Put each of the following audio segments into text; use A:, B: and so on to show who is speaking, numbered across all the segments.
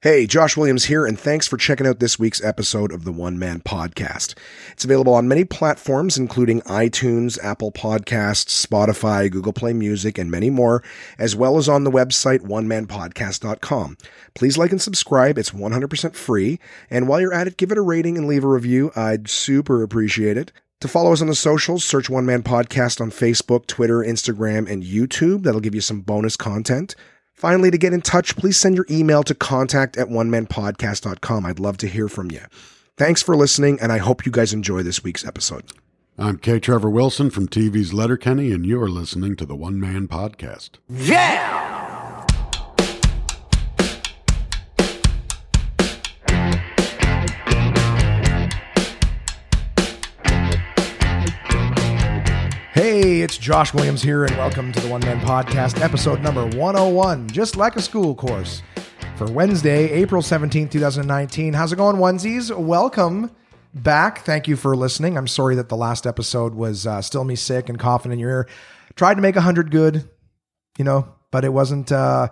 A: Hey, Josh Williams here, and thanks for checking out this week's episode of the One Man Podcast. It's available on many platforms, including iTunes, Apple Podcasts, Spotify, Google Play Music, and many more, as well as on the website onemanpodcast.com. Please like and subscribe. It's 100% free. And while you're at it, give it a rating and leave a review. I'd super appreciate it. To follow us on the socials, search One Man Podcast on Facebook, Twitter, Instagram, and YouTube. That'll give you some bonus content. Finally, to get in touch, please send your email to contact at onemanpodcast.com. I'd love to hear from you. Thanks for listening, and I hope you guys enjoy this week's episode.
B: I'm K. Trevor Wilson from TV's Letterkenny, and you're listening to the One Man Podcast.
A: Hey, it's Josh Williams here, and welcome to the One Man Podcast, episode number 101, just like a school course, for Wednesday, April 17th, 2019. How's it going, onesies? Welcome back. Thank you for listening. I'm sorry that the last episode was uh, still me sick and coughing in your ear. Tried to make 100 good, you know, but it wasn't. Uh,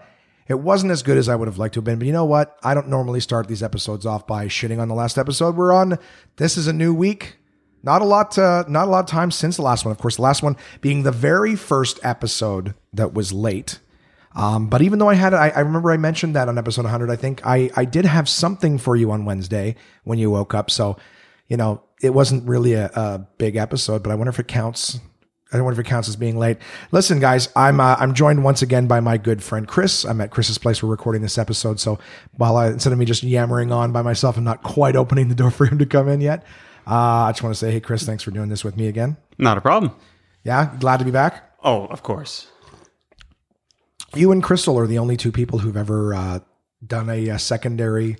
A: it wasn't as good as I would have liked to have been, but you know what? I don't normally start these episodes off by shitting on the last episode we're on. This is a new week. Not a lot, uh, not a lot of time since the last one. Of course, the last one being the very first episode that was late. Um, but even though I had, I, I remember I mentioned that on episode 100. I think I I did have something for you on Wednesday when you woke up. So, you know, it wasn't really a, a big episode, but I wonder if it counts. I wonder if it counts as being late. Listen, guys, I'm uh, I'm joined once again by my good friend Chris. I'm at Chris's place. We're recording this episode. So while I, instead of me just yammering on by myself and not quite opening the door for him to come in yet, uh, I just want to say, hey, Chris, thanks for doing this with me again.
C: Not a problem.
A: Yeah, glad to be back.
C: Oh, of course.
A: you and Crystal are the only two people who've ever uh, done a, uh secondary,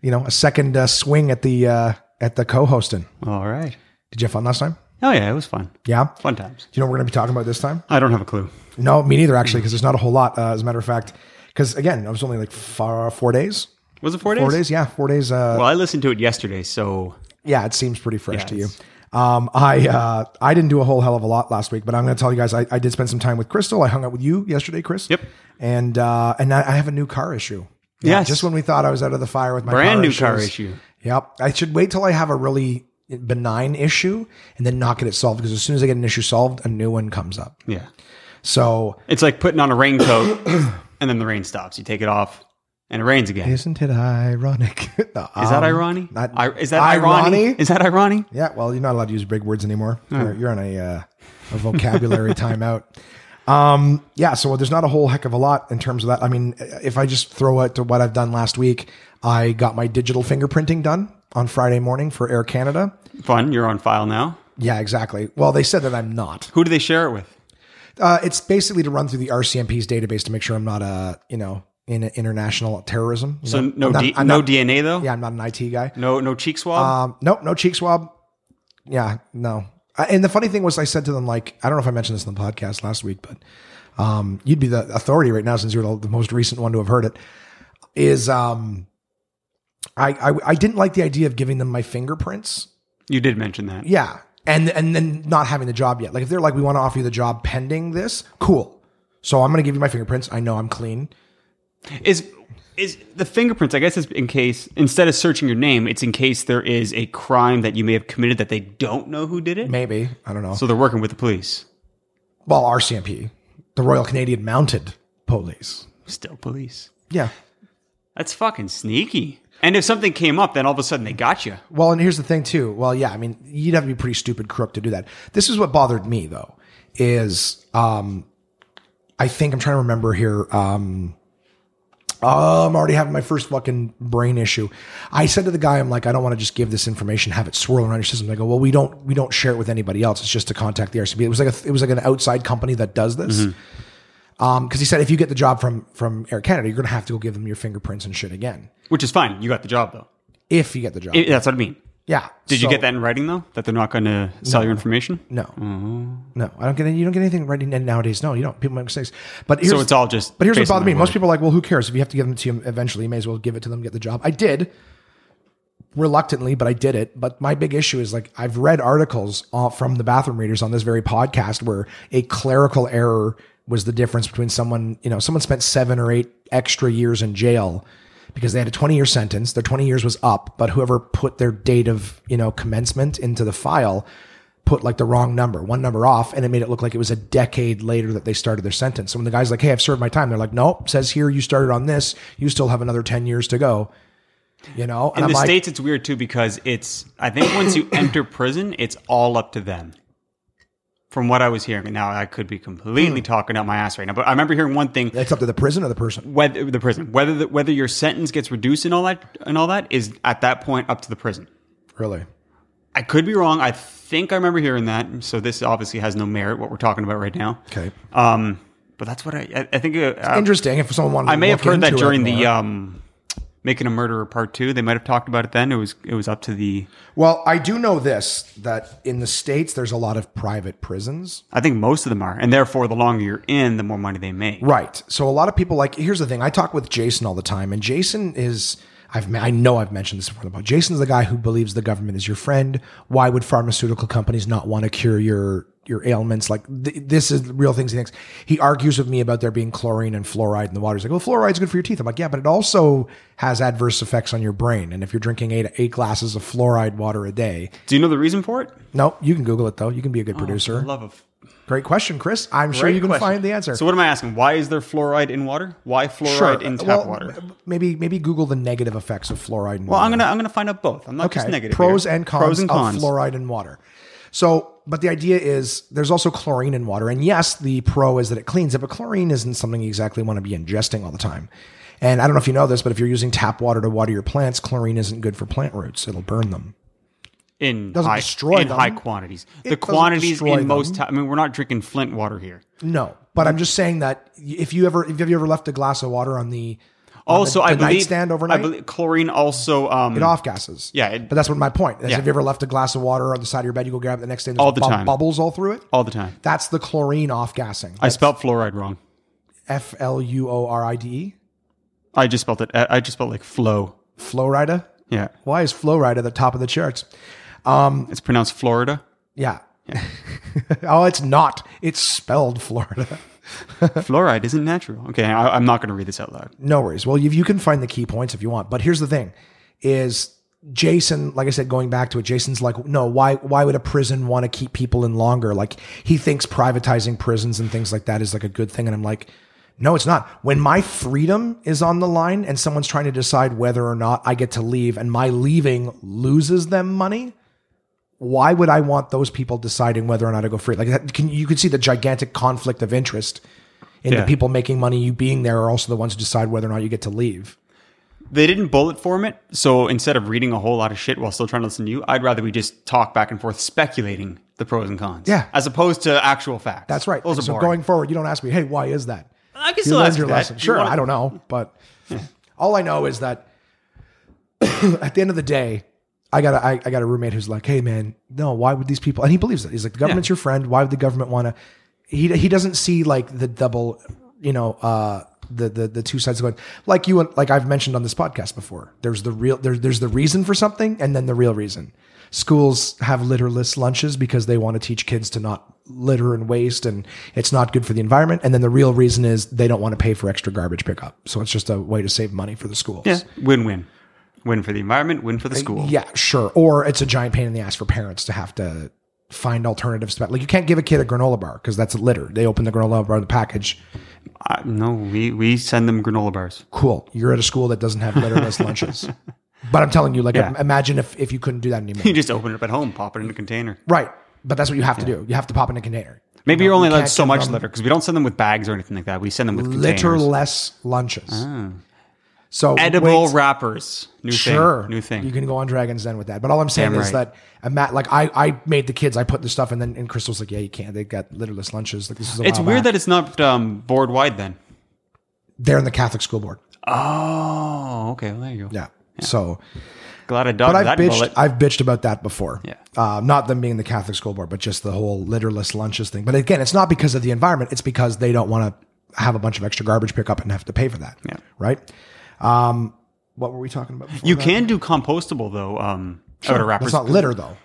A: you know, a second uh, swing at the uh, at the co-hosting.
C: All right.
A: Did you have fun last time?
C: Oh yeah, it was fun.
A: Yeah. Do
C: Fun times.
A: you know what we're going to be talking about this time?
C: I don't have a clue.
A: No, me neither, actually, because there's not a whole lot. Uh, as a matter of fact, because again, it was only like far, four days.
C: Was it four days?
A: Four days, yeah, four days. Uh,
C: Well, I listened to it yesterday, so
A: yeah, it seems pretty fresh to you.
C: it's-
A: Um, I uh, I didn't do a whole hell of a lot last week, but I'm going to tell you guys I, I did spend some time with Crystal. I hung out with you yesterday, Chris.
C: Yep.
A: And uh, and I, I have a new car issue. Yeah,
C: Yes.
A: Just when we thought I was out of the fire with my
C: brand
A: car
C: new
A: issues.
C: car issue.
A: Yep. I should wait till I have a really benign issue and then not get it solved because as soon as I get an issue solved, a new one comes up.
C: Yeah.
A: So
C: It's like putting on a raincoat and then the rain stops. You take it off and it rains again. Is
A: isn't it ironic? No,
C: that
A: um,
C: irony?
A: not-
C: I- is that irony?
A: Irony?
C: Is that irony?
A: Yeah, well, you're not allowed to use big words anymore.
C: Hmm.
A: You're, you're on a, uh, a vocabulary timeout. Um, yeah, so there's not a whole heck of a lot in terms of that. I mean, if I just throw out to what I've done last week, I got my digital fingerprinting done on Friday morning for Air Canada.
C: Fun. You're on file now.
A: Yeah, exactly. Well, they said that I'm not.
C: Who do they share it with?
A: Uh, it's basically to run through the RCMP's database to make sure I'm not a you know in international terrorism. You
C: So
A: know,
C: no
A: I'm not-
C: D,
A: I'm
C: no Uh,
A: not-
C: DNA though.
A: Yeah, I'm not an IT guy.
C: No no cheek swab.
A: Um, nope, no cheek swab. Yeah, no. I, and the funny thing was, I said to them like, I don't know if I mentioned this in the podcast last week, but um, you'd be the authority right now since you're the, the most recent one to have heard it. Is um, I, I I didn't like the idea of giving them my fingerprints
C: you did mention that.
A: yeah. And and then not having the job yet. Like if they're like, we want to offer you the job pending this, cool. So I'm gonna give you my fingerprints. I know I'm clean.
C: Is is the fingerprints? I guess it's in case instead of searching your name, it's in case there is a crime that you may have committed that they don't know who did it.
A: Maybe. I don't know.
C: So they're working with the police.
A: well, RCMP, the Royal Canadian Mounted Police.
C: Still police.
A: Yeah.
C: That's fucking sneaky. And if something came up, then all of a sudden they got you.
A: Well, and here's the thing too. Well, yeah, I mean, you'd have to be a pretty stupid crook to do that. This is what bothered me though, is um I think I'm trying to remember here. Um oh, I'm already having my first fucking brain issue. I said to the guy, I'm like, I don't want to just give this information, have it swirl around your system. They go, well, we don't, we don't share it with anybody else. It's just to contact the RCB. It was like a, it was like an outside company that does this.
C: Mm-hmm.
A: Um, cause he said, if you get the job from, from Air Canada, you're going to have to go give them your fingerprints and shit again.
C: Which is fine. You got the job though.
A: If you get the job.
C: I- that's what I mean.
A: yeah.
C: Did you
A: So-
C: get that in writing though? That they're not going to sell your information?
A: No,
C: Mm-hmm.
A: no, I don't get any, you don't get anything right in- nowadays. No, you don't. People make mistakes, but here's,
C: So it's all just
A: But here's what
C: based on
A: bothered me:
C: their
A: most
C: word.
A: people are like, well, who cares? If you have to give them to you eventually, you may as well give it to them, get the job. I did reluctantly, but I did it. But my big issue is like I've read articles uh, from the bathroom readers on this very podcast where a clerical error was the difference between someone you know someone spent seven or eight extra years in jail because they had a 20 year sentence. Their 20 years was up, but whoever put their date of, you know, commencement into the file put like the wrong number, one number off, and it made it look like it was a decade later that they started their sentence. So when the guy's like, hey, I've served my time, they're like, nope, says here you started on this, you still have another 10 years to go. You know, and
C: In
A: I'm
C: the
A: like,
C: states, it's weird too because it's. I think once you enter prison, it's all up to them. From what I was hearing, now I could be
A: Hmm.
C: completely talking out my ass right now, but I remember hearing one thing:
A: that's up to the prison or the person.
C: whether the prison, whether the, whether your sentence gets reduced and all that, and all that is at that point up to the prison.
A: Really?
C: I could be wrong. I think I remember hearing that. So this obviously has no merit what we're talking about right now.
A: Okay.
C: Um, but that's what I I, I think. Uh, uh,
A: Uh, Interesting. If someone wanted,
C: I may
A: to
C: have
A: look
C: heard that
A: into it
C: during the
A: more.
C: um, making a murderer part two. They might have talked about it then. It was it was up to the.
A: Well, I do know this that in the states there's a lot of private prisons.
C: I think most of them are, and therefore the longer you're in, the more money they make.
A: Right. So a lot of people like here's the thing. I talk with Jason all the time, and Jason is I've I know I've mentioned this before. But Jason's the guy who believes the government is your friend. Why would pharmaceutical companies not want to cure your your ailments? Like th- this is real things he thinks. He argues with me about there being chlorine and fluoride in the water. He's like, well, fluoride's good for your teeth. I'm like, yeah, but it also has adverse effects on your brain. And if you're drinking eight eight glasses of fluoride water a day,
C: Do you know the reason for it?
A: no, you can Google it though. You can be a good producer.
C: Love of.
A: Great question, Chris. I'm sure you can find the answer.
C: So what am I asking? Why is there fluoride in water? Why fluoride in tap
A: Well, uh,
C: water?
A: m- Maybe maybe Google the negative effects of fluoride. In
C: Well,
A: water.
C: I'm gonna I'm gonna find out both. I'm not just
A: okay.
C: negative.
A: pros
C: here.
A: and cons
C: Pros and cons.
A: of fluoride in water. So, but the idea is there's also chlorine in water, and yes, the pro is that it cleans it, but chlorine isn't something you exactly want to be ingesting all the time. And I don't know if you know this, but if you're using tap water to water your plants, chlorine isn't good for plant roots; it'll burn them.
C: in
A: Doesn't
C: high,
A: destroy
C: in
A: them.
C: high quantities. The
A: doesn't
C: quantities
A: destroy
C: in most.
A: them.
C: Ta- I mean, we're not drinking Flint water here.
A: No, but I'm just saying that if you ever if you ever left a glass of water on the on
C: Also,
A: the,
C: I
A: the
C: believe
A: nightstand overnight,
C: I believe chlorine also um,
A: it off gases.
C: Yeah, it-
A: but that's what my point. Is
C: Yeah.
A: Have you ever left a glass of water on the side of your bed? You go grab it the next day. And
C: All
A: there's
C: the
A: bu-
C: time.
A: bubbles all through it.
C: all the time.
A: That's the chlorine off gassing.
C: I spelled fluoride wrong.
A: F L U O R I D E.
C: I just spelled it. I I just spelled like flow.
A: Flowrider.
C: Yeah,
A: Why is Flowrider at the top of the charts?
C: it's pronounced Florida.
A: Yeah. oh, it's not. It's spelled Florida.
C: Fluoride isn't natural. Okay, I, I'm not going to read this out loud.
A: No worries. Well, you, you can find the key points if you want. But here's the thing is Jason, like I said, going back to it, Jason's like, no, why, why would a prison want to keep people in longer? Like he thinks privatizing prisons and things like that is like a good thing. And I'm like, no, it's not. When my freedom is on the line and someone's trying to decide whether or not I get to leave and my leaving loses them money, why would I want those people deciding whether or not to go free? Like that, can, you could see the gigantic conflict of interest in
C: Yeah.
A: the people making money. You being there are also the ones who decide whether or not you get to leave.
C: They didn't bullet form it, so instead of reading a whole lot of shit while still trying to listen to you, I'd rather we just talk back and forth, speculating the pros and cons.
A: Yeah.
C: as opposed to actual facts.
A: That's right.
C: Those are
A: so
C: boring.
A: going forward, you don't ask me, hey, why is that?
C: I can
A: You
C: still
A: learned
C: ask you
A: your
C: that.
A: lesson.
C: You
A: Sure,
C: wanna-
A: I don't know, but all I know is that at the end of the day, I got a, I, I got a roommate who's like, hey man, no, why would these people? And he believes it. He's like, the government's your friend. Why would the government want to? He he doesn't see like the double, you know, uh, the the the two sides going like you and like I've mentioned on this podcast before. There's the real there's there's the reason for something, and then the real reason. Schools have litterless lunches because they want to teach kids to not litter and waste, and it's not good for the environment. And then the real reason is they don't want to pay for extra garbage pickup, so it's just a way to save money for the schools.
C: Yeah, win-win. Win for the environment, win for the school.
A: Yeah, sure. Or it's a giant pain in the ass for parents to have to find alternatives. to that. Like you can't give a kid a granola bar because that's litter. They open the granola bar in the package.
C: I- Uh, no, we, we send them granola bars.
A: Cool. You're at a school that doesn't have litterless lunches. But I'm telling you, like,
C: Yeah.
A: imagine if, if you couldn't do that anymore.
C: You just open it up at home, pop it in a container.
A: right. But that's what you have to do. You have to pop in a container.
C: Maybe you're only
A: you
C: allowed
A: can't
C: so
A: give
C: much
A: them-
C: litter because we don't send them with bags or anything like that. We send them with containers. Ah.
A: Litterless lunches. So
C: Edible
A: wait-
C: wrappers. New
A: Sure,
C: thing. New thing.
A: You can go on Dragons Den with that. But all I'm saying
C: Damn
A: is
C: right.
A: that I'm at, like I, I made the kids. I put the stuff, and then and Crystal's like, yeah, you can't. They got litterless lunches. Like this is a
C: it's
A: while
C: weird
A: back.
C: that it's not um, board wide then.
A: they're in the Catholic school board.
C: Oh, okay. Well, there you go.
A: Yeah. So,
C: Glad I dodged
A: but I've
C: that
A: bitched.
C: bullet.
A: I've bitched about that before.
C: Yeah.
A: Uh, not them being the Catholic school board, but just the whole litterless lunches thing. But again, it's not because of the environment. It's because they don't want to have a bunch of extra garbage pickup and have to pay for that.
C: Yeah.
A: Right. Um, what were we talking about? Before
C: you
A: that?
C: can do compostable though. Um, out of
A: That's
C: wrappers.
A: not litter though.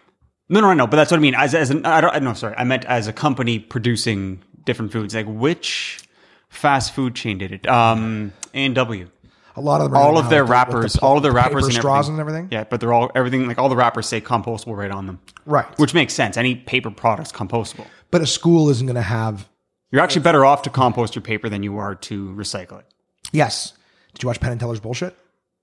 C: No, no, I know, but that's what I mean. As as an, I don't, no, sorry, I meant as a company producing different foods. Like which fast food chain did it? Um, A and W.
A: a lot of them. are
C: all
A: now
C: of their
A: with the- with the
C: rappers,
A: pl-
C: all of their
A: paper
C: rappers and
A: straws
C: everything.
A: and everything.
C: Yeah, but they're all everything like all the rappers say compostable right on them,
A: Right.
C: which makes sense. Any paper product's compostable.
A: but a school isn't going to have.
C: You're actually better off to compost your paper than you are to recycle it.
A: Yes. Did you watch Penn and Teller's bullshit?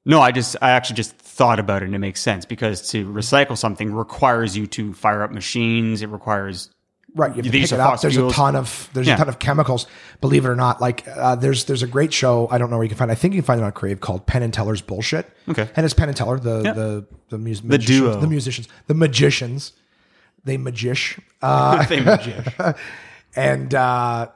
C: No, I just I actually just thought about it and it makes sense because to recycle something requires you to fire up machines. It requires
A: Right, you have to
C: These
A: pick it
C: are
A: up.
C: fossil
A: There's
C: fuels.
A: a ton of there's a
C: Yeah.
A: ton of chemicals. Believe it or not, like uh, there's there's a great show. I don't know where you can find. it. I think you can find it on Crave called Penn and Teller's Bullshit.
C: Okay.
A: and it's Penn and Teller, the
C: Yeah.
A: the the, mus- the
C: duo.
A: the musicians, the magicians. They magish,
C: They magic.
A: and uh,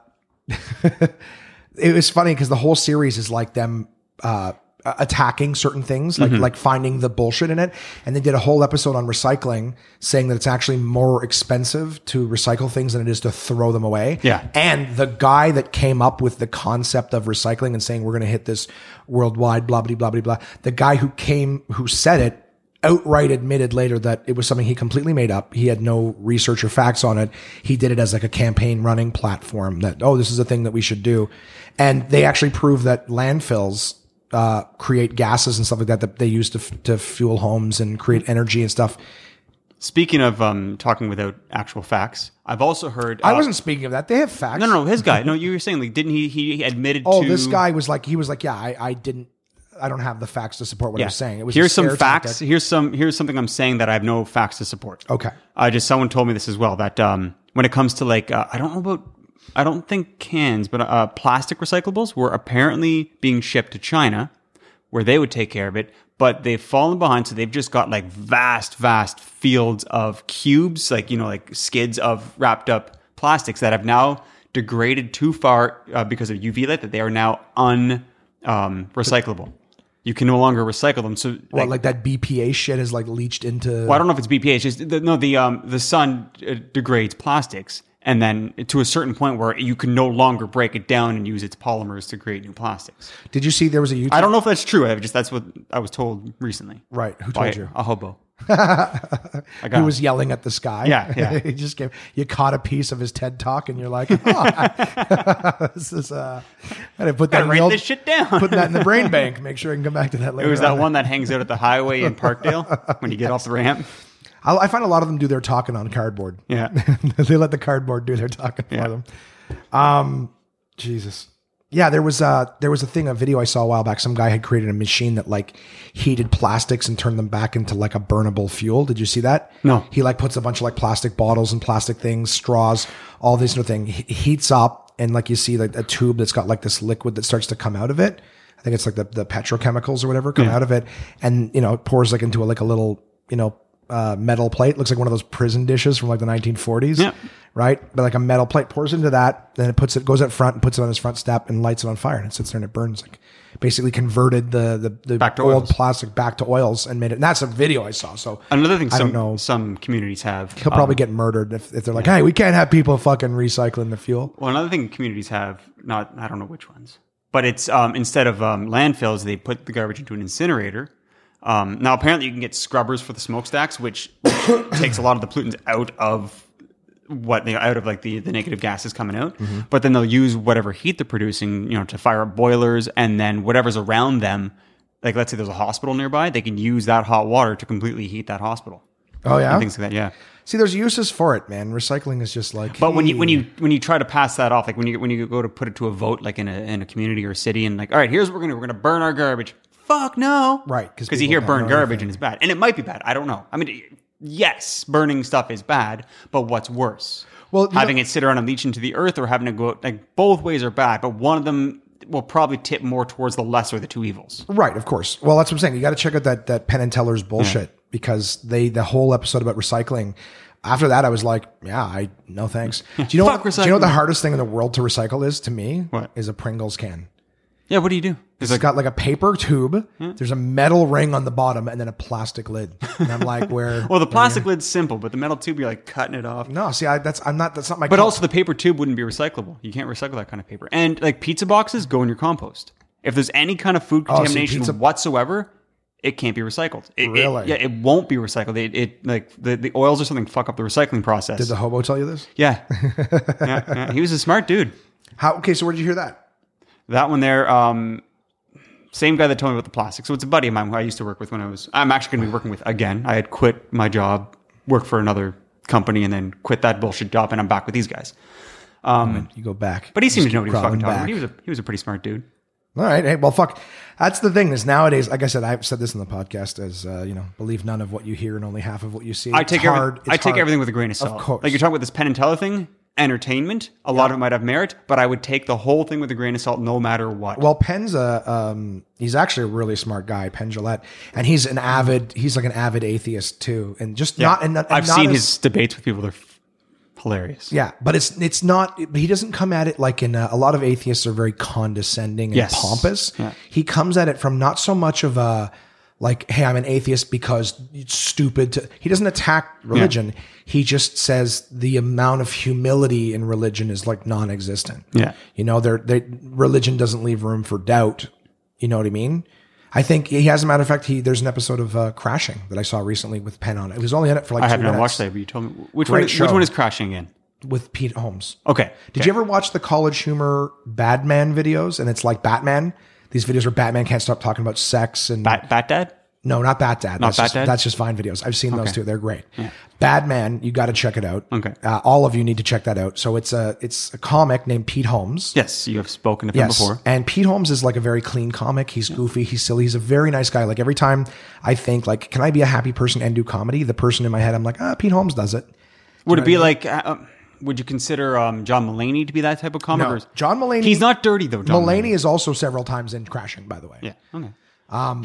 A: it was funny because the whole series is like them uh, attacking certain things, like like finding the bullshit in it. And they did a whole episode on recycling, saying that it's actually more expensive to recycle things than it is to throw them away.
C: Yeah.
A: And the guy that came up with the concept of recycling and saying we're going to hit this worldwide, blah blah blah blah blah. The guy who came who said it outright admitted later that it was something he completely made up. He had no research or facts on it. He did it as like a campaign running platform that oh this is a thing that we should do, and they actually proved that landfills uh, create gases and stuff like that that they use to f- to fuel homes and create energy and stuff.
C: Speaking of um, talking without actual facts, I've also heard
A: I
C: uh,
A: wasn't speaking of that. They have facts.
C: No, no, his guy. No, you were saying like, didn't he? He admitted.
A: Oh,
C: to,
A: this guy was like, he was like, yeah, I, I didn't, I don't have the facts to support what I
C: Yeah.
A: was saying. It was a
C: here's some
A: scare
C: facts.
A: tactic.
C: Here's some. Here's something I'm saying that I have no facts to support.
A: Okay.
C: I just someone told me this as well that um, when it comes to like uh, I don't know about I don't think cans, but uh, plastic recyclables were apparently being shipped to China, where they would take care of it. But they've fallen behind, so they've just got like vast, vast fields of cubes, like you know, like skids of wrapped up plastics that have now degraded too far uh, because of UV light that they are now un um, recyclable. You can no longer recycle them. So
A: What,
C: like-
A: like that BPA shit is like leached into.
C: well, I don't know if it's BPA. It's just the, no, the um, the sun uh, degrades plastics, and then to a certain point where you can no longer break it down and use its polymers to create new plastics.
A: Did you see there was a YouTube?
C: I don't know if that's true. I just that's what I was told recently.
A: right. Who
C: By
A: told you?
C: a hobo. I got
A: Who was yelling at the sky?
C: Yeah, yeah.
A: he just gave, you caught a piece of his TED talk and you're like, "Ah." this is, uh, I gotta put that in the
C: write
A: old-
C: this shit down.
A: put that in the brain bank. Make sure I can come back to that
C: it
A: later.
C: was that
A: on.
C: one that hangs out at the highway in Parkdale when you get off the ramp.
A: I, I find a lot of them do their talking on cardboard.
C: Yeah.
A: they let the cardboard do their talking for them. Um, Jesus. Yeah, there was a there was a thing a video I saw a while back. Some guy had created a machine that like heated plastics and turned them back into like a burnable fuel. Did you see that?
C: No.
A: He like puts a bunch of like plastic bottles and plastic things, straws, all this sort of thing. He heats up and like you see like a tube that's got like this liquid that starts to come out of it. I think it's like the, the petrochemicals or whatever come out of it, and you know it pours like into a, like a little you know uh, metal plate. Looks like one of those prison dishes from like the 1940s,
C: Yeah.
A: right? But like a metal plate pours into that, then it puts it goes up front and puts it on his front step and lights it on fire and it sits there and it burns. Like basically converted the the, the
C: Back to
A: old
C: oils.
A: plastic back to oils and made it. And that's a video I saw. So
C: Another thing,
A: I
C: some
A: don't know.
C: some communities have.
A: He'll probably get murdered if, if they're like, hey, we can't have people fucking recycling the fuel.
C: Well, another thing communities have not I don't know which ones, but it's um, instead of um, landfills, they put the garbage into an incinerator. Um, now, apparently, you can get scrubbers for the smokestacks, which takes a lot of the pollutants out of what they out of like the, the negative gases coming out. But then they'll use whatever heat they're producing, you know, to fire up boilers, and then whatever's around them, like let's say there's a hospital nearby, they can use that hot water to completely heat that hospital.
A: Oh yeah.
C: and Things like that, yeah.
A: See, there's uses for it, man. Recycling is just like.
C: But when you when
A: hey.
C: you when you try to pass that off, like when you when you go to put it to a vote, like in a in a community or a city, and like, all right, here's what we're gonna do. we're gonna burn our garbage. Fuck no,
A: Right, 'cause
C: Because you
A: people
C: hear
A: don't
C: burn
A: know anything.
C: garbage and it's bad, and it might be bad. I don't know. I mean, yes, burning stuff is bad, but what's worse?
A: Well, you
C: having it sit around and leach into the earth, or having to go out, like both ways are bad, but one of them will probably tip more towards the lesser of the two evils.
A: Right, of course. Well, that's what I'm saying. You got to check out that that Penn and Teller's bullshit because they the whole episode about recycling. After that, I was like, yeah, I no thanks. Do you know?
C: Fuck
A: what, do you know what the
C: recycling.
A: hardest thing in the world to recycle is to me?
C: What?
A: is a Pringles can?
C: Yeah, what do you do? It's
A: It's
C: like Hmm?
A: got like a paper tube. There's a metal ring on the bottom, and then a plastic lid. And I'm like, where?
C: well, the plastic lid's simple, but the metal tube, you're like cutting it off.
A: no, see, I, that's I'm not. That's not my.
C: But
A: cup.
C: also, the paper tube wouldn't be recyclable. You can't recycle that kind of paper. And like pizza boxes go in your compost. If there's any kind of food
A: Oh, see,
C: contamination
A: pizza-
C: whatsoever, it can't be recycled. It, it-
A: Really?
C: yeah, it won't be recycled. It, it like the, the oils or something fuck up the recycling process.
A: did the hobo tell you this?
C: yeah. yeah, yeah. He was a smart dude.
A: How? Okay, so where did you hear that?
C: That one there, um, Same guy that told me about the plastic. So it's a buddy of mine who I used to work with when I was. I'm actually going to be working with again. I had quit my job, worked for another company, and then quit that bullshit job, and I'm back with these guys.
A: You go back.
C: But he seemed to know what he was
A: crawling
C: fucking talking
A: back.
C: about. He was a he was a pretty smart dude.
A: All right. Hey, well, fuck. That's the thing is nowadays. Like I said, I've said this in the podcast as uh, you know, believe none of what you hear and only half of what you see.
C: I take
A: it's
C: every-
A: hard. it's
C: I take
A: hard.
C: everything with a grain of salt.
A: course.
C: Like you're talking about this Penn and Teller thing, entertainment. A lot of it might have merit, but I would take the whole thing with a grain of salt, no matter what.
A: Well, Penn's a um, he's actually a really smart guy, Penn Gillette, and he's an avid he's like an avid atheist too, and just not. And, and
C: I've
A: not
C: seen
A: as-
C: his debates with people; they're f- hilarious.
A: Yeah, but it's it's not. But he doesn't come at it like in a, a lot of atheists are very condescending and
C: Yes.
A: pompous.
C: Yeah.
A: He comes at it from not so much of a like, "Hey, I'm an atheist because it's stupid." To, he doesn't attack religion. He just says the amount of humility in religion is like non-existent.
C: Yeah.
A: you know, they're, they religion doesn't leave room for doubt. You know what I mean? I think he, as a matter of fact, he there's an episode of uh, Crashing that I saw recently with Penn on it. It was only in it for like
C: I
A: two
C: haven't
A: minutes
C: watched that, but you told me which
A: Great
C: one.
A: show.
C: Which one is crashing in?
A: with Pete Holmes.
C: Okay.
A: Did you ever watch the College Humor Badman videos? And it's like Batman. These videos where Batman can't stop talking about sex and
C: Bat, Bat Dad?
A: no, not Bat Dad. Not that's
C: Bat
A: just,
C: Dad?
A: That's just Vine videos. I've seen those too. They're great. Badman, you got to check it out.
C: Okay.
A: uh, all of you need to check that out. So it's a it's a comic named Pete Holmes.
C: Yes, you have spoken of him
A: Yes.
C: before.
A: And Pete Holmes is like a very clean comic. He's goofy. He's silly. He's a very nice guy. Like every time I think like, can I be a happy person and do comedy? The person in my head, I'm like, ah, Pete Holmes does it.
C: Would it be like? Uh, uh, would you consider um, John Mulaney to be that type of comic?
A: No.
C: or is-
A: John Mulaney-
C: He's not dirty though. John Mulaney.
A: Mulaney is also several times in Crashing, by the way.
C: Yeah. Okay.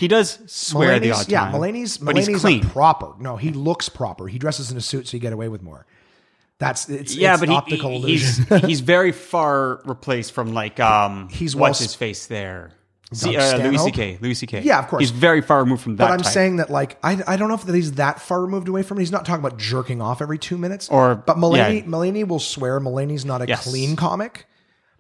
C: he does swear the
A: Mulaney's-
C: odd
A: yeah,
C: time.
A: Mulaney's
C: but
A: Mulaney's
C: he's clean.
A: A proper. No, he looks proper. He dresses in a suit, so you get away with more. That's it's
C: yeah,
A: it's
C: but
A: an
C: he-
A: optical
C: he,
A: illusion.
C: he's he's very far replaced from like um
A: He's well
C: what's
A: sp-
C: his face there. See,
A: Doug
C: uh, Louis
A: Stanhope?
C: C.K. Louis C.K.
A: Yeah, of course.
C: He's very far removed from that.
A: But I'm
C: type.
A: saying that like I, I don't know if that he's that far removed away from it. He's not talking about jerking off every two minutes.
C: Or-
A: but Mulaney
C: yeah.
A: Mulaney will swear Mulaney's not a
C: Yes.
A: clean comic.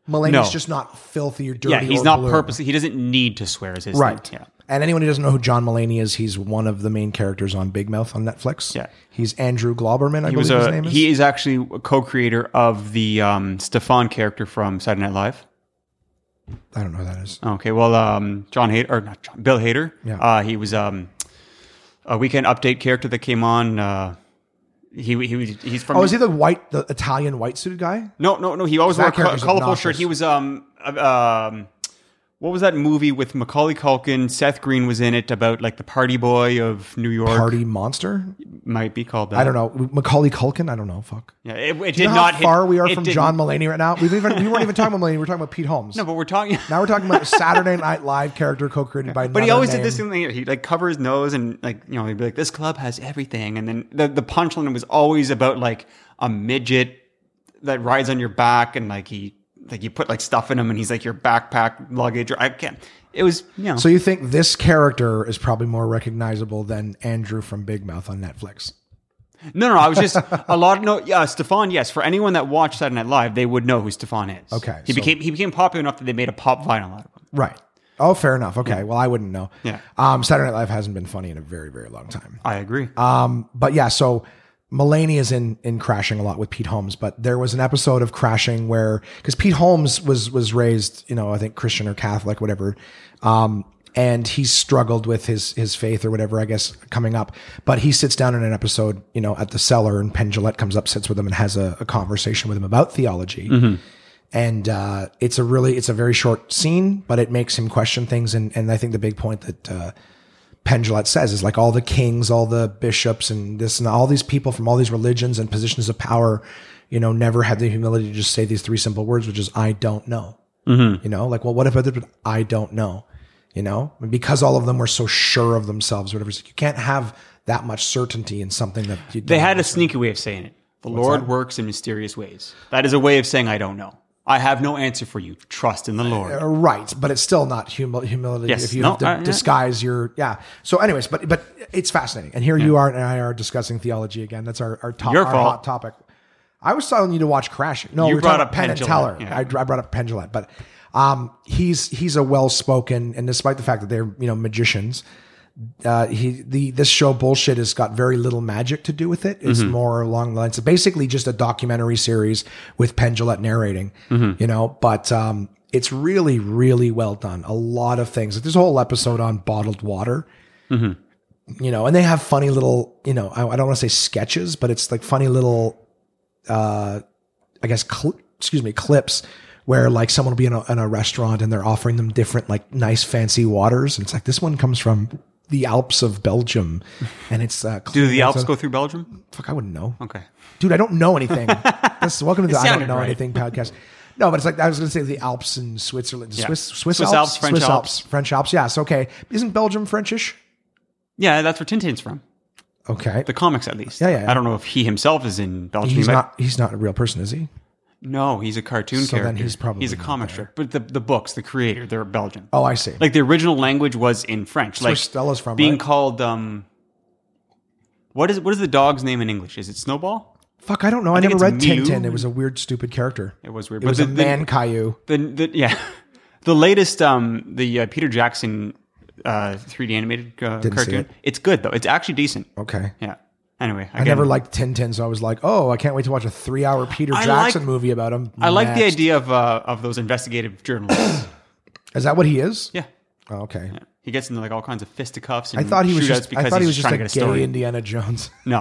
A: Mulaney's
C: No.
A: just not filthy or dirty.
C: yeah, he's
A: or
C: not
A: blue.
C: purposely. He doesn't need to swear. Is his
A: right.
C: Thing. Yeah.
A: And anyone who doesn't know who John Mulaney is, he's one of the main characters on Big Mouth on Netflix.
C: Yeah.
A: he's Andrew Glauberman. I
C: He was
A: believe his
C: a,
A: name is.
C: he is actually a co-creator of the um, Stefan character from Saturday Night Live.
A: I don't know who that is.
C: Okay, well, um, John Hader or not John, Bill Hader.
A: Yeah.
C: Uh, he was um, a Weekend Update character that came on. Uh, he he was- he's from
A: Oh, is he the white, the Italian white suit guy?
C: No, no, no. He always wore a
A: That
C: co-
A: character's
C: colorful
A: obnoxious.
C: shirt. He was um uh, um, what was that movie with Macaulay Culkin? Seth Green was in it about like the party boy of New York.
A: Party monster?
C: Might be called that.
A: I don't know. Macaulay Culkin? I don't know. Fuck.
C: Yeah, it, it
A: You
C: did
A: know
C: not
A: how far
C: hit,
A: we are
C: it
A: from
C: didn't-
A: John Mulaney right now? We've even we weren't even talking about Mulaney. We're talking about Pete Holmes.
C: No, but we're talking.
A: Now we're talking about Saturday Night Live character co-created by.
C: But he
A: another
C: always
A: name.
C: did this thing. Like, he'd like cover his nose and like you know he'd be like, "This club has everything," and then the the punchline was always about like a midget that rides on your back and like he like you put like stuff in him and he's like your backpack luggage or I can't. It was you know.
A: So you think this character is probably more recognizable than Andrew from Big Mouth on Netflix?
C: No, no, I was just a lot. Of, no, yeah, Stefan. Yes, for anyone that watched Saturday Night Live, they would know who Stefan is.
A: Okay,
C: he
A: so-
C: became he became popular enough that they made a pop vinyl out of him.
A: Right. Oh, fair enough. Okay. Well, I wouldn't know.
C: Yeah.
A: Um, Saturday Night Live hasn't been funny in a very, very long time.
C: I agree.
A: Ah, but yeah, so Mulaney is in in Crashing a lot with Pete Holmes, but there was an episode of Crashing where because Pete Holmes was was raised, you know, I think Christian or Catholic, whatever, um, and he struggled with his his faith or whatever, I guess, coming up. But he sits down in an episode, you know, at the cellar, and Penn Jillette comes up, sits with him, and has a, a conversation with him about theology. And uh, it's a really, it's a very short scene, but it makes him question things. And, and I think the big point that uh, Pendulet says is like all the kings, all the bishops, and this and all these people from all these religions and positions of power, you know, never had the humility to just say these three simple words, which is "I don't know." You know, like, well, what if I did? But I don't know. You know, And because all of them were so sure of themselves, whatever. It's like you can't have that much certainty in something that you
C: they
A: don't
C: had a sneaky way of saying it. The Lord works in mysterious ways. That is a way of saying I don't know. I have no answer for you. Trust in the
A: Uh,
C: Lord.
A: right but it's still not humil- humility
C: Yes.
A: if you
C: No,
A: have to
C: I- I-
A: disguise your yeah so anyways but but it's fascinating and here you are and i are discussing theology again that's our our, top,
C: Your
A: our
C: fault.
A: hot topic i was telling you to watch crash no
C: You
A: we were
C: brought
A: talking
C: up
A: about penn and
C: Pendulette,
A: teller
C: yeah.
A: I, I brought up pendulet but um he's he's a well-spoken and despite the fact that they're you know magicians uh, he the this show bullshit has got very little magic to do with it.
C: Mm-hmm.
A: It's more along the lines
C: Mm-hmm.
A: of basically just a documentary series with Penn Jillette narrating, you know. But um, It's really, really well done. A lot of things. Like, there's a whole episode on bottled water. You know, and they have funny little, you know, I, I don't want to say sketches, but it's like funny little uh, I guess, cl- excuse me, clips where like someone will be in a, in a restaurant and they're offering them different like nice fancy waters. And it's like this one comes from the Alps of Belgium, and it's uh,
C: Do the Alps go through Belgium?
A: Fuck, I wouldn't know,
C: Okay.
A: dude. I don't know anything. this is welcome to the I don't
C: sounded
A: know
C: right.
A: anything podcast. No, but it's like I was going to say the Alps in Switzerland, Swiss, Swiss,
C: Swiss
A: Alps,
C: Alps, French
A: Swiss
C: Alps.
A: French Alps. Yes, okay. Isn't Belgium Frenchish?
C: Yeah, that's where Tintin's from.
A: Okay,
C: The comics, at least.
A: Yeah, yeah, yeah.
C: I don't know if he himself is in Belgium.
A: he's
C: He might-
A: not. He's not a real person, is he?
C: No, he's a cartoon
A: So then
C: character.
A: he's probably
C: he's a
A: not
C: comic strip, but the the books, the creator, they're Belgian.
A: Oh, I see.
C: Like the original language was in French.
A: where
C: like
A: Stella's from,
C: being
A: right?
C: called um, what is what is the dog's name in English? Is it Snowball?
A: Fuck, I don't know. I,
C: think
A: never read
C: it's Mew.
A: Tintin. It was a weird, stupid character.
C: It was weird.
A: It was
C: the,
A: a man Caillou.
C: the, the, the- yeah, the latest um the uh, Peter Jackson uh 3D animated uh,
A: Didn't see
C: cartoon.
A: it.
C: It's good though. It's actually decent.
A: Okay.
C: Yeah. Anyway,
A: I never liked Tintin, so I was like, oh, I can't wait to watch a three hour Peter
C: I
A: Jackson
C: like-
A: movie about him.
C: I like the
A: Next.
C: idea of uh, of those investigative journalists.
A: Is that what he is?
C: yeah.
A: Oh, okay.
C: He gets into like all kinds of fisticuffs and
A: I thought he was
C: shootouts
A: just.
C: because
A: I thought he was
C: he's
A: just
C: trying
A: a
C: to
A: gay
C: get a story.
A: Indiana Jones.
C: No,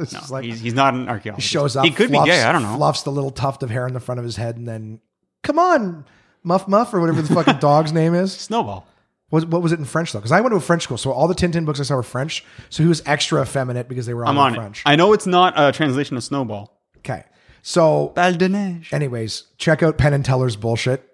A: It's
C: no,
A: just like
C: he's, he's not an archaeologist.
A: shows up.
C: He could
A: fluffs,
C: be gay. I don't know.
A: Fluffs the little tuft of hair on the front of his head, and then come on, Muff Muff or whatever the fucking dog's name is.
C: Snowball.
A: What, what was it in French though? Because I went to a French school, so all the Tintin books I saw were French. So he was extra effeminate because they were all
C: I'm
A: in
C: on
A: French.
C: it. I know it's not a translation of Snowball.
A: okay. So
C: Bal de Neige.
A: Anyways, check out Penn and Teller's bullshit.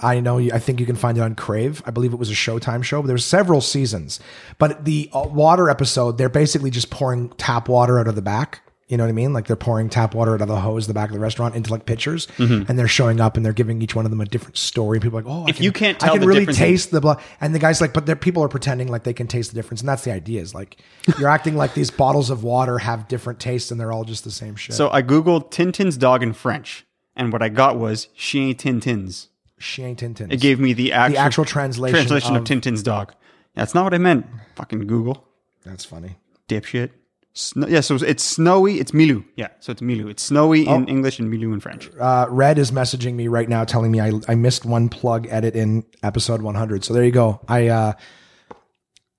A: I know. You, I think you can find it on Crave. I believe it was a Showtime show. But there were several seasons. But the uh, water episode, they're basically just pouring tap water out of the back. You know what I mean? Like they're pouring tap water out of the hose, in the back of the restaurant, into like pitchers, and they're showing up and they're giving each one of them a different story. People are like, oh, I
C: Mm-hmm. If you can't
A: I
C: tell
A: can
C: the
A: really
C: difference in-
A: taste the blood. And the guy's like, but they're- people are pretending like they can taste the difference, and that's the idea. Is like you're acting like these bottles of water have different tastes, and they're all just the same shit.
C: So I googled Tintin's dog in French, and what I got was she ain't Tintin's.
A: she ain't Tintin.
C: It gave me the actual,
A: the actual translation,
C: translation
A: of,
C: of, Tintin's dog. That's not what I meant. Fucking Google,
A: that's funny
C: dipshit. Snow, yeah, so it's snowy. It's Milou. Yeah, so it's Milou. It's snowy
A: Oh.
C: in English and Milou in French.
A: uh, red is messaging me right now telling me I, I missed one plug edit in episode 100 so there you go i uh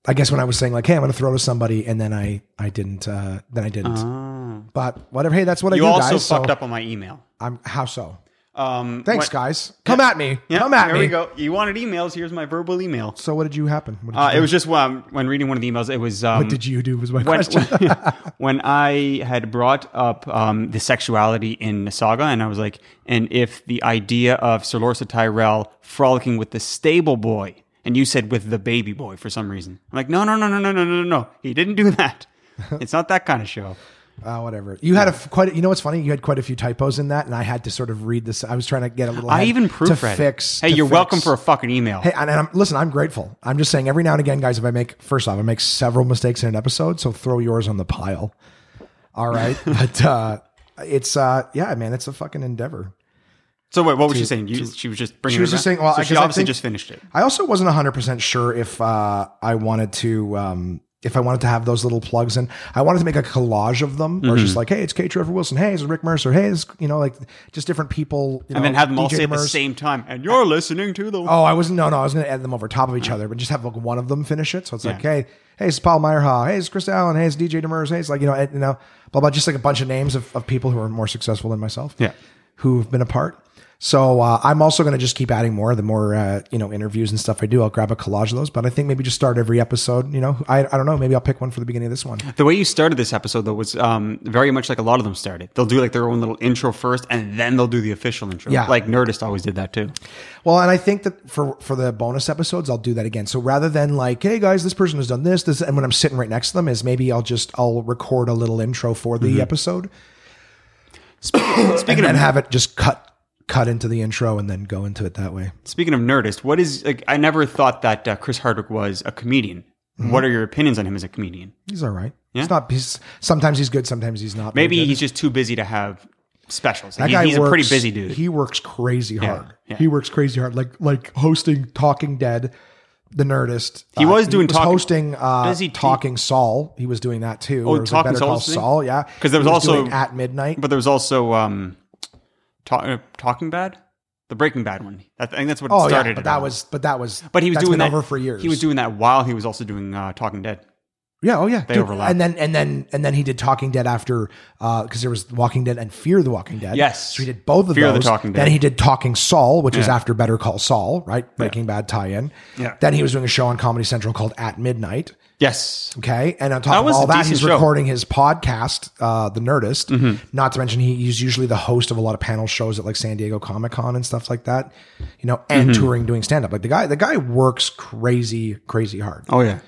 A: i guess when i was saying like hey i'm gonna throw to somebody and then i i didn't uh then i didn't but whatever hey that's what
C: Ah. you
A: i do
C: also
A: guys
C: fucked
A: so
C: up on my email.
A: i'm how so
C: Um,
A: thanks
C: what-
A: guys come at me
C: Yeah,
A: come at
C: there
A: me
C: we go. You wanted emails. Here's my verbal email.
A: so what did you happen what did,
C: Uh,
A: you,
C: it was just um, when reading one of the emails. It was um,
A: what did you do was my
C: when,
A: question
C: when I had brought up um, the sexuality in the saga, and I was like, and if the idea of Sir Lorsa Tyrell frolicking with the stable boy, and you said with the baby boy for some reason, I'm like, no, no, no, no, no, no, no, no, no, he didn't do that. It's not that kind of show.
A: uh, whatever you had a f- quite a- you know what's funny you had quite a few typos in that and i had to sort of read this i was trying to get a little
C: I
A: ahead
C: even
A: to
C: proofread. it.
A: fix
C: hey,
A: to
C: you're
A: fix.
C: welcome for a fucking email.
A: Hey, and, and I'm, listen, I'm grateful. I'm just saying every now and again, guys, if I make, first off, I make several mistakes in an episode, so throw yours on the pile. All right. but uh, it's, uh, yeah, man, it's a fucking endeavor.
C: so wait, what was she saying? You, she was just bringing.
A: She was
C: it
A: just
C: around?
A: saying, well,
C: so
A: I
C: she
A: guess I
C: obviously
A: think-
C: just finished it.
A: I also wasn't 100% sure if uh, I wanted to, um, if I wanted to have those little plugs in. I wanted to make a collage of them, or
C: Mm-hmm.
A: just like, hey, it's K. Trevor Wilson. Hey, it's Rick Mercer. Hey, it's, you know, like just different people. You know,
C: And then have them all
A: DJ
C: say at the
A: Mercer.
C: same time. And you're listening to the.
A: Oh, I wasn't. No, no, I was going to edit them over top of each other, but just have like one of them finish it. So it's like, hey, hey, it's Paul Meyerha. Hey, it's Chris Allen. Hey, it's DJ Demers. Hey, it's like you know, and, you know, blah blah. Just like a bunch of names of, of people who are more successful than myself.
C: Yeah.
A: who've been a part. So uh, I'm also going to just keep adding more. The more uh, you know, interviews and stuff I do, I'll grab a collage of those. But I think maybe just start every episode. You know, I I don't know. Maybe I'll pick one for the beginning of this one.
C: The way you started this episode, though, was um, very much like a lot of them started. They'll do like their own little intro first, and then they'll do the official intro.
A: Yeah.
C: like Nerdist always did that too.
A: Well, and I think that for for the bonus episodes, I'll do that again. So rather than like, hey guys, this person has done this, this, and when I'm sitting right next to them, is maybe I'll just I'll record a little intro for the episode
C: Speaking, speaking
A: and
C: of
A: have it just cut cut into the intro and then go into it that way.
C: speaking of Nerdist, what is like? I never thought that uh, Chris Hardwick was a comedian.
A: Mm-hmm.
C: What are your opinions on him as a comedian?
A: He's all right. It's not. He's sometimes he's good, sometimes he's not. very
C: Maybe
A: good.
C: he's just too busy to have specials.
A: That
C: He-
A: guy
C: he's
A: works,
C: a pretty busy dude.
A: He works crazy hard.
C: yeah.
A: He works crazy hard. Like like hosting Talking Dead, The Nerdist. Uh, He
C: was doing
A: he was
C: Talking-
A: hosting. Uh,
C: Does he-
A: Talking Saul. He was doing that too. Oh,
C: Talking Saul was doing-
A: Saul. Yeah,
C: 'Cause there
A: He
C: was also-
A: doing at midnight.
C: but there was also um, Ta- uh, Talking Bad. the Breaking Bad one. I think that's what it
A: Oh
C: started.
A: yeah,
C: it
A: but that
C: all.
A: was but that was
C: But he was
A: that's
C: doing
A: been
C: that
A: over for years.
C: He was doing that while he was also doing uh, Talking Dead.
A: yeah, oh yeah,
C: they overlap.
A: And then and then and then he did Talking Dead after because there was Walking Dead and Fear the Walking Dead.
C: Yes.
A: so he did both of
C: Fear the
A: those.
C: Talking Dead.
A: Then he did Talking Saul, which is
C: Yeah.
A: after Better Call Saul, right? Breaking Bad tie-in.
C: Yeah.
A: Then he was doing a show on Comedy Central called At Midnight.
C: Yes,
A: Okay, and on top of
C: was
A: all
C: a
A: that,
C: decent
A: he's
C: show. Mm-hmm.
A: recording his podcast, uh, The Nerdist. Not to mention, he, he's usually the host of a lot of panel shows at like San Diego Comic Con and stuff like that. You know, and
C: Mm-hmm.
A: touring, doing stand up. Like the guy, the guy works crazy, crazy hard.
C: Oh yeah.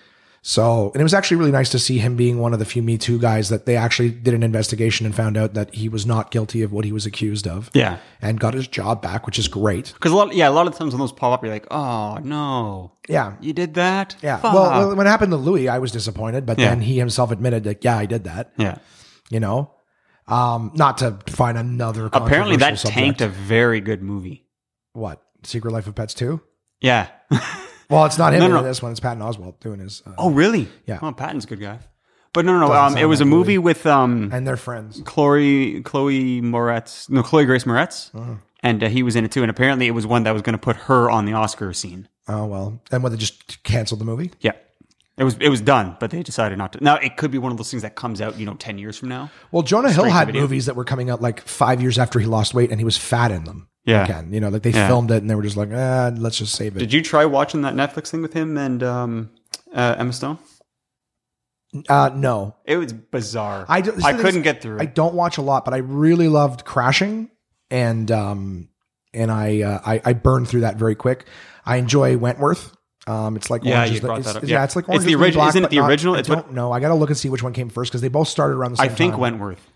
A: So, and it was actually really nice to see him being one of the few Me Too guys that they actually did an investigation and found out that he was not guilty of what he was accused of.
C: Yeah.
A: and got his job back, which is great.
C: Because a lot, yeah, a lot of times when those pop up, you're like, "Oh no,
A: Yeah.
C: you did that."
A: Yeah.
C: Fuck.
A: Well, well, when it happened to Louis, I was disappointed, but
C: Yeah.
A: then he himself admitted that, yeah, I did that.
C: yeah.
A: you know um not to find another
C: Apparently,
A: controversial
C: that
A: subject.
C: tanked a very good movie.
A: what secret life of pets 2
C: Yeah.
A: well it's not him
C: No,
A: in
C: no, no.
A: this one it's patton oswald doing his uh,
C: oh really?
A: Yeah.
C: Well, Patton's a good guy. But no, no, no.
A: Doesn't
C: Um, it
A: sound
C: was a
A: that
C: movie with um,
A: and they're friends
C: Chloe Chloe Moretz, no, Chloe Grace Moretz, and uh, he was in it too. And apparently, it was one that was going to put her on the Oscar scene.
A: oh well and what they just canceled the movie
C: Yeah. It was it was done, but they decided not to. Now it could be one of those things that comes out, you know, ten years from now.
A: well jonah hill
C: Straight to
A: had
C: video.
A: movies that were coming out like five years after he lost weight and he was fat in them
C: Yeah.
A: again you know like they
C: Yeah.
A: filmed it and they were just like eh, let's just save it
C: Did you try watching that Netflix thing with him and um, uh, Emma Stone?
A: uh no
C: It was bizarre.
A: I don't-
C: I
A: so
C: couldn't
A: this-
C: get through.
A: I
C: it.
A: don't watch a lot, but I really loved Crashing, and um, and I, uh, I I burned through that very quick. I enjoy Wentworth. Um, it's like
C: Yeah,
A: Orange
C: you
A: is the-
C: brought
A: it's-
C: that up.
A: Yeah.
C: Yeah.
A: it's like
C: It's
A: Orange
C: the
A: is New
C: origi-
A: Black,
C: isn't it
A: but
C: the
A: not-
C: original?
A: I
C: It's what-
A: don't know. I got to look and see which one came first because they both started around the
C: I
A: same
C: think
A: time.
C: Wentworth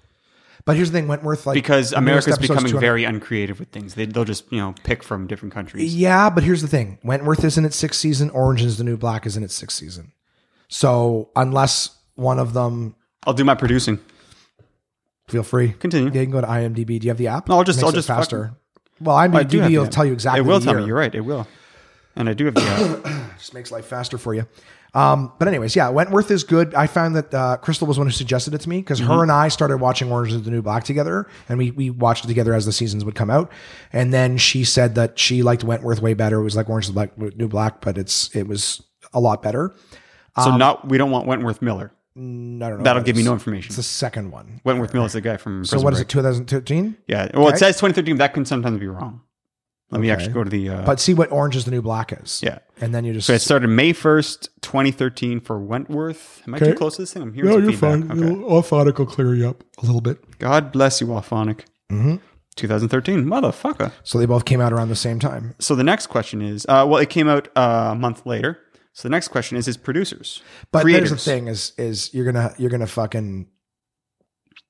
A: but here's the thing, Wentworth like
C: because
A: the newest
C: America's
A: episode's
C: becoming
A: 200
C: very uncreative with things. They, they'll just you know pick from different countries.
A: Yeah, but here's the thing: Wentworth is in its sixth season. Orange is the New Black is in its sixth season. So unless one of them,
C: I'll do my producing.
A: feel free.
C: Continue.
A: Yeah, you can go to IMDb. Do you have the app?
C: No, I'll just-
A: Makes
C: I'll
A: it
C: just
A: faster. Well, IMDb
C: the
A: will
C: app.
A: tell you exactly.
C: it will
A: the
C: tell
A: year.
C: me. You're right. It will. And I do have the app.
A: just makes life faster for you. Um, but anyways, yeah, Wentworth is good. I found that uh, Crystal was one who suggested it to me because
C: Mm-hmm.
A: her and I started watching Orange is the New Black together, and we we watched it together as the seasons would come out. And then she said that she liked Wentworth way better. It was like Orange is the Black, New Black, but it's it was a lot better.
C: so not we don't want Wentworth Miller.
A: No, no, no,
C: That'll
A: but
C: give
A: Um, it's-
C: me no
A: It's
C: information.
A: the second one.
C: Wentworth Miller's the guy from.
A: So
C: Prison
A: what is
C: Break.
A: it? 2013.
C: Yeah. Well,
A: Okay.
C: it says 2013. but That can sometimes be wrong. Let me actually go to the. Uh,
A: But see what Orange is the New Black is.
C: yeah.
A: and then you just
C: So it started May 1st, 2013 for Wentworth. Am I too
A: Okay.
C: close to this thing? I'm hearing some feedback. Okay.
A: Orthotic will clear you up a little bit.
C: God bless you, Alphonic.
A: Mhm.
C: 2013. Motherfucker.
A: So they both came out around the same time.
C: So the next question is uh, well, it came out uh, a month later. So the next question is his producers.
A: But
C: creators.
A: there's the thing is is you're gonna you're gonna fucking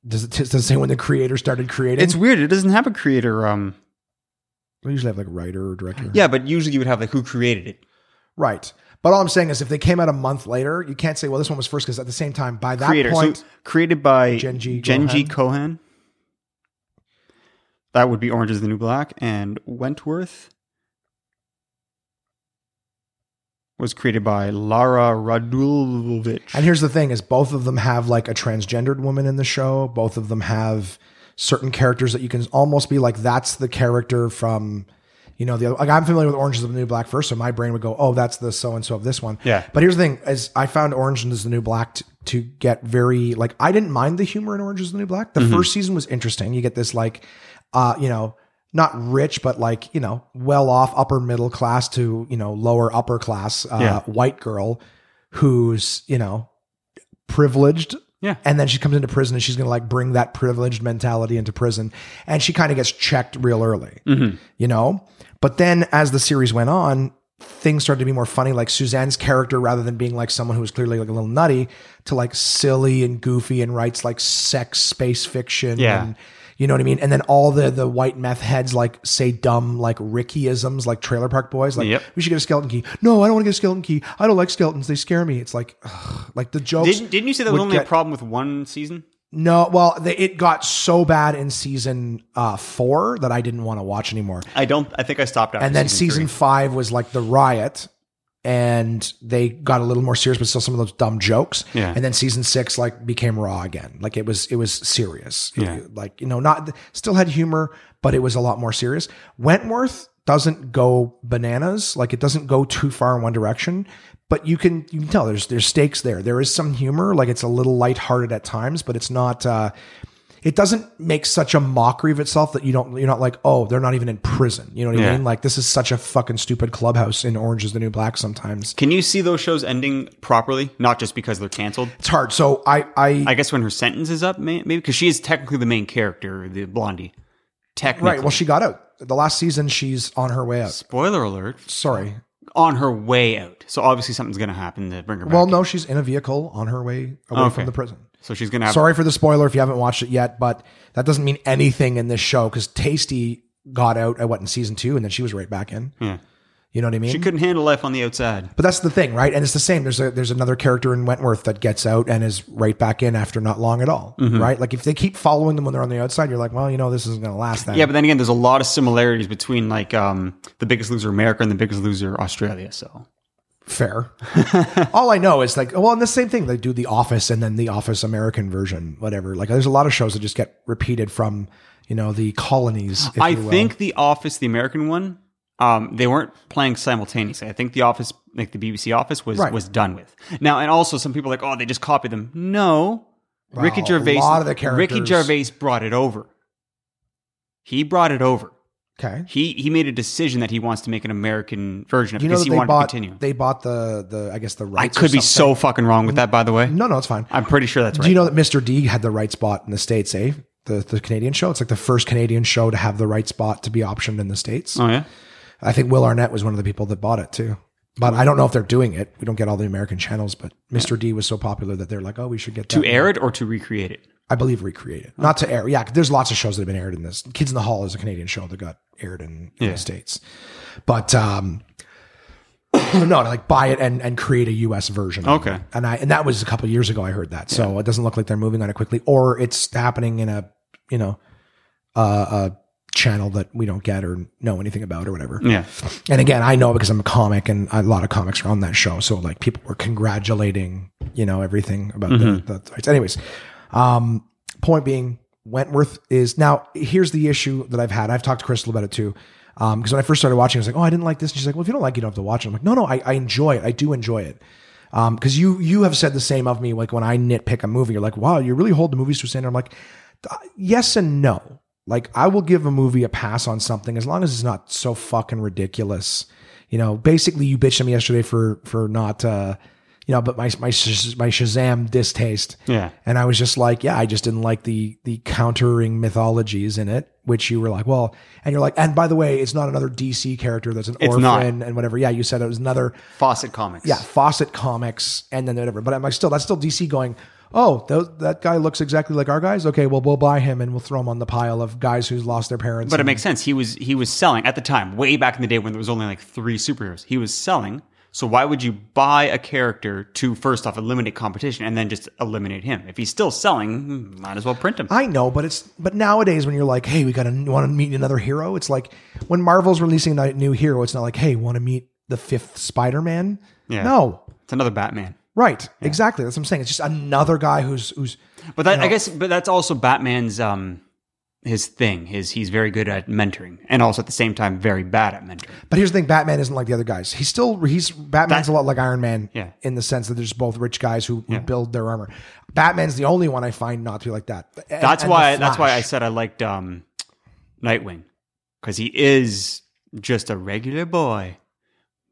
A: does it does it say when the creator started creating?
C: It's weird. It doesn't have a creator. Um,
A: we usually have like a writer or director.
C: yeah, but usually you would have like who created it.
A: right. But all I'm saying is if they came out a month later, you can't say well this one was first because at the same time by that
C: Creator.
A: point
C: so created by
A: Genji
C: Genji
A: Gohan.
C: Cohen. That would be Orange is the New Black. And Wentworth was created by Lara Radulovich.
A: And here's the thing: is both of them have like a transgendered woman in the show. Both of them have certain characters that you can almost be like, that's the character from, you know, the other. Like I'm familiar with Orange is the New Black first, so my brain would go, oh, that's the so and so of this one.
C: Yeah.
A: But here's the thing: is I found Orange is the New Black t- to get very like I didn't mind the humor in Orange is the New Black. The first season was interesting. You get this like, uh, you know. Not rich, but like you know, well off, upper middle class to you know lower upper class uh,
C: Yeah.
A: white girl who's you know privileged
C: Yeah.
A: and then she comes into prison and she's going to like bring that privileged mentality into prison and she kind of gets checked real early
C: Mm-hmm.
A: you know but then as the series went on things started to be more funny like suzanne's character rather than being like someone who was clearly like a little nutty to like silly and goofy and writes like sex space fiction
C: Yeah.
A: and you know what i mean and then all the the white meth heads like say dumb like rickyisms like trailer park boys like
C: Yep.
A: we should get a skeleton key no i don't want to get a skeleton key i don't like skeletons they scare me it's like ugh, like the jokes
C: Didn't, didn't you say that was
A: would
C: only
A: get-
C: a problem with one season?
A: no, well, the, it got so bad in season uh, four that I didn't want to watch anymore.
C: I don't. I think I stopped after.
A: And then
C: season,
A: season
C: three.
A: five was like the riot, and they got a little more serious, but still some of those dumb jokes.
C: Yeah.
A: And then season six like became raw again. Like it was it was serious.
C: Yeah.
A: Like you know, not still had humor, but it was a lot more serious. Wentworth doesn't go bananas. Like it doesn't go too far in one direction. But you can you can tell there's there's stakes there. There is some humor. Like it's a little lighthearted at times, but it's not. uh it doesn't make such a mockery of itself that you don't you're not like oh they're not even in prison you know what I
C: Yeah.
A: mean like this is such a fucking stupid clubhouse in Orange is the New Black sometimes
C: Can you see those shows ending properly? Not just because they're canceled.
A: it's hard so I I,
C: I guess when her sentence is up, may- maybe because she is technically the main character, the blondie. Technically,
A: right well she got out the last season she's on her way out
C: spoiler alert,
A: sorry
C: on her way out. So obviously something's going to happen to bring her back.
A: well no she's in a vehicle on her way away
C: Okay.
A: from the prison
C: so she's going to have.
A: sorry for the spoiler if you haven't watched it yet but that doesn't mean anything in this show because Tasty got out at what in season two and then she was right back in
C: Yeah.
A: you know what I mean
C: She couldn't handle life on the outside.
A: But that's the thing, right? And it's the same. There's a, there's another character in Wentworth that gets out and is right back in after not long at all,
C: Mm-hmm.
A: right? Like if they keep following them when they're on the outside, you're like, well, you know, this isn't going to last. Then.
C: Yeah, but then again, there's a lot of similarities between like um, the Biggest Loser America and the Biggest Loser Australia. So
A: fair. all I know is like, well, and the same thing. They do The Office and then The Office American version, whatever. Like there's a lot of shows that just get repeated from you know the colonies. If
C: I
A: you will.
C: think The Office, the American one, um, they weren't playing simultaneously. I think The Office, like the BBC Office, was
A: Right.
C: was done with now. And also, some people are like, oh, they just copied them. No, Ricky
A: Wow, a
C: Gervais.
A: lot of the
C: Ricky
A: characters-
C: Gervais brought it over. He brought it over.
A: okay.
C: He he made a decision that he wants to make an American version of it
A: You know
C: because
A: that
C: he
A: they
C: wanted
A: bought
C: to continue.
A: they bought the the I guess the
C: I
A: rights. or
C: could be
A: something.
C: so fucking wrong with that, by the way.
A: no no it's fine.
C: I'm pretty sure that's right.
A: Do you know that Mr. D had the right spot in the States, eh? The, the Canadian show. It's like the first Canadian show to have the right spot to be optioned in the States.
C: oh yeah.
A: I think Will Arnett was one of the people that bought it too. But I don't know if they're doing it. We don't get all the American channels, but Mr. D was so popular that they're like, oh, we should get that.
C: To air it or to recreate it?
A: I believe recreate it. Not to air. Yeah, 'cause there's lots of shows that have been aired in this. Kids in the Hall is a Canadian show that got aired in, in
C: Yeah.
A: the States. But um no, to like buy it and, and create a US version. of it.
C: Okay.
A: And I and that was a couple years ago I heard that. So it doesn't look like they're moving on it quickly or it's happening in a, you know, uh, a channel that we don't get or know anything about or whatever.
C: Yeah.
A: And again, I know because I'm a comic and a lot of comics are on that show. So like people were congratulating, you know, everything about
C: Mm-hmm.
A: the, the rights. Anyways, um, point being, Wentworth is now here's the issue that I've had. I've talked to Crystal about it too. Um, because when I first started watching, I was like, oh, I didn't like this. And she's like, well, if you don't like it, you don't have to watch it. I'm like, no, no, I, I enjoy it. I do enjoy it. Um, because you you have said the same of me. Like when I nitpick a movie, you're like, wow, you really hold the movies to a standard. I'm like, "Uh, yes and no. Like I will give a movie a pass on something as long as it's not so fucking ridiculous. You know, basically you bitched at me yesterday for for not uh you know, but my my Shaz- my Shazam distaste.
C: Yeah.
A: And I was just like, yeah, I just didn't like the the countering mythologies in it, which you were like, well, and you're like, and by the way, it's not another DC character that's an
C: It's
A: orphan
C: not.
A: and whatever. Yeah, you said it was another
C: Fawcett Comics.
A: yeah, Fawcett Comics, and then whatever. But I'm like, still, that's still DC going. Oh, tho- that guy looks exactly like our guys. Okay, well, we'll buy him and we'll throw him on the pile of guys who's lost their parents.
C: But it
A: and-
C: makes sense. He was he was selling at the time, way back in the day when there was only like three superheroes. He was selling. So why would you buy a character to first off eliminate competition and then just eliminate him? If he's still selling, hmm, might as well print him.
A: I know, but it's but nowadays when you're like, hey, we gotta want to meet another hero. It's like when Marvel's releasing a new hero, it's not like, hey, want to meet the fifth Spider-Man?
C: Yeah.
A: No,
C: It's another Batman.
A: right, exactly. That's what I'm saying. It's just another guy who's who's
C: But that, I guess but that's also Batman's um his thing. His he's very good at mentoring and also at the same time very bad at mentoring.
A: But here's the thing: Batman isn't like the other guys. He's still he's Batman's
C: That-
A: a lot like Iron Man,
C: Yeah.
A: in the sense that there's both rich guys who, who build their armor. Batman's the only one I find not to be like that. And-
C: That's
A: and
C: why
A: The
C: that's why I
A: Flash.
C: said I liked um Nightwing because he is just a regular boy.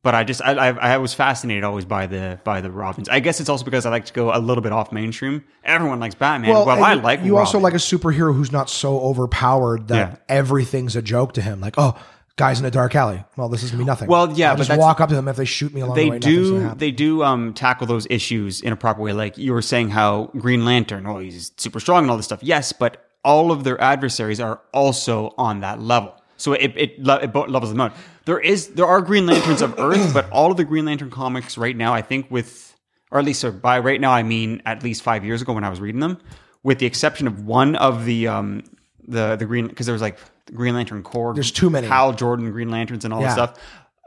C: But I just I, I I was fascinated always by the by the Robins. I guess it's also because I like to go a little bit off mainstream. Everyone likes Batman. Well,
A: and
C: I
A: you-
C: like
A: you also
C: Robin.
A: like a superhero who's not so overpowered that
C: Yeah.
A: everything's a joke to him. Like, oh, guys in a dark alley. Well, this is gonna be nothing.
C: Well, yeah,
A: I'll
C: but
A: just
C: that's-
A: walk up to them if they shoot me along the
C: they
A: way. nothing's gonna
C: do
A: happen.
C: they do um tackle those issues in a proper way. Like you were saying how Green Lantern, oh he's super strong and all this stuff. Yes, but all of their adversaries are also on that level. So it it, le- it bo- levels them out. There is there are Green Lanterns of Earth, but all of the Green Lantern comics right now, I think with or at least sorry, by right now I mean at least five years ago when I was reading them, with the exception of one of the um the the green because there was like Green Lantern Corps.
A: There's too many.
C: Hal Jordan Green Lanterns and all
A: Yeah.
C: this stuff.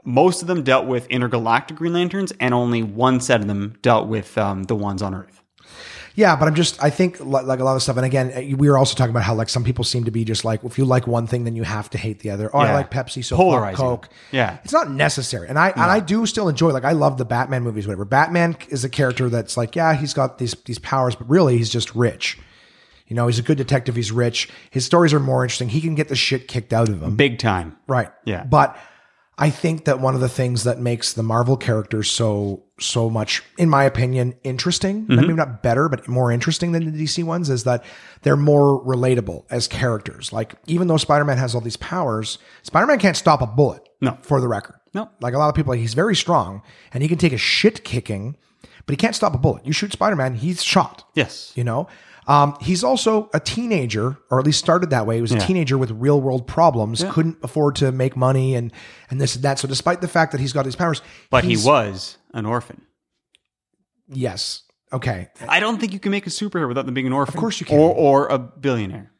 C: most of them dealt with intergalactic Green Lanterns, and only one set of them dealt with um, the ones on Earth.
A: Yeah, but I'm just, I think li- like a lot of stuff. And again, eh, we were also talking about how like some people seem to be just like, if you like one thing, then you have to hate the other. Oh, I
C: Yeah.
A: like Pepsi, so fuck
C: Polarizing.
A: Coke.
C: Yeah.
A: It's not necessary. And I, and I do still enjoy, like, I love the Batman movies, whatever. Batman is a character that's like, yeah, he's got these, these powers, but really he's just rich. You know, he's a good detective. He's rich. His stories are more interesting. He can get the shit kicked out of him.
C: Big time.
A: Right.
C: Yeah.
A: But I think that one of the things that makes the Marvel characters so so much, in my opinion, interesting,
C: Mm-hmm.
A: maybe not better, but more interesting than the DC ones, is that they're more relatable as characters. Like even though Spider Man has all these powers, Spider Man can't stop a bullet.
C: No.
A: For the record.
C: No.
A: Like a lot of people, he's very strong and he can take a shit kicking, but he can't stop a bullet. You shoot Spider Man, he's shot
C: Yes.
A: you know um, he's also a teenager or at least started that way he was a teenager with real world problems couldn't afford to make money and and this and that so despite the fact that he's got these powers
C: But he
A: he's-
C: was an orphan.
A: yes okay
C: I don't think you can make a superhero without them being an orphan. Of
A: course you can.
C: Or, or a billionaire.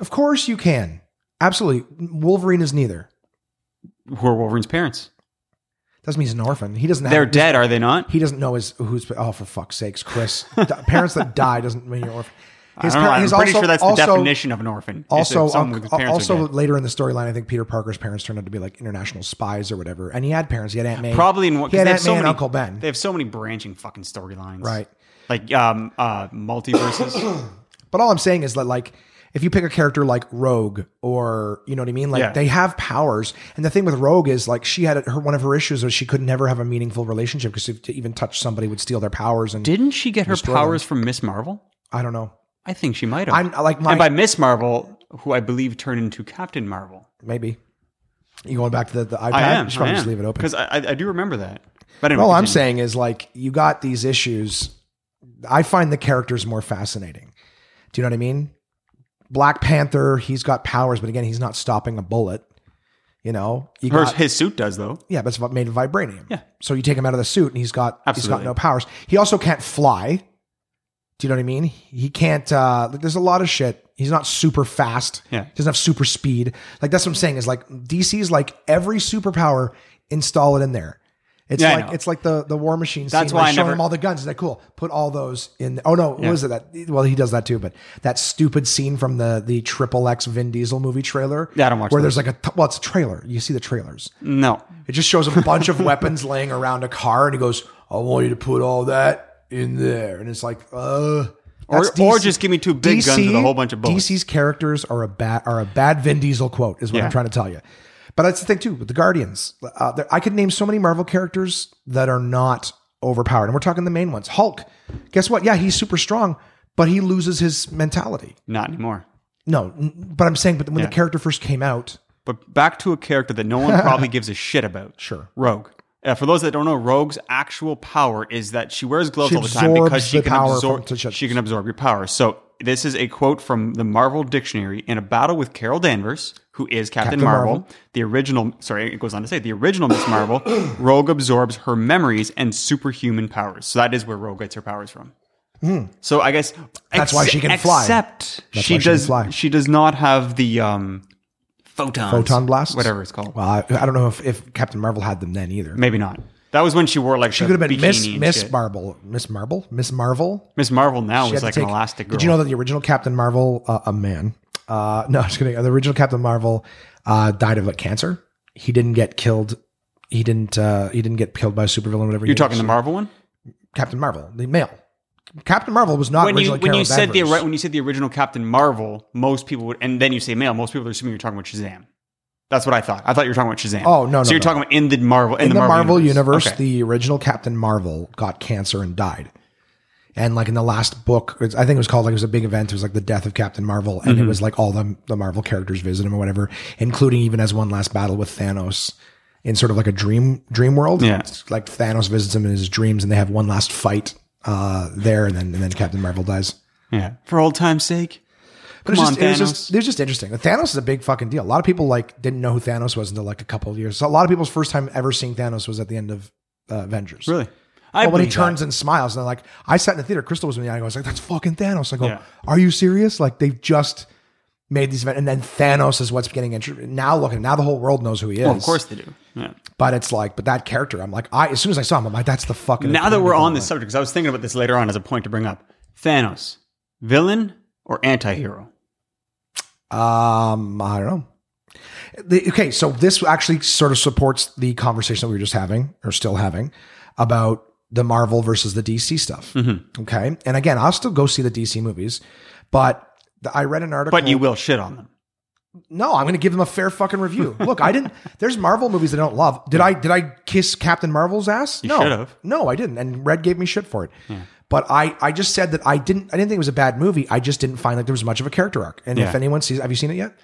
A: of course you can absolutely wolverine is neither
C: Who are Wolverine's parents?
A: doesn't mean he's an orphan he doesn't have
C: They're dead, are they not?
A: he doesn't know his who's oh for fuck's sakes chris D- parents that die doesn't mean you're orphan
C: I don't know.
A: par-
C: I'm
A: he's
C: pretty
A: also-
C: sure that's
A: also-
C: the definition of an orphan. is
A: also
C: if someone
A: unc-
C: whose parents are
A: also
C: dead.
A: later in the storyline i think peter parker's parents turned out to be like international spies or whatever and he had parents he had aunt may
C: probably in what
A: he had
C: because they
A: aunt
C: have
A: may
C: so
A: and
C: many
A: uncle ben
C: They have so many branching fucking storylines,
A: Right.
C: Like um uh multiverses.
A: But all I'm saying is that like if you pick a character like Rogue or you know what I mean, like
C: Yeah.
A: they have powers. And the thing with Rogue is like she had her one of her issues was she could never have a meaningful relationship because to even touch somebody would steal their powers. And
C: Didn't she get her powers from Miss Marvel?
A: I don't know,
C: I think she might have.
A: I'm- like, my-
C: and by Miss Marvel, who I believe turned into Captain Marvel.
A: maybe you going back to the, the iPad?
C: I am.
A: you should probably just leave it open.
C: because I, I, I do remember that. But anyway,
A: All I'm
C: continue.
A: saying is like you got these issues. I find the characters more fascinating. Do you know what I mean? Black Panther, he's got powers, but again, he's not stopping a bullet. You know, you
C: Her,
A: got-
C: his suit does though.
A: Yeah, but it's made of vibranium.
C: Yeah.
A: So you take him out of the suit, and he's got he's got
C: Absolutely.
A: no powers. He also can't fly. Do you know what I mean? He can't. Uh, like, there's a lot of shit. He's not super fast.
C: Yeah.
A: He doesn't have super speed. Like that's what I'm saying is like DC's like every superpower install it in there. It's
C: Yeah, I
A: like
C: know.
A: it's like the the war machine.
C: That's
A: scene,
C: why
A: like
C: I
A: showing
C: never-
A: him all the guns. Is that cool? Put all those in. Oh no, what
C: Yeah.
A: was it that? Well, he does that too. But that stupid scene from the the triple X Vin Diesel movie trailer.
C: Yeah, I don't watch
A: Where
C: those.
A: there's like a t- well, it's a trailer. You see the trailers.
C: No,
A: It just shows a bunch of weapons laying around a car, and he goes, "I want you to put all that in there." And it's like, uh,
C: or,
A: that's
C: or
A: DC
C: just give me two big guns with a whole bunch of bullets.
A: DC's characters are a bad are a bad Vin Diesel quote, is what
C: Yeah.
A: I'm trying to tell you. But that's the thing too with the Guardians. Uh, there, I could name so many Marvel characters that are not overpowered, and we're talking the main ones. Hulk, guess what? Yeah, he's super strong, but he loses his mentality.
C: Not anymore.
A: No, n- but I'm saying, but when the
C: Yeah.
A: character first came out,
C: But back to a character that no one probably gives a shit about.
A: Sure.
C: Rogue. Uh, for those that don't know, Rogue's actual power is that she wears gloves
A: She
C: all the time because
A: absorbs
C: she
A: the
C: can
A: power
C: absorb
A: from- to-
C: she can absorb your power. So this is a quote from the Marvel Dictionary in a battle with Carol Danvers, who is Captain,
A: Captain
C: Marvel,
A: Marvel.
C: The original, sorry, it goes on to say the original Miss Marvel. Rogue absorbs her memories and superhuman powers. So that is where Rogue gets her powers from. So I guess
A: Hmm. That's why she can fly.
C: Except she
A: why she can
C: does.
A: fly.
C: She does not have the um, photons.
A: Photon blasts?
C: Whatever it's called.
A: well, I, I don't know if, if Captain Marvel had them then either.
C: Maybe not. That was when she wore like
A: She could have been Miss Miss
C: Marvel.
A: Marvel, Miss Marvel, Miss Marvel.
C: Miss Marvel now
A: She
C: is
A: had
C: like
A: to
C: an
A: take-
C: elastic girl.
A: Did you know that the original Captain Marvel, uh, a man? Uh, no, I'm just kidding. The original Captain Marvel uh, died of like cancer. He didn't get killed. He didn't. Uh, he didn't get killed by a supervillain. Whatever.
C: you're talking the Marvel one?
A: Captain Marvel, the male. Captain Marvel was not
C: When you
A: originally
C: when
A: Carol
C: you said the
A: Danvers.
C: ori- when you said the original Captain Marvel, most people would and then you say male, most people are assuming you're talking about Shazam. That's what I thought. I thought you were talking about Shazam.
A: Oh, no, no,
C: So you're
A: no.
C: talking about in the Marvel in,
A: in the Marvel, universe,
C: Okay.
A: the original Captain Marvel got cancer and died. And like in the last book, it's- I think it was called like it was a big event. It was like the death of Captain Marvel,
C: Mm-hmm.
A: and it was like all the the Marvel characters visit him or whatever, including even as one last battle with Thanos in sort of like a dream dream world.
C: Yeah.
A: It's like Thanos visits him in his dreams, and they have one last fight uh, there, and then and then Captain Marvel dies.
C: yeah. For old time's sake.
A: But it's
C: Come
A: just,
C: on,
A: it was
C: Thanos.
A: just, it was just interesting. Thanos is a big fucking deal. A lot of people like didn't know who Thanos was until like a couple of years. So a lot of people's first time ever seeing Thanos was at the end of uh, Avengers.
C: Really? I
A: Well, when he
C: believe
A: turns and smiles, and like I sat in the theater, Crystal was with me, and I was like, "That's fucking Thanos." I go,
C: Yeah.
A: "Are you serious?" Like they've just made these events, and then Thanos is what's getting intro- now. Looking now, the whole world knows who he is.
C: Well, of course they do. Yeah.
A: but it's like, but that character, I'm like, I as soon as I saw him, I'm like, that's the fucking.
C: Now that we're on this subject, because I was thinking about this later on as a point to bring up Thanos, villain or anti hero?
A: Um, I don't know. The- okay, so this actually sort of supports the conversation that we were just having or still having about the Marvel versus the DC stuff.
C: Mm-hmm.
A: Okay, and again, I'll still go see the DC movies, but the, I read an article.
C: But you will shit on them.
A: no, I'm going to give them a fair fucking review. Look, I didn't. There's Marvel movies that I don't love. Did I? Did I kiss Captain Marvel's ass? no,
C: should've.
A: no, I didn't. And Red gave me shit for it. But I, I just said that I didn't. I didn't think it was a bad movie. I just didn't find like there was much of a character arc. And if
C: Yeah.
A: anyone sees, have you seen it yet?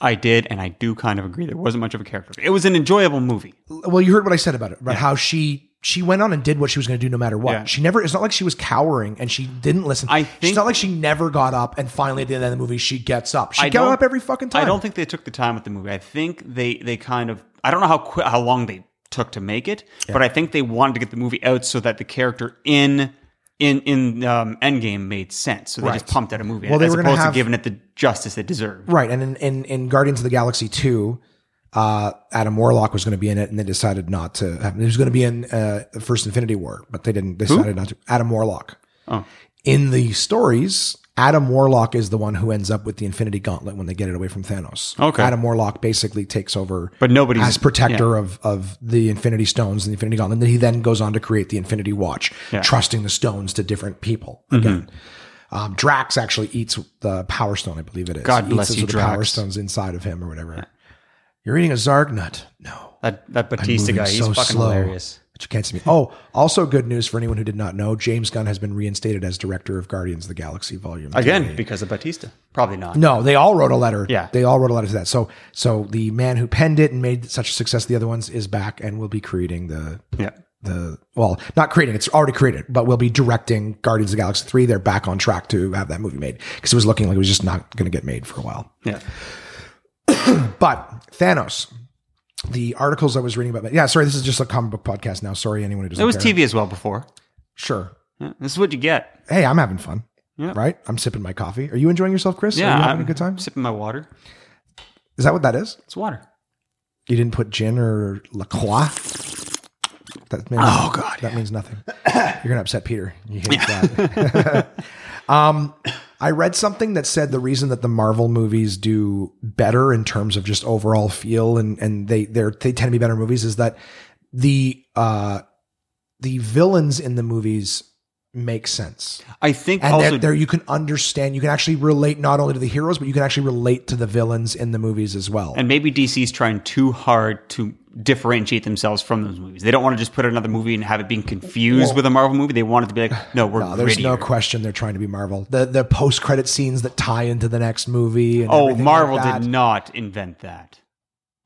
C: I did, and I do kind of agree. There wasn't much of a character. It was an enjoyable movie.
A: well you heard what i said about it about how she she went on and did what she was going to do no matter what
C: Yeah.
A: she never it's not like she was cowering and she didn't listen
C: I think-
A: it's not like she never got up and finally at the end of the movie she gets up she
C: I
A: got
C: don't-
A: up every fucking time
C: I don't think they took the time with the movie. I think they they kind of I don't know how qu- how long they took to make it, but I think they wanted to get the movie out so that the character in in in um, Endgame made sense. So they just
A: Right.
C: pumped out a movie
A: Well, they
C: as
A: were gonna
C: opposed
A: have-
C: to giving it the justice it deserved.
A: right and in, in in guardians of the galaxy 2 uh adam warlock was going to be in it and they decided not to have, he was going to be in uh the first infinity war but they didn't they decided not to adam warlock
C: Oh.
A: in the stories Adam Warlock is the one who ends up with the Infinity Gauntlet when they get it away from Thanos.
C: Okay.
A: Adam Warlock basically takes over
C: But nobody's
A: as protector of of the Infinity Stones and the Infinity Gauntlet. And then he then goes on to create the Infinity Watch, trusting the stones to different people.
C: Mm-hmm.
A: Again, um, Drax actually eats the Power Stone, I believe it is.
C: God
A: He eats
C: bless
A: those
C: you,
A: little Power
C: Drax.
A: Stones inside of him or whatever. You're eating a Zarg nut. No.
C: that that Batista
A: moving
C: guy. He's
A: so
C: fucking
A: slow.
C: hilarious.
A: But you can't see me. Oh, also good news for anyone who did not know: James Gunn has been reinstated as director of Guardians of the Galaxy Volume. two.
C: Again, because of Batista. Probably not.
A: No, they all wrote a letter.
C: Yeah.
A: they all wrote a letter to that. So, so the man who penned it and made such a success of the other ones is back and will be creating the
C: Yeah.
A: the well, not creating. It's already created, but will be directing Guardians of the Galaxy three. They're back on track to have that movie made because it was looking like it was just not going to get made for a while.
C: Yeah.
A: But Thanos. The articles I was reading about, yeah, sorry, this is just a comic book podcast now. Sorry, anyone who doesn't.
C: It was
A: care.
C: TV as well before.
A: Sure,
C: Yeah, This is what you get.
A: hey, I'm having fun.
C: Yeah.
A: Right? I'm sipping my coffee. Are you enjoying yourself, Chris? Are
C: Yeah,
A: you having
C: I'm
A: a good time?
C: sipping my water.
A: Is that what that is?
C: It's water.
A: You didn't put gin or La Croix? That means, oh, God. That means nothing. You're going to upset Peter. You hate that. um, I read something that said the reason that the Marvel movies do better in terms of just overall feel and, and they, they're, they tend to be better movies is that the, uh, the villains in the movies make sense.
C: I think
A: and
C: also
A: there, there you can understand you can actually relate not only to the heroes but you can actually relate to the villains in the movies as well
C: And maybe DC's trying too hard to differentiate themselves from those movies. They don't want to just put out another movie and have it being confused with a Marvel movie. They want it to be like, no, we're
A: Uh,
C: no,
A: there's no question they're trying to be marvel the the post-credit scenes that tie into the next movie and
C: oh,
A: everything
C: Marvel
A: like that.
C: did not invent that.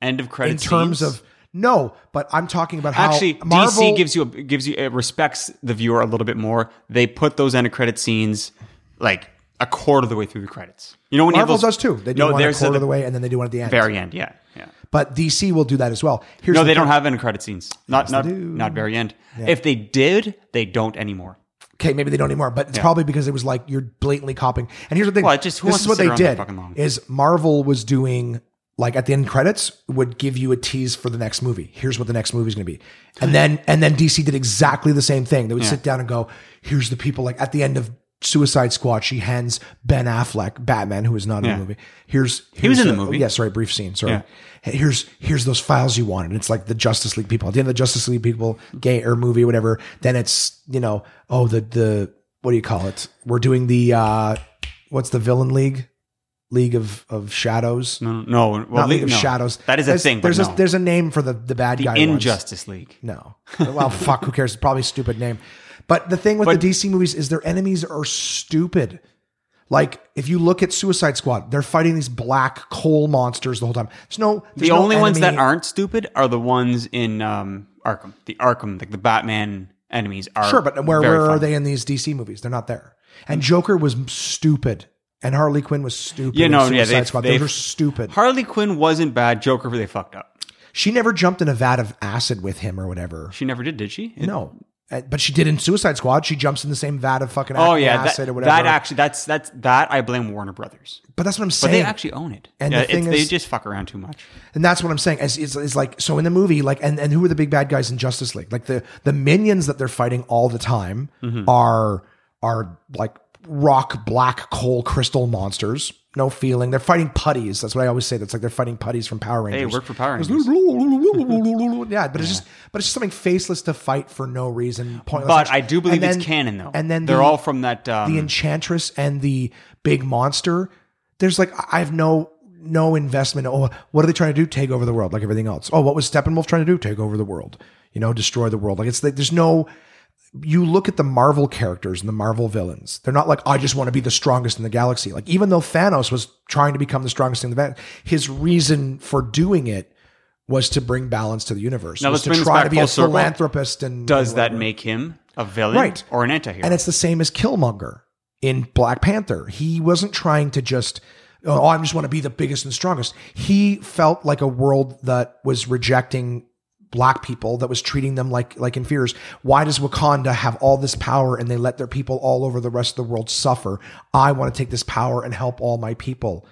C: End of credit.
A: in terms
C: scenes?
A: of no but i'm talking about how
C: actually,
A: marvel
C: DC gives you a, gives you it respects the viewer a little bit more. They put those end of credit scenes like a quarter of the way through the credits. You know when
A: marvel
C: you have those,
A: does too they do
C: No,
A: one at
C: there's
A: quarter
C: the-
A: of the way and then they do one at the end
C: very end. Yeah, yeah.
A: but dc will do that as well here's
C: No,
A: the
C: they
A: thing.
C: don't have end of credit scenes. Not not not very end. If they did, they don't anymore.
A: okay, maybe they don't anymore, but it's probably because it was like you're blatantly copying. And here's the thing:
C: Well, it just- who
A: this
C: wants
A: is
C: to
A: what
C: sit
A: they did
C: around that fucking long?
A: is Marvel was doing like at the end credits would give you a tease for the next movie. Here's what the next movie is going to be, and then and then DC did exactly the same thing. They would sit down and go, "Here's the people." Like at the end of Suicide Squad, she hands Ben Affleck Batman, who is not in
C: Yeah.
A: the movie. Here's, here's
C: was in
A: a-
C: the movie.
A: yeah, sorry, brief scene. Sorry.
C: Yeah.
A: Hey, Here's here's those files you want, and it's like the Justice League people. At the end of the Justice League people, gay or movie, whatever. Then it's you know, oh the the what do you call it? We're doing the uh what's the villain league? League of of Shadows.
C: No, no, no. well,
A: Not League of
C: no.
A: Shadows.
C: That is a
A: there's,
C: thing. But
A: There's
C: no.
A: a there's a name for the the bad guy. ones.
C: Injustice League.
A: No. Well, fuck. Who cares? It's probably a stupid name. But the thing with
C: But-
A: the DC movies is their enemies are stupid. Like if you look at Suicide Squad, they're fighting these black coal monsters the whole time. There's no.
C: The
A: there's no
C: only ones that
A: enemy.
C: aren't stupid are the ones in um, Arkham. The Arkham, like the Batman enemies are
A: sure, but where
C: very
A: where are
C: fun.
A: they in these DC movies? They're not there. And Joker was stupid, and Harley Quinn was stupid.
C: Yeah,
A: in
C: no, yeah,
A: Suicide
C: they-
A: Squad.
C: they-
A: Those are stupid.
C: Harley Quinn wasn't bad. Joker, they fucked up.
A: she never jumped in a vat of acid with him or whatever.
C: She never did, did she? It-
A: No. Uh, But she did in Suicide Squad. She jumps in the same vat of fucking
C: Oh yeah,
A: acid
C: that,
A: or whatever.
C: that actually that's that's that I blame Warner Brothers,
A: but that's what I'm
C: but
A: saying.
C: they actually own it.
A: And
C: And
A: the thing
C: they
A: is-
C: just fuck around too much.
A: And that's what I'm saying. It's, it's, it's like so in the movie, like and, and who are the big bad guys in Justice League? Like the the minions that they're fighting all the time
C: Mm-hmm.
A: are are like rock black coal crystal monsters. No feeling. They're fighting putties. That's what I always say. That's like they're fighting putties from Power
C: They
A: Rangers.
C: work for Power Rangers.
A: yeah, but it's just but it's just something faceless to fight for no reason. Pointless.
C: But I do believe
A: And
C: it's
A: then-
C: canon though.
A: And then
C: they're
A: the-
C: all from that. Um,
A: the enchantress and the big monster there's like i I have no no investment oh what are they trying to do take over the world like everything else oh what was steppenwolf trying to do take over the world you know destroy the world like it's like there's no you look at the marvel characters and the marvel villains they're not like i just want to be the strongest in the galaxy like even though thanos was trying to become the strongest in the galaxy his reason for doing it was to bring balance to the universe
C: Now
A: was
C: let's
A: to
C: bring this
A: try
C: back
A: to be a
C: full circle.
A: philanthropist and
C: does
A: and
C: that
A: whatever.
C: make him a villain
A: Right.
C: or an antihero?
A: And it's the same as Killmonger in Black Panther. He wasn't trying to just, oh, I just want to be the biggest and strongest. He felt like a world that was rejecting black people, that was treating them like like inferiors. Why does Wakanda have all this power and they let their people all over the rest of the world suffer? I want to take this power and help all my people.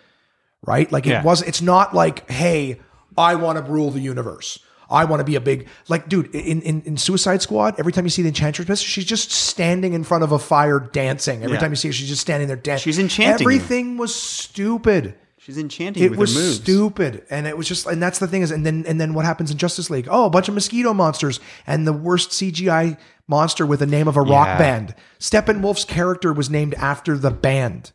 A: Right? Like
C: Yeah.
A: it was it's not like, hey, I want to rule the universe. I want to be a big like dude in, in in Suicide Squad. Every time you see the Enchantress, she's just standing in front of a fire dancing. Every
C: Yeah.
A: time you see her, she's just standing there dancing.
C: She's enchanting you.
A: Everything was stupid.
C: She's enchanting
A: It
C: with
A: was
C: her moves.
A: stupid, and it was just, and that's the thing is, and then and then what happens in Justice League? Oh, a bunch of mosquito monsters and the worst CGI monster with the name of a rock
C: Yeah.
A: band. Steppenwolf's character was named after the band.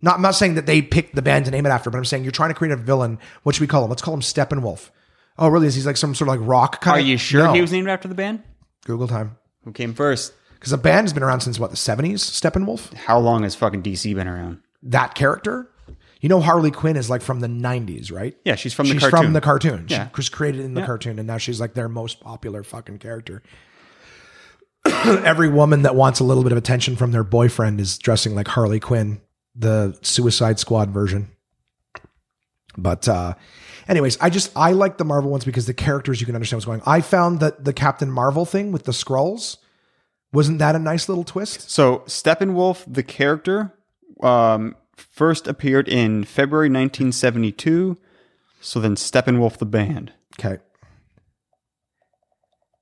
A: Not, I'm not saying that they picked the band to name it after, but I'm saying you're trying to create a villain. What should we call him? Let's call him Steppenwolf. Oh, really? Is he like some sort of like rock kind?
C: Are you sure
A: no.
C: he was named after the band?
A: Google time?
C: Who came first?
A: Because the band has been around since what the 70s. Steppenwolf,
C: How long has fucking DC been around?
A: that character. You know Harley Quinn is like from the 90s, right?
C: Yeah, she's from
A: she's
C: the cartoon.
A: from the cartoon.
C: Yeah.
A: She was created in the cartoon, and now she's like their most popular fucking character. Every woman that wants a little bit of attention from their boyfriend is dressing like Harley Quinn, the Suicide Squad version. But uh anyways, I just I like the Marvel ones because the characters you can understand what's going. on. I found that the Captain Marvel thing with the scrolls wasn't that a nice little twist?
C: So Steppenwolf, the character, um, first appeared in February 1972. So then Steppenwolf, the band.
A: Okay.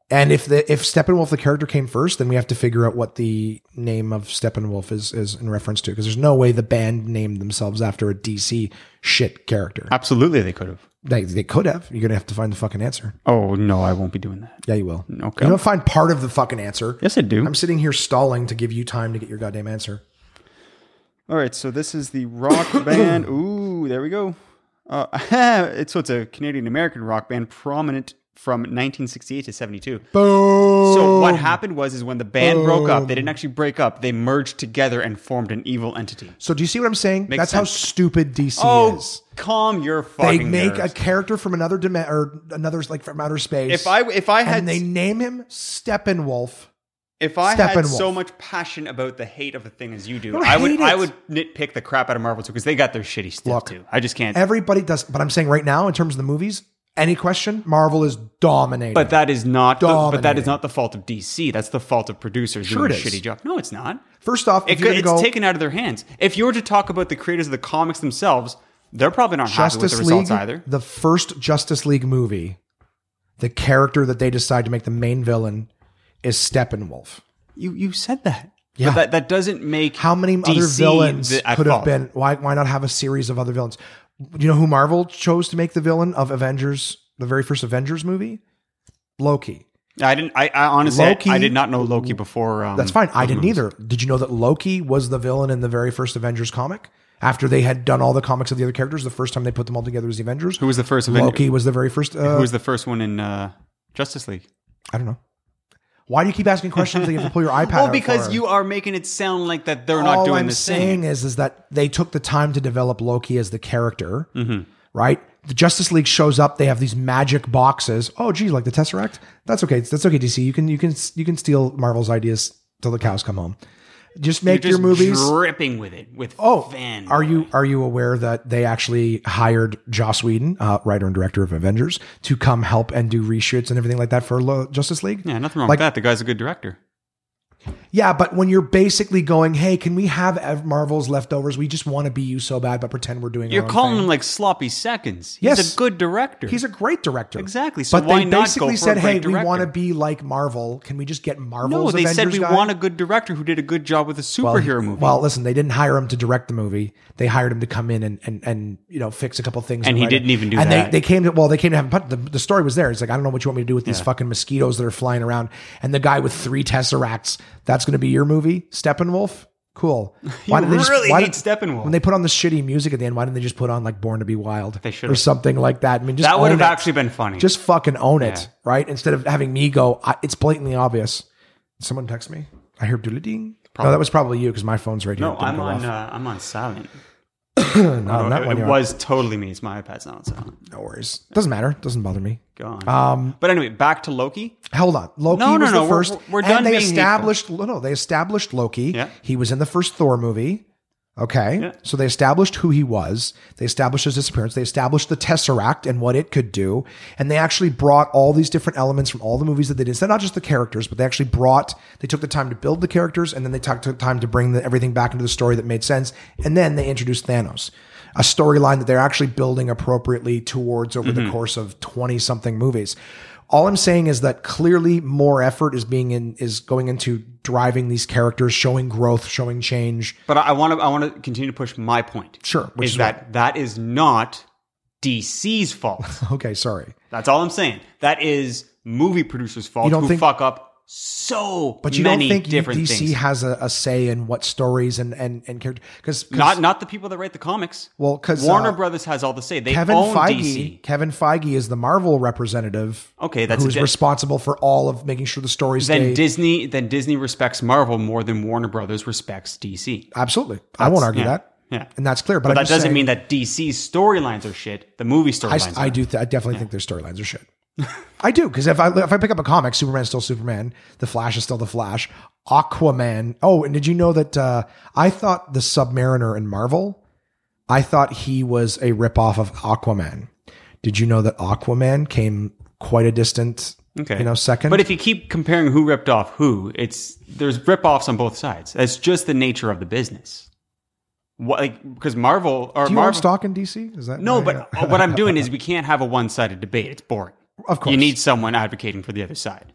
A: And if the if Steppenwolf the character came first, then we have to figure out what the name of Steppenwolf is is in reference to because there's no way the band named themselves after a DC shit character.
C: Absolutely, they could have.
A: They, they could have. You're gonna have to find the fucking answer.
C: Oh no, I won't be doing that.
A: Yeah, you will.
C: Okay.
A: You don't find part of the fucking answer.
C: Yes, I do.
A: I'm sitting here stalling to give you time to get your goddamn answer.
C: All right, so this is the rock band. Ooh, there we go. Uh, it's so it's a Canadian American rock band, prominent from 1968 to 72.
A: Boom.
C: So what happened was, is when the band broke up, they
A: Oh.
C: didn't actually break up. They merged together and formed an evil entity.
A: So do you see what I'm saying? That's how
C: sense.
A: stupid DC
C: Oh,
A: is.
C: calm your
A: They
C: fucking.
A: make
C: nerves.
A: a character from another dimension or another like from outer space.
C: If I if I had
A: and they name him Steppenwolf.
C: if I had
A: Steppenwolf.
C: so much passion about the hate of a thing as you do,
A: don't
C: I would
A: hate
C: I
A: it.
C: would nitpick the crap out of Marvel too because they got their shitty stuff
A: Look,
C: too. I just can't.
A: Everybody does, but I'm saying right now in terms of the movies, any question, Marvel is dominating.
C: but that is not. The, but that
A: Dominating.
C: is not the fault of DC. That's the fault of producers
A: Sure
C: doing a
A: it is.
C: shitty job. No, it's not.
A: first off,
C: It
A: if you're
C: could,
A: gonna go
C: it's taken out of their hands. If you were to talk about the creators of the comics themselves, they're probably not happy with
A: Justice
C: the
A: League,
C: results either.
A: the first Justice League movie, the character that they decide to make the main villain is Steppenwolf.
C: You you said that.
A: Yeah.
C: But that, that doesn't make
A: How many
C: DC
A: other villains
C: the- at
A: could have
C: fault.
A: been? Why why not have a series of other villains? You know who Marvel chose to make the villain of Avengers, the very first Avengers movie? Loki.
C: I didn't. I, I honestly, I-
A: Loki-
C: I, did not know Loki before. Um,
A: That's fine. I didn't either. Did you know that Loki was the villain in the very first Avengers comic? After they had done all the comics of the other characters, the first time they put them all together as the Avengers,
C: Who was the first Avenger?
A: Loki was the very first. Uh,
C: Who was the first one in uh, Justice League?
A: I don't know. Why do you keep asking questions that you have to pull your iPad?
C: Well,
A: out
C: because
A: for?
C: you are making it sound like that they're
A: all
C: not doing
A: I'm
C: the
A: saying
C: same.
A: is is that they took the time to develop Loki as the character,
C: Mm-hmm.
A: right? The Justice League shows up. They have these magic boxes. Oh, gee, like the Tesseract. That's okay. That's okay, DC. You can you can you can steal Marvel's ideas till the cows come home. Just make
C: You're
A: your movies.
C: dripping with it with
A: Oh,
C: fan.
A: are you are you aware that they actually hired Joss Whedon, uh, writer and director of Avengers, to come help and do reshoots and everything like that for Lo- Justice League?
C: Yeah, nothing wrong
A: Like-
C: with that. The guy's a good director.
A: Yeah, but when you're basically going, hey, can we have Ev- Marvel's leftovers? We just want to be you so bad, but pretend we're doing. our
C: You're
A: own
C: calling
A: thing."
C: him like sloppy seconds. He's
A: Yes.
C: a good director.
A: He's a great director.
C: Exactly. So
A: but
C: why
A: they
C: not go
A: basically
C: for a
A: said,
C: great
A: "Hey, we
C: director?"
A: want to be like Marvel. Can we just get
C: no.
A: Marvel's?"
C: They
A: Avengers
C: said we
A: guy?
C: want a good director who did a good job with a superhero movie.
A: Well, listen, they didn't hire him to direct the movie. They hired him to come in and and, and you know fix a couple things.
C: And he
A: write it.
C: didn't even do
A: and
C: that.
A: they they came to well, they came to have him. put- The, the story was there. It's like I don't know what you want me to do with these fucking mosquitoes that are flying around. And the guy with three tesseracts. That's going to be your movie, Steppenwolf. Cool. Why did
C: really
A: why
C: hate Steppenwolf.
A: When they put on the shitty music at the end, why didn't they just put on like Born to Be Wild
C: They should've.
A: or something like that? I mean, just
C: that would
A: own
C: have
A: it.
C: actually been funny.
A: just fucking own it, right? Instead of having me go, I, it's blatantly obvious. Someone text me. I hear doodle ding. No, that was probably you because my phone's right here.
C: no,
A: It didn't
C: I'm
A: go
C: on.
A: off.
C: Uh, I'm on silent.
A: No, I'm not
C: it,
A: one
C: it
A: you are.
C: was totally me. It's my iPad's not on silent.
A: No worries. Doesn't matter. Doesn't bother me.
C: Go on.
A: Ah.
C: Um, but anyway, back to Loki.
A: Hold on. Loki
C: No, no,
A: was
C: no,
A: the
C: we're-
A: 1st
C: we're
A: and
C: done
A: they
C: being hateful.
A: established no, they established Loki.
C: Yeah.
A: He was in the first Thor movie. Okay.
C: Yeah.
A: So they established who he was. They established his disappearance. They established the Tesseract and what it could do. And they actually brought all these different elements from all the movies that they did. So not just the characters, but they actually brought, they took the time to build the characters and then they took the time to bring the, everything back into the story that made sense. And then they introduced Thanos, a storyline that they're actually building appropriately towards over the course of 20 something movies. All I'm saying is that clearly more effort is being in, is going into driving these characters, showing growth, showing change.
C: But I want to. I want to continue to push my point.
A: Sure, which
C: Which is,
A: is
C: that that is not DC's fault.
A: Okay. Sorry.
C: That's all I'm saying. That is movie producers' fault
A: don't
C: who
A: think-
C: fuck up so
A: But you
C: many
A: don't think
C: different
A: DC
C: things.
A: has a, a say in what stories and and and character because
C: not not the people that write the comics.
A: well because
C: Warner Brothers has all the say. They
A: Kevin
C: own
A: Feige
C: DC.
A: Kevin Feige is the Marvel representative.
C: Okay, that's
A: who's
C: di-
A: responsible for all of making sure the stories
C: Then
A: stay.
C: Disney. Then Disney respects Marvel more than Warner Brothers respects DC.
A: Absolutely, I won't argue
C: yeah,
A: that.
C: yeah.
A: and that's clear. But,
C: But
A: I'm
C: that
A: just
C: doesn't
A: saying,
C: mean that DC's storylines are shit. The movie
A: I,
C: storylines.
A: I
C: are.
A: do. Th- I definitely think their storylines are shit. I do because if I if I pick up a comic, Superman's still Superman. The Flash is still the Flash. Aquaman. Oh, and did you know that uh, I thought the Submariner in Marvel? I thought he was a ripoff of Aquaman. Did you know that Aquaman came quite a distant,
C: Okay.
A: you know, second?
C: But if you keep comparing who ripped off who, it's there's ripoffs on both sides. That's just the nature of the business. What, like because Marvel or
A: Do you own
C: Marvel.
A: stock in DC? Is that
C: No, but what I'm doing is we can't have a one-sided debate. It's boring.
A: Of course.
C: You need someone advocating for the other side,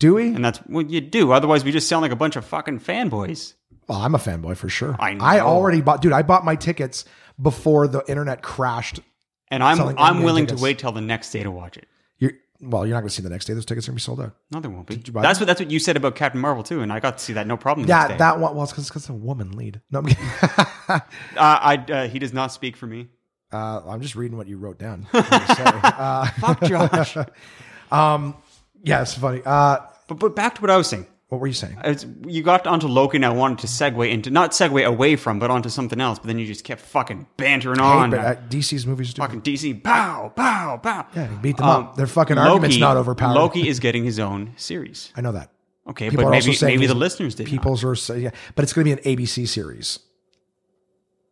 A: do we?
C: and that's what you do. Otherwise, we just sound like a bunch of fucking fanboys.
A: Well, I'm a fanboy for sure.
C: I know.
A: already bought, dude. I bought my tickets before the internet crashed.
C: And I'm
A: Selling
C: I'm
A: NBA
C: willing
A: tickets.
C: to wait till the next day to watch it.
A: You're, well, you're not going to see the next day. Those tickets are going to be sold out.
C: No, there won't be.
A: you buy
C: That's what that's what you said about Captain Marvel too, and I got to see that no problem. the next
A: That
C: day.
A: that one well, it's because it's a woman lead. No, I'm, kidding.
C: Uh, I uh, he does not speak for me.
A: uh, I'm just reading what you wrote down. I'm sorry. Uh,
C: Fuck Josh.
A: Um, yeah, it's funny. Uh,
C: but but back to what I was saying.
A: what were you saying?
C: It's, you got onto Loki, and I wanted to segue into not segue away from, but onto something else. But then you just kept fucking bantering
A: Hey,
C: on.
A: but uh, DC's movies do.
C: fucking DC, pow, pow, pow.
A: Yeah, beat them up. Their fucking argument's not overpowered.
C: um, Loki is getting his own series.
A: I know that.
C: Okay,
A: People
C: but
A: are also
C: maybe
A: saying
C: maybe
A: he's-
C: the listeners did. People,
A: People's are say- yeah, but it's going to be an ABC series.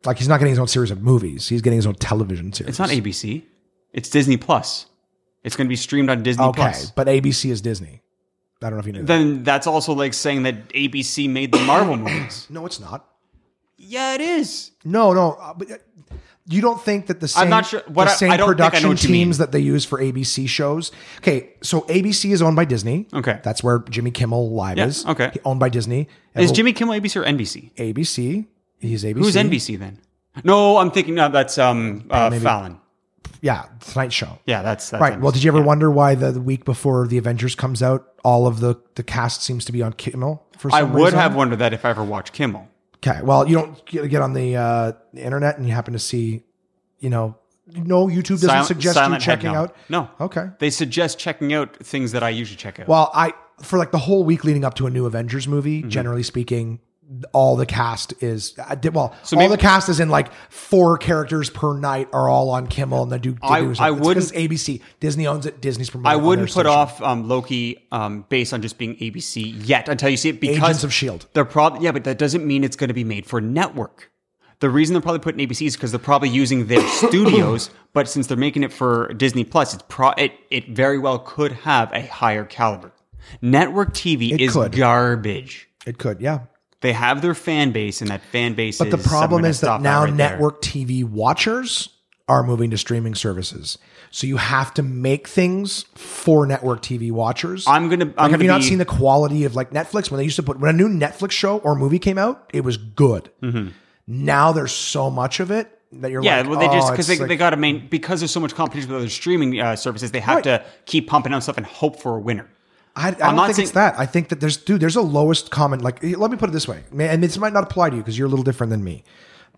A: Like he's not getting his own series of movies. He's getting his own television series.
C: It's not ABC. It's Disney Plus. It's going to be streamed on Disney
A: okay,
C: Plus.
A: but ABC is Disney. I don't know if you knew. that.
C: Then that's also like saying that ABC made the Marvel movies.
A: No, it's not.
C: Yeah, it is.
A: No, no. uh, but uh, you don't think that the same,
C: I'm not sure- what
A: the
C: I- I
A: same
C: don't think I know
A: production
C: what you
A: teams that they use for ABC shows? Okay, so ABC is owned by Disney.
C: Okay.
A: That's where Jimmy Kimmel Live
C: Yeah,
A: is.
C: okay.
A: He- owned by Disney.
C: Is
A: Everyone-
C: Jimmy Kimmel ABC or NBC?
A: ABC? He's ABC.
C: Who's NBC then? No, I'm thinking no, that's um uh, Fallon.
A: Yeah, Tonight Show.
C: Yeah, that's, that's
A: Right. Well,
C: NBC.
A: did you ever wonder why the, the week before the Avengers comes out, all of the, the cast seems to be on Kimmel for some
C: I would
A: reason?
C: have wondered that if I ever watched Kimmel.
A: Okay. Well, you don't get get on the, uh, the internet and you happen to see, you know, no, YouTube doesn't
C: Silent-
A: suggest
C: Silent
A: you
C: Head,
A: checking
C: no.
A: out.
C: No.
A: Okay.
C: They suggest checking out things that I usually check out. Mm-hmm.
A: Well, I for like the whole week leading up to a new Avengers movie, generally speaking, all the cast is I did- well. all
C: maybe-
A: the cast is in like four characters per night are all on Kimmel and they do. They
C: I-
A: do
C: I
A: something. It's 'cause ABC Disney owns it. Disney's promoting.
C: I
A: it on
C: wouldn't
A: their
C: put
A: station.
C: off um, Loki um, based on just being ABC yet until you see it because
A: Agents of S.H.I.E.L.D..
C: They're prob- yeah, but that doesn't mean it's going to be made for network. The reason they're probably putting ABC is because they're probably using their studios, but since they're making it for Disney Plus, it's pro- it it very well could have a higher caliber. Network TV is
A: could.
C: garbage.
A: It could, yeah.
C: They have their fan base, and that fan base.
A: But the problem is that now
C: right there.
A: network TV watchers are moving to streaming services. So you have to make things for network TV watchers.
C: I'm gonna. I'm
A: like, have
C: gonna
A: you not
C: be-
A: seen the quality of like Netflix when they used to put when a new Netflix show or movie came out, it was good. Now there's so much of it that you're
C: Mm-hmm. Yeah,
A: like,
C: well, they just
A: oh,
C: because they,
A: it's like-
C: they got to main because there's so much competition with other streaming uh, services, they have
A: Right.
C: to keep pumping out stuff and hope for a winner.
A: I, I don't
C: not
A: think
C: saying-
A: it's that. I think that there's dude, there's a lowest common like let me put it this way. Ma- And this might not apply to you because you're a little different than me.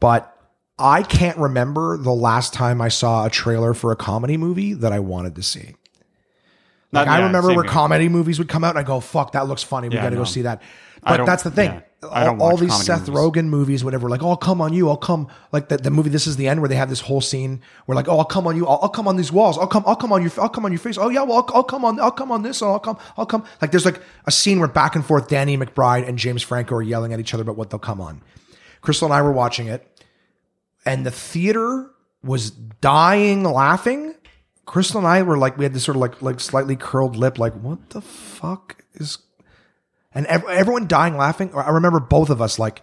A: But I can't remember the last time I saw a trailer for a comedy movie that I wanted to see. Like
C: Not-
A: I
C: yeah,
A: remember
C: same
A: where
C: here.
A: comedy movies would come out and I go, fuck, that looks funny. We
C: Yeah,
A: gotta go
C: no.
A: see that.
C: I
A: But
C: don't-
A: that's the thing.
C: yeah. I
A: all
C: don't
A: all
C: watch
A: these
C: comedy
A: Seth
C: movies.
A: Rogen movies, whatever, like, oh, I'll come on you, I'll come like the, the movie This Is the End, where they have this whole scene where like, oh, I'll come on you, I'll, I'll come on these walls, I'll come, I'll come on your, I'll come on your face. Oh yeah, well, I'll, I'll come on, I'll come on this, and I'll come, I'll come. Like there's like a scene where back and forth, Danny McBride and James Franco are yelling at each other about what they'll come on. Crystal and I were watching it, and the theater was dying laughing. Crystal and I were like, we had this sort of like like slightly curled lip, like what the fuck is, and ev- everyone dying laughing. Or I remember both of us like,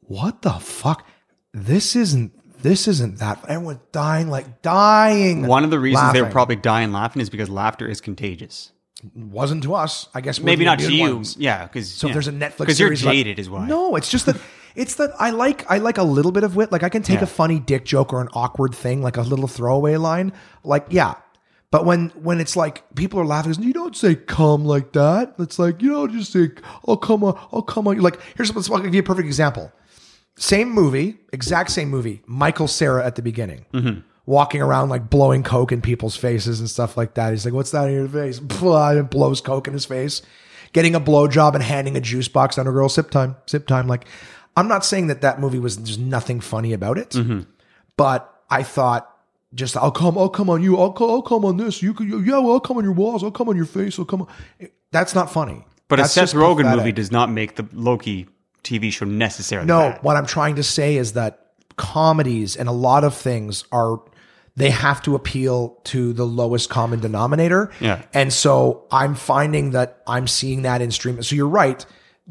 A: what the fuck? This isn't this isn't that. Everyone dying like dying.
C: One of the reasons they were
A: laughing.
C: probably dying laughing is because laughter is contagious.
A: wasn't to us. I guess we're
C: Maybe
A: the
C: not to
A: weird
C: you,
A: ones.
C: yeah. Because
A: So if there's a Netflix
C: because you're
A: series like-
C: jaded is why.
A: No, it's just that it's that I like I like a little bit of wit. Like I can take
C: Yeah.
A: a funny dick joke or an awkward thing, like a little throwaway line. Like yeah, but when when it's like people are laughing, it's, you don't say "come" like that. It's like you don't just say "I'll come on, I'll come on." Like here's what's I'll give you a perfect example. Same movie, exact same movie. Michael Sarah at the beginning. Walking around like blowing coke in people's faces and stuff like that. He's like, "What's that in your face?" Blah, and blows coke in his face. Getting a blowjob and handing a juice box down to a girl. Sip time, sip time. Like, I'm not saying that that movie was there's nothing funny about it, but I thought just I'll come, I'll come on you, I'll, co- I'll come on this. You could, yeah, well, I'll come on your walls, I'll come on your face, I'll come. on. That's not funny.
C: but a
A: That's
C: Seth
A: just
C: Rogen
A: pathetic.
C: movie does not make the Loki TV show necessarily.
A: No,
C: bad.
A: what I'm trying to say is that comedies and a lot of things are they have to appeal to the lowest common denominator.
C: Yeah.
A: And so I'm finding that I'm seeing that in streaming. So you're right.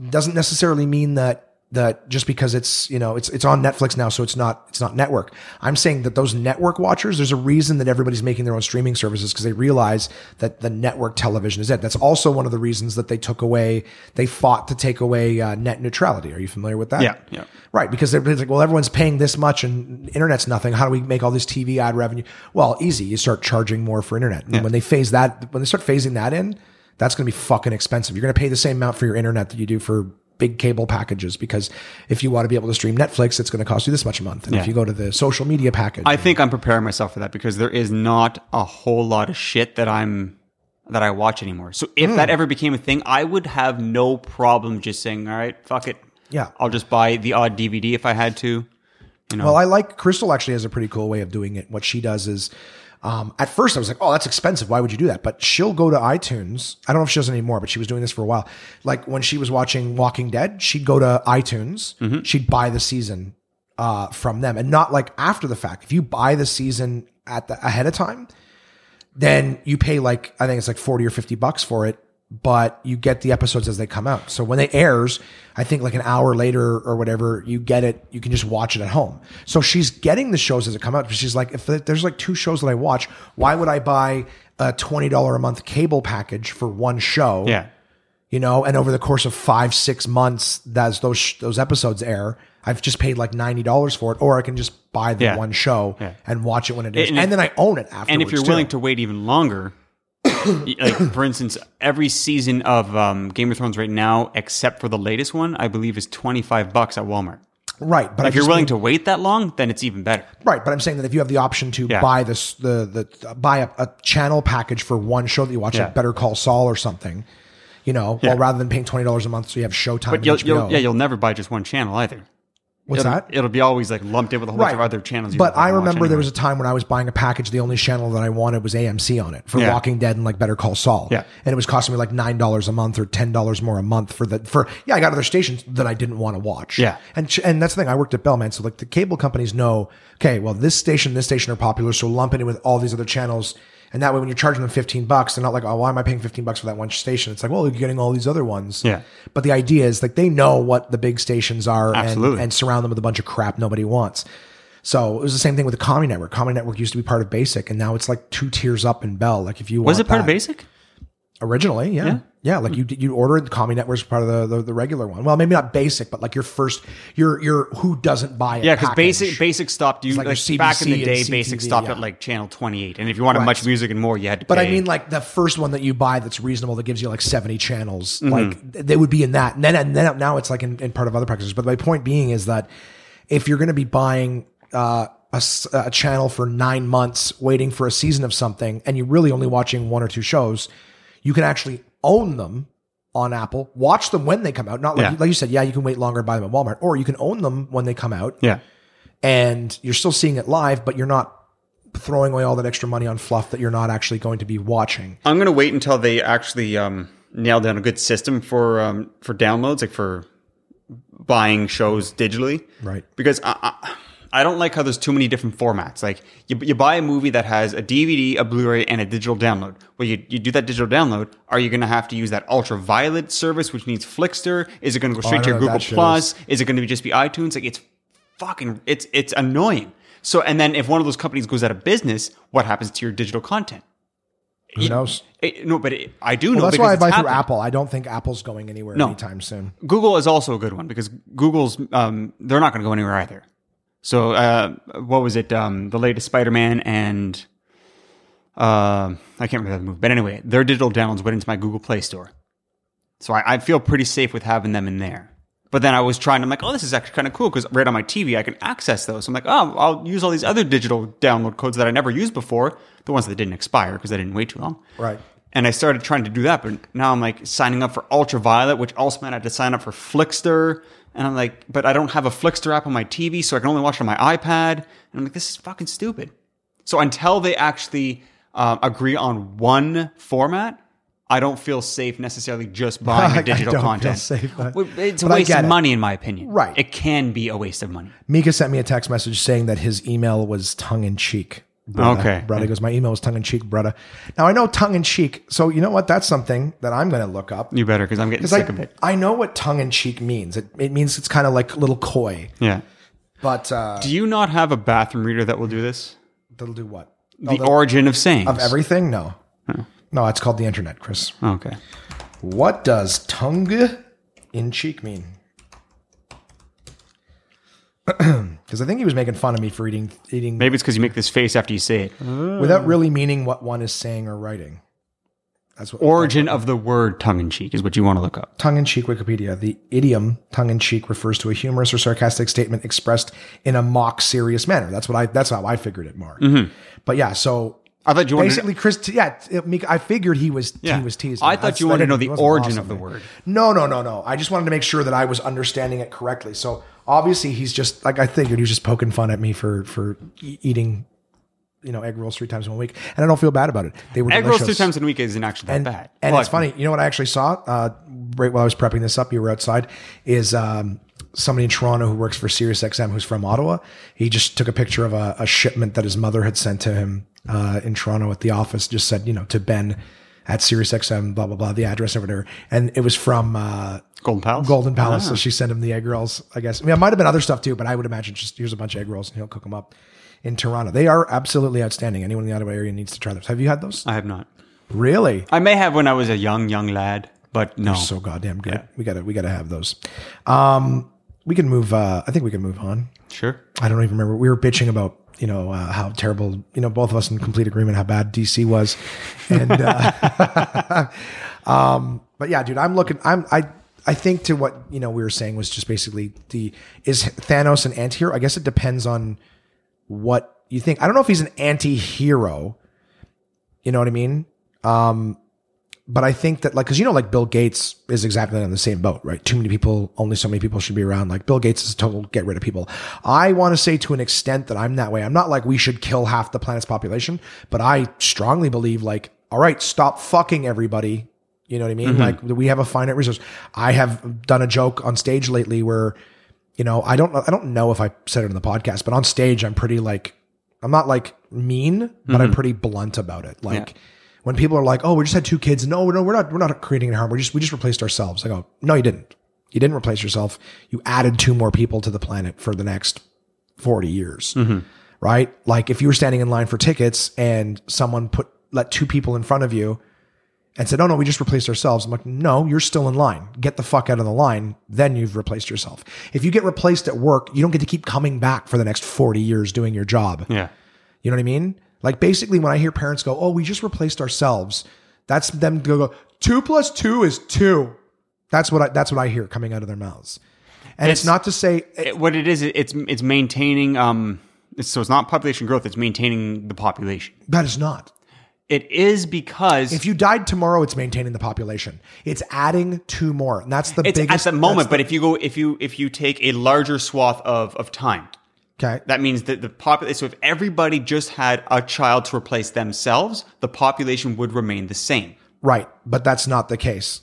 A: Doesn't necessarily mean that that just because it's you know it's it's on Netflix now, so it's not it's not network. I'm saying that those network watchers, there's a reason that everybody's making their own streaming services because they realize that the network television is it. That's also one of the reasons that they took away, they fought to take away uh, net neutrality. Are you familiar with that?
C: Yeah, yeah.
A: Right, because they're it's like, well, everyone's paying this much and internet's nothing. How do we make all this TV ad revenue? Well, easy. You start charging more for internet. And when they phase that, when they start phasing that in, that's going to be fucking expensive. You're going to pay the same amount for your internet that you do for big cable packages because if you want to be able to stream Netflix, it's going to cost you this much a month. And if
C: Yeah.
A: you go to the social media package,
C: I think I'm preparing myself for that because there is not a whole lot of shit that I'm that I watch anymore. So if
A: Hmm.
C: that ever became a thing, I would have no problem just saying, "All right, fuck it."
A: Yeah.
C: I'll just buy the odd DVD if I had to.
A: Well, I like Crystal actually has a pretty cool way of doing it. What she does is, um, at first I was like, oh, that's expensive. Why would you do that? But she'll go to iTunes. I don't know if she does it anymore, but she was doing this for a while. Like when she was watching Walking Dead, she'd go to iTunes, she'd buy the season uh, from them, and not like after the fact. If you buy the season at the ahead of time, then you pay like I think it's like forty or fifty bucks for it, but you get the episodes as they come out. So when it airs, I think like an hour later or whatever, you get it. You can just watch it at home. So she's getting the shows as it come out. But she's like, if there's like two shows that I watch, why would I buy a twenty dollar a month cable package for one show?
C: Yeah.
A: you know. And over the course of five six months, as those sh- those episodes air. I've just paid like ninety dollars for it, or I can just buy the
C: Yeah.
A: one show
C: Yeah.
A: and watch it when it is,
C: And
A: and,
C: if-
A: then I own it afterwards.
C: And if you're
A: too.
C: willing to wait even longer, y- like for instance, every season of um, Game of Thrones right now, except for the latest one, I believe is 25 bucks at Walmart.
A: right? But I
C: If you're
A: just
C: willing to wait that long, then it's even better.
A: Right, but I'm saying that if you have the option to
C: Yeah.
A: buy this, the the buy a, a channel package for one show that you watch,
C: Yeah.
A: like Better Call Saul or something, You know, well, rather than paying twenty dollars a month, so you have Showtime.
C: But
A: and
C: you'll,
A: HBO.
C: you'll, yeah, you'll never buy just one channel either.
A: What's
C: it'll,
A: that?
C: It'll be always like lumped in with a whole bunch of
A: Right.
C: other channels. you
A: But
C: can
A: I
C: watch
A: remember there
C: anyway.
A: was a time when I was buying a package. The only channel that I wanted was AMC on it for
C: Yeah.
A: Walking Dead and like Better Call Saul.
C: Yeah.
A: and it was costing me like nine dollars a month or ten dollars more a month for the for yeah. I got other stations that I didn't want to watch.
C: Yeah.
A: and ch- and that's the thing. I worked at Bell, man. So like the cable companies know. Okay, well this station, this station are popular, so lump it in with all these other channels. And that way, when you're charging them 15 bucks, they're not like, oh, why am I paying 15 bucks for that one station? It's like, well, you're getting all these other ones.
C: Yeah.
A: But the idea is like they know what the big stations are and-
C: Absolutely.
A: and surround them with a bunch of crap nobody wants. So it was the same thing with the Comedy Network. Comedy Network used to be part of Basic, and now it's like two tiers up in Bell. Like if you
C: Was
A: want
C: it part of
A: that-
C: Basic?
A: originally, yeah, yeah, like you you ordered the Comedy Network's part of the, the the regular one. Well, maybe not Basic, but like your first your your who doesn't buy it.
C: Yeah, because Basic Basic stopped you
A: like
C: like,
A: your
C: back in
A: CBC
C: the
A: and
C: day.
A: CTV,
C: Basic stopped
A: yeah.
C: at like channel twenty eight, and if you wanted much music and more, you had to.
A: But I
C: pay.
A: mean, like the first one that you buy that's reasonable that gives you like seventy channels, like th- they would be in that. And then and then now it's like in, in part of other practices. But my point being is that if you're going to be buying uh, a, s- a channel for nine months, waiting for a season of something, and you're really only watching one or two shows, you can actually own them on Apple. Watch them when they come out. Not like,
C: Yeah.
A: like you said, yeah, you can wait longer and buy them at Walmart, or you can own them when they come out
C: yeah,
A: and you're still seeing it live, but you're not throwing away all that extra money on fluff that you're not actually going to be watching.
C: I'm gonna wait until they actually um, nail down a good system for um, for downloads, like for buying shows digitally,
A: Right.
C: Because I, I, I don't like how there's too many different formats. Like you, you buy a movie that has a DVD, a Blu-ray, and a digital download. Well, you, you do that digital download. Are you gonna have to use that ultraviolet service, which needs Flickster? Is it gonna go straight to
A: Oh, know
C: your
A: what
C: Google
A: that shit
C: Plus? Is it gonna be just be iTunes? Like it's fucking it's it's annoying. So and then if one of those companies goes out of business, what happens to your digital content?
A: Who knows?
C: It, no, but it, I do know
A: Well, that's
C: because
A: why I
C: it's
A: buy through
C: happened.
A: Apple. I don't think Apple's going anywhere
C: No.
A: anytime soon.
C: Google is also a good one because Google's um, they're not going to go anywhere either. So uh, what was it? Um, the latest Spider-Man and um I can't remember the movie, but anyway, their digital downloads went into my Google Play Store, so I, I feel pretty safe with having them in there. But then I was trying. I'm like, oh, this is actually kind of cool because right on my TV I can access those. So I'm like, oh, I'll use all these other digital download codes that I never used before, the ones that didn't expire because I didn't wait too long.
A: Right.
C: And I started trying to do that, but now I'm like signing up for Ultraviolet, which also meant I had to sign up for Flickster. And I'm like, but I don't have a Flickster app on my TV, so I can only watch it on my iPad. And I'm like, this is fucking stupid. So until they actually um, agree on one format, I don't feel safe necessarily just buying
A: I
C: the digital
A: don't feel
C: content.
A: safe, but-
C: Well, it's
A: but I
C: a waste
A: get
C: of
A: it.
C: money, in my opinion.
A: Right.
C: It can be a waste of money.
A: Mika sent me a text message saying that his email was tongue in cheek. Brother.
C: Okay.
A: Brother goes, my email was tongue in cheek, brother. Now I know tongue in cheek. So you know what? That's something that I'm going to look up.
C: You better, because I'm getting
A: It's
C: sick of
A: like,
C: it.
A: I know what tongue in cheek means. It, it means it's kind of like a little coy,
C: Yeah.
A: but uh,
C: Do you not have a bathroom reader that will do this?
A: that'll do what?
C: The origin of sayings.
A: Of everything? No. No, it's called the internet, Chris.
C: Okay.
A: What does tongue in cheek mean? Because I think he was making fun of me for eating eating
C: Maybe it's because you make this face after you say it.
A: without really meaning what one is saying or writing. That's what
C: Origin of the word tongue in cheek is what you want to look up.
A: tongue in cheek Wikipedia. The idiom tongue in cheek refers to a humorous or sarcastic statement expressed in a mock serious manner. That's what I that's how I figured it, Mark. But yeah, so
C: I thought you wanted.
A: basically Chris yeah, it- Mika- I figured he was
C: Yeah.
A: he was teasing.
C: I thought
A: That's-
C: you wanted
A: that
C: to know
A: didn't-
C: the
A: it wasn't
C: origin
A: lost
C: of the
A: on me.
C: word.
A: No, no, no, no. I just wanted to make sure that I was understanding it correctly. So obviously he's just like I figured he was just poking fun at me for for e- eating, you know, egg rolls three times in a week, and I don't feel bad about it. They were
C: egg rolls
A: delicious.
C: two times in a week isn't actually that
A: and,
C: bad.
A: And
C: Well,
A: it's funny. You know what I actually saw uh, right while I was prepping this up? You were outside. Is um, somebody in Toronto who works for SiriusXM who's from Ottawa? He just took a picture of a, a shipment that his mother had sent to him uh, in Toronto at the office. Just said, you know, to Ben at SiriusXM, blah blah blah, the address and whatever. And it was from. Uh,
C: Golden Palace.
A: Golden Palace. So she sent him the egg rolls, I guess. I mean, it might have been other stuff too, but I would imagine just here's a bunch of egg rolls and he'll cook them up in Toronto. They are absolutely outstanding. Anyone in the Ottawa area needs to try those. Have you had those?
C: I have not.
A: Really?
C: I may have when I was a young, young lad, but no.
A: so goddamn good. We gotta we gotta have those. Um, we can move. Uh, I think we can move on.
C: sure.
A: I don't even remember. We were bitching about you know uh, how terrible you know both of us in complete agreement how bad DC was, and uh, um, but yeah, dude, I'm looking. I'm I. I think to what you know we were saying was just basically the is Thanos an antihero? I guess it depends on what you think. I don't know if he's an anti-hero. You know what I mean? Um But I think that like, cause you know, like Bill Gates is exactly on the same boat, right? Too many people, only so many people should be around. Like Bill Gates is a total get rid of people. I want to say to an extent that I'm that way. I'm not like we should kill half the planet's population, but I strongly believe like, all right, stop fucking everybody. You know what I mean? Like we have a finite resource. I have done a joke on stage lately where, you know, I don't, I don't know if I said it in the podcast, but on stage, I'm pretty like, I'm not like mean, but I'm pretty blunt about it. Like when people are like, "Oh, we just had two kids," no, no, we're not, we're not creating harm. We just, we just replaced ourselves. I go, no, you didn't. You didn't replace yourself. You added two more people to the planet for the next forty years,
C: Mm-hmm.
A: right? Like if you were standing in line for tickets and someone put let two people in front of you and said, "Oh no, we just replaced ourselves." I'm like, "No, you're still in line. Get the fuck out of the line. Then you've replaced yourself. If you get replaced at work, you don't get to keep coming back for the next 40 years doing your job."
C: Yeah.
A: You know what I mean? Like basically when I hear parents go, "Oh, we just replaced ourselves." That's them go, go 2 plus 2 is 2. That's what I, that's what I hear coming out of their mouths. And it's,
C: It's-
A: not to say
C: It- what it is, it- it's it's maintaining. Um, it's- so it's not population growth; it's maintaining the population.
A: that is not.
C: It is because
A: If you died tomorrow, it's maintaining the population. It's adding two more. And that's the
C: it's
A: biggest
C: at the moment. But if you go, if you if you take a larger swath of of time,
A: Okay.
C: that means that the population. So if everybody just had a child to replace themselves, the population would remain the same.
A: right. But that's not the case.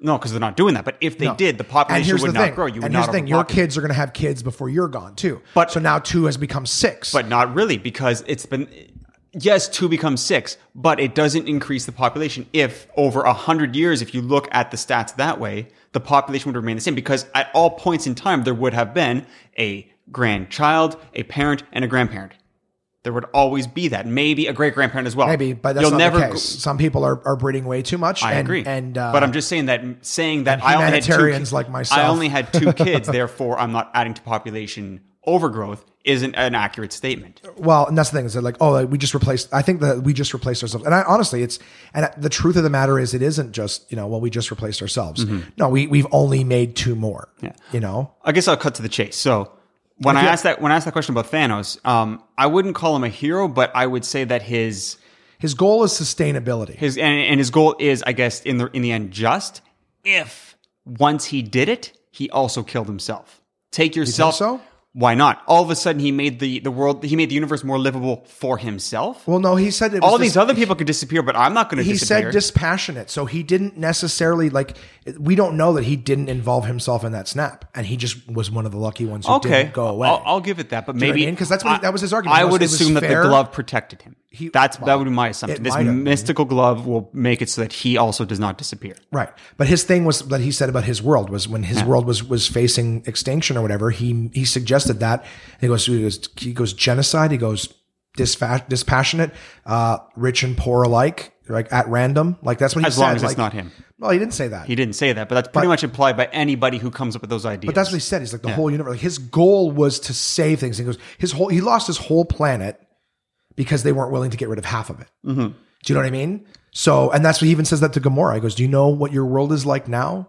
C: No, because they're not doing that. But if they did, the population would not grow. You would
A: and
C: not
A: here's the thing: your
C: overpopulate.
A: kids are going to have kids before you're gone too.
C: But-
A: so now two has become six.
C: but not really because it's been yes two becomes six but it doesn't increase the population if over a hundred years if you look at the stats that way the population would remain the same because at all points in time there would have been a grandchild a parent and a grandparent there would always be that maybe a great grandparent as well
A: maybe, but that's not the case. Some people are, are breeding way too much.
C: I
A: and,
C: agree,
A: And uh,
C: but I'm just saying that saying that I only had two
A: humanitarians
C: kids,
A: like myself.
C: I only had two kids, therefore I'm not adding to population overgrowth. Isn't an accurate statement.
A: well, and that's the thing is that like, oh, like, we just replaced. I think that we just replaced ourselves. And I honestly, it's and the truth of the matter is, it isn't just you know, well, we just replaced ourselves.
C: Mm-hmm.
A: No, we we've only made two more. Yeah. You know,
C: I guess I'll cut to the chase. So when I asked that when I asked that question about Thanos, um, I wouldn't call him a hero, but I would say that his
A: his goal is sustainability.
C: his and, and his goal is, I guess, in the in the end, just if once he did it, he also killed himself. Take yourself.
A: so?
C: Why not? All of a sudden, he made the the world. He made the universe more livable for himself.
A: well, no, he said it was
C: All
A: this-
C: these other people could disappear, but I'm not going to
A: he
C: disappear.
A: said dispassionate so he didn't necessarily like we don't know that he didn't involve himself in that snap and he just was one of the lucky ones who
C: okay,
A: didn't go away
C: I'll, I'll give it that, but
A: you know what I
C: maybe
A: mean? 'Cause that's what he- that was his argument.
C: I
A: It was-
C: would
A: it was
C: assume that
A: fair.
C: the glove protected him.
A: He-
C: that's
A: well,
C: that would be my assumption.
A: it
C: This
A: might have been.
C: mystical glove will make it so that he also does not disappear.
A: right but his thing was that he said about his world was when his world was was facing extinction or whatever he he suggested that And he goes he goes, he goes genocide he goes disfa- dispassionate uh rich and poor alike like at random like that's what he
C: As
A: said
C: long as it's
A: like-
C: not him.
A: well he didn't say that
C: He didn't say that, but that's pretty much implied by anybody who comes up with those ideas.
A: But that's what he said. He's like the whole universe. Like his goal was to save things. He goes his whole. He lost his whole planet because they weren't willing to get rid of half of it.
C: Mm-hmm.
A: Do you know what I mean? So, and that's what he even says that to Gamora. He goes, "Do you know what your world is like now?"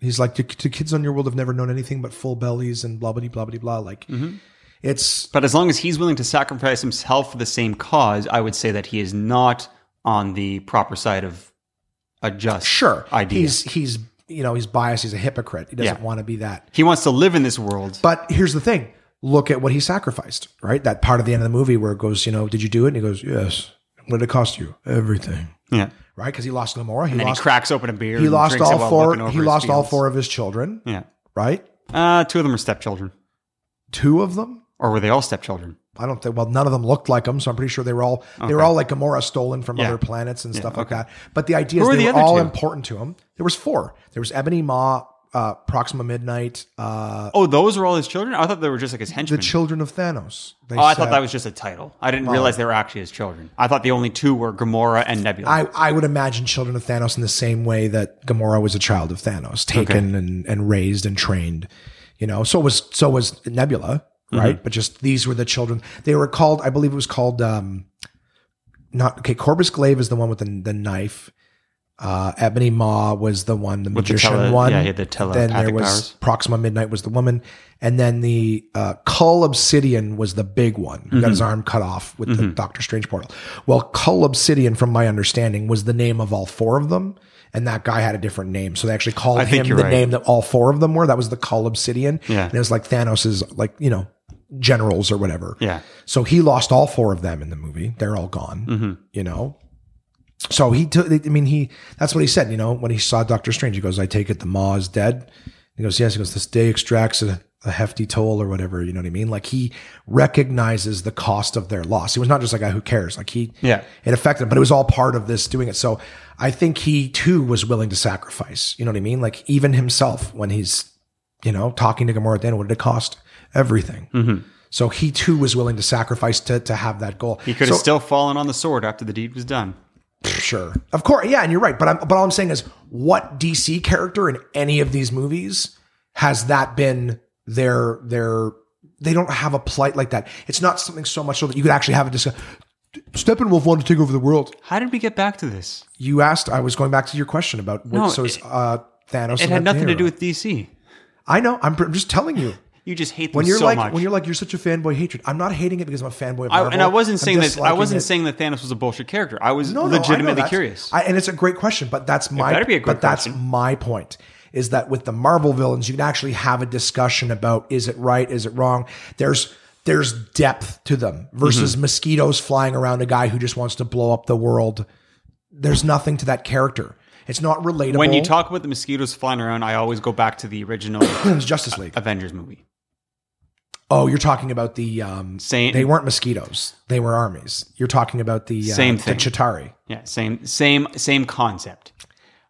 A: He's like, "The the kids on your world have never known anything but full bellies and blah blah blah blah blah." Like,
C: Mm-hmm.
A: it's
C: But as long as he's willing to sacrifice himself for the same cause, I would say that he is not on the proper side of a just
A: sure
C: idea.
A: He's he's you know he's biased. He's a hypocrite. He doesn't
C: Yeah.
A: want to be that.
C: he wants to live in this world.
A: But here's the thing: look at what he sacrificed. Right, that part of the end of the movie where it goes, you know, did you do it? And he goes, "Yes." What did it cost you? Everything.
C: yeah.
A: right? Because he lost Gamora. He
C: And
A: lost.
C: he cracks open a beer.
A: He
C: and
A: lost
C: drinks it
A: all
C: while
A: four.
C: looking over
A: He
C: his
A: lost all
C: fields.
A: four of his children,
C: Yeah.
A: right?
C: Uh, two of them are stepchildren.
A: Two of them.
C: Or were they all stepchildren?
A: I don't think. Well, none of them looked like him, so I'm pretty sure they were all they were all like Gamora, stolen from
C: Yeah.
A: other planets and stuff like that. But the idea is
C: were
A: they
C: the
A: were
C: other
A: all
C: two?
A: important to him. There was four. There was Ebony Maw, uh, Proxima Midnight, uh,
C: Oh, those were all his children? I thought they were just like his
A: the
C: henchmen.
A: Children of Thanos. They
C: Hmm. oh, I
A: said-
C: thought that was just a title. I didn't realize they were actually his children. I thought the only two were Gamora and Nebula.
A: I, I would imagine Children of Thanos in the same way that Gamora was a child of Thanos, taken and, and raised and trained. You know, so was so was Nebula,
C: Mm-hmm.
A: right? But just these were the children. They were called, I believe it was called um not okay, Corbus Glaive is the one with the, the knife. Uh, Ebony Maw was the one, the
C: the
A: magician
C: tele-
A: one.
C: yeah, he had the
A: Then there
C: telepathic
A: was
C: powers.
A: Proxima Midnight was the woman, and then the uh, Cull Obsidian was the big one who got his
C: Mm-hmm.
A: arm cut off with the Doctor Strange portal. Well, Cull Obsidian, from my understanding, was the name of all four of them, and that guy had a different name, so they actually called
C: think
A: him
C: you're
A: the
C: right.
A: name that all four of them were. That was the Cull Obsidian,
C: Yeah.
A: and it was like Thanos's, like you know, generals or whatever.
C: Yeah.
A: So he lost all four of them in the movie. They're all gone. You know. So he took. I mean, he. That's what he said. You know, when he saw Doctor Strange, he goes, "I take it the Maw is dead." He goes, "Yes." He goes, "This day extracts a, a hefty toll, or whatever." You know what I mean? Like he recognizes the cost of their loss. He was not just like a who cares. Like he.
C: Yeah.
A: It affected him, but it was all part of this doing it. So I think he too was willing to sacrifice. You know what I mean? Like even himself when he's, you know, talking to Gamora at the end, what did it cost? Everything.
C: Mm-hmm.
A: So he too was willing to sacrifice to, to have that goal.
C: He could
A: So-
C: have still fallen on the sword after the deed was done.
A: sure, of course, yeah, and you're right. But I'm, but all I'm saying is, what DC character in any of these movies has that been their their? They don't have a plight like that. It's not something so much so that you could actually have a discussion. Steppenwolf wanted to take over the world.
C: How did we get back to this?
A: You asked. I was going back to your question about what,
C: No,
A: so is
C: it-
A: uh, Thanos.
C: It
A: an
C: had nothing to
A: anti-hero?
C: do with DC.
A: I know. I'm, I'm just telling you.
C: You just hate them
A: When you're
C: so
A: like
C: much.
A: when you're like you're such a fanboy hatred. I'm not hating it because I'm a fanboy. Of
C: I,
A: Marvel.
C: and I wasn't
A: I'm
C: saying that. I
A: disliking
C: wasn't
A: it.
C: saying that Thanos was a bullshit character. I was
A: No, no, I know
C: legitimately
A: that's-
C: curious.
A: I, and it's a great question, but that's my
C: better be a great
A: but that's
C: question.
A: my point is that with the Marvel villains, you can actually have a discussion about is it right, is it wrong. There's there's depth to them versus
C: Mm-hmm.
A: mosquitoes flying around a guy who just wants to blow up the world. There's nothing to that character. It's not relatable.
C: when you talk about the mosquitoes flying around, I always go back to the original
A: It's Justice League,
C: Avengers movie.
A: oh, you're talking about the um,
C: Same-
A: They weren't mosquitoes; they were armies. You're talking about the uh,
C: Same
A: the
C: thing.
A: Chitari.
C: Yeah, same, same, same concept.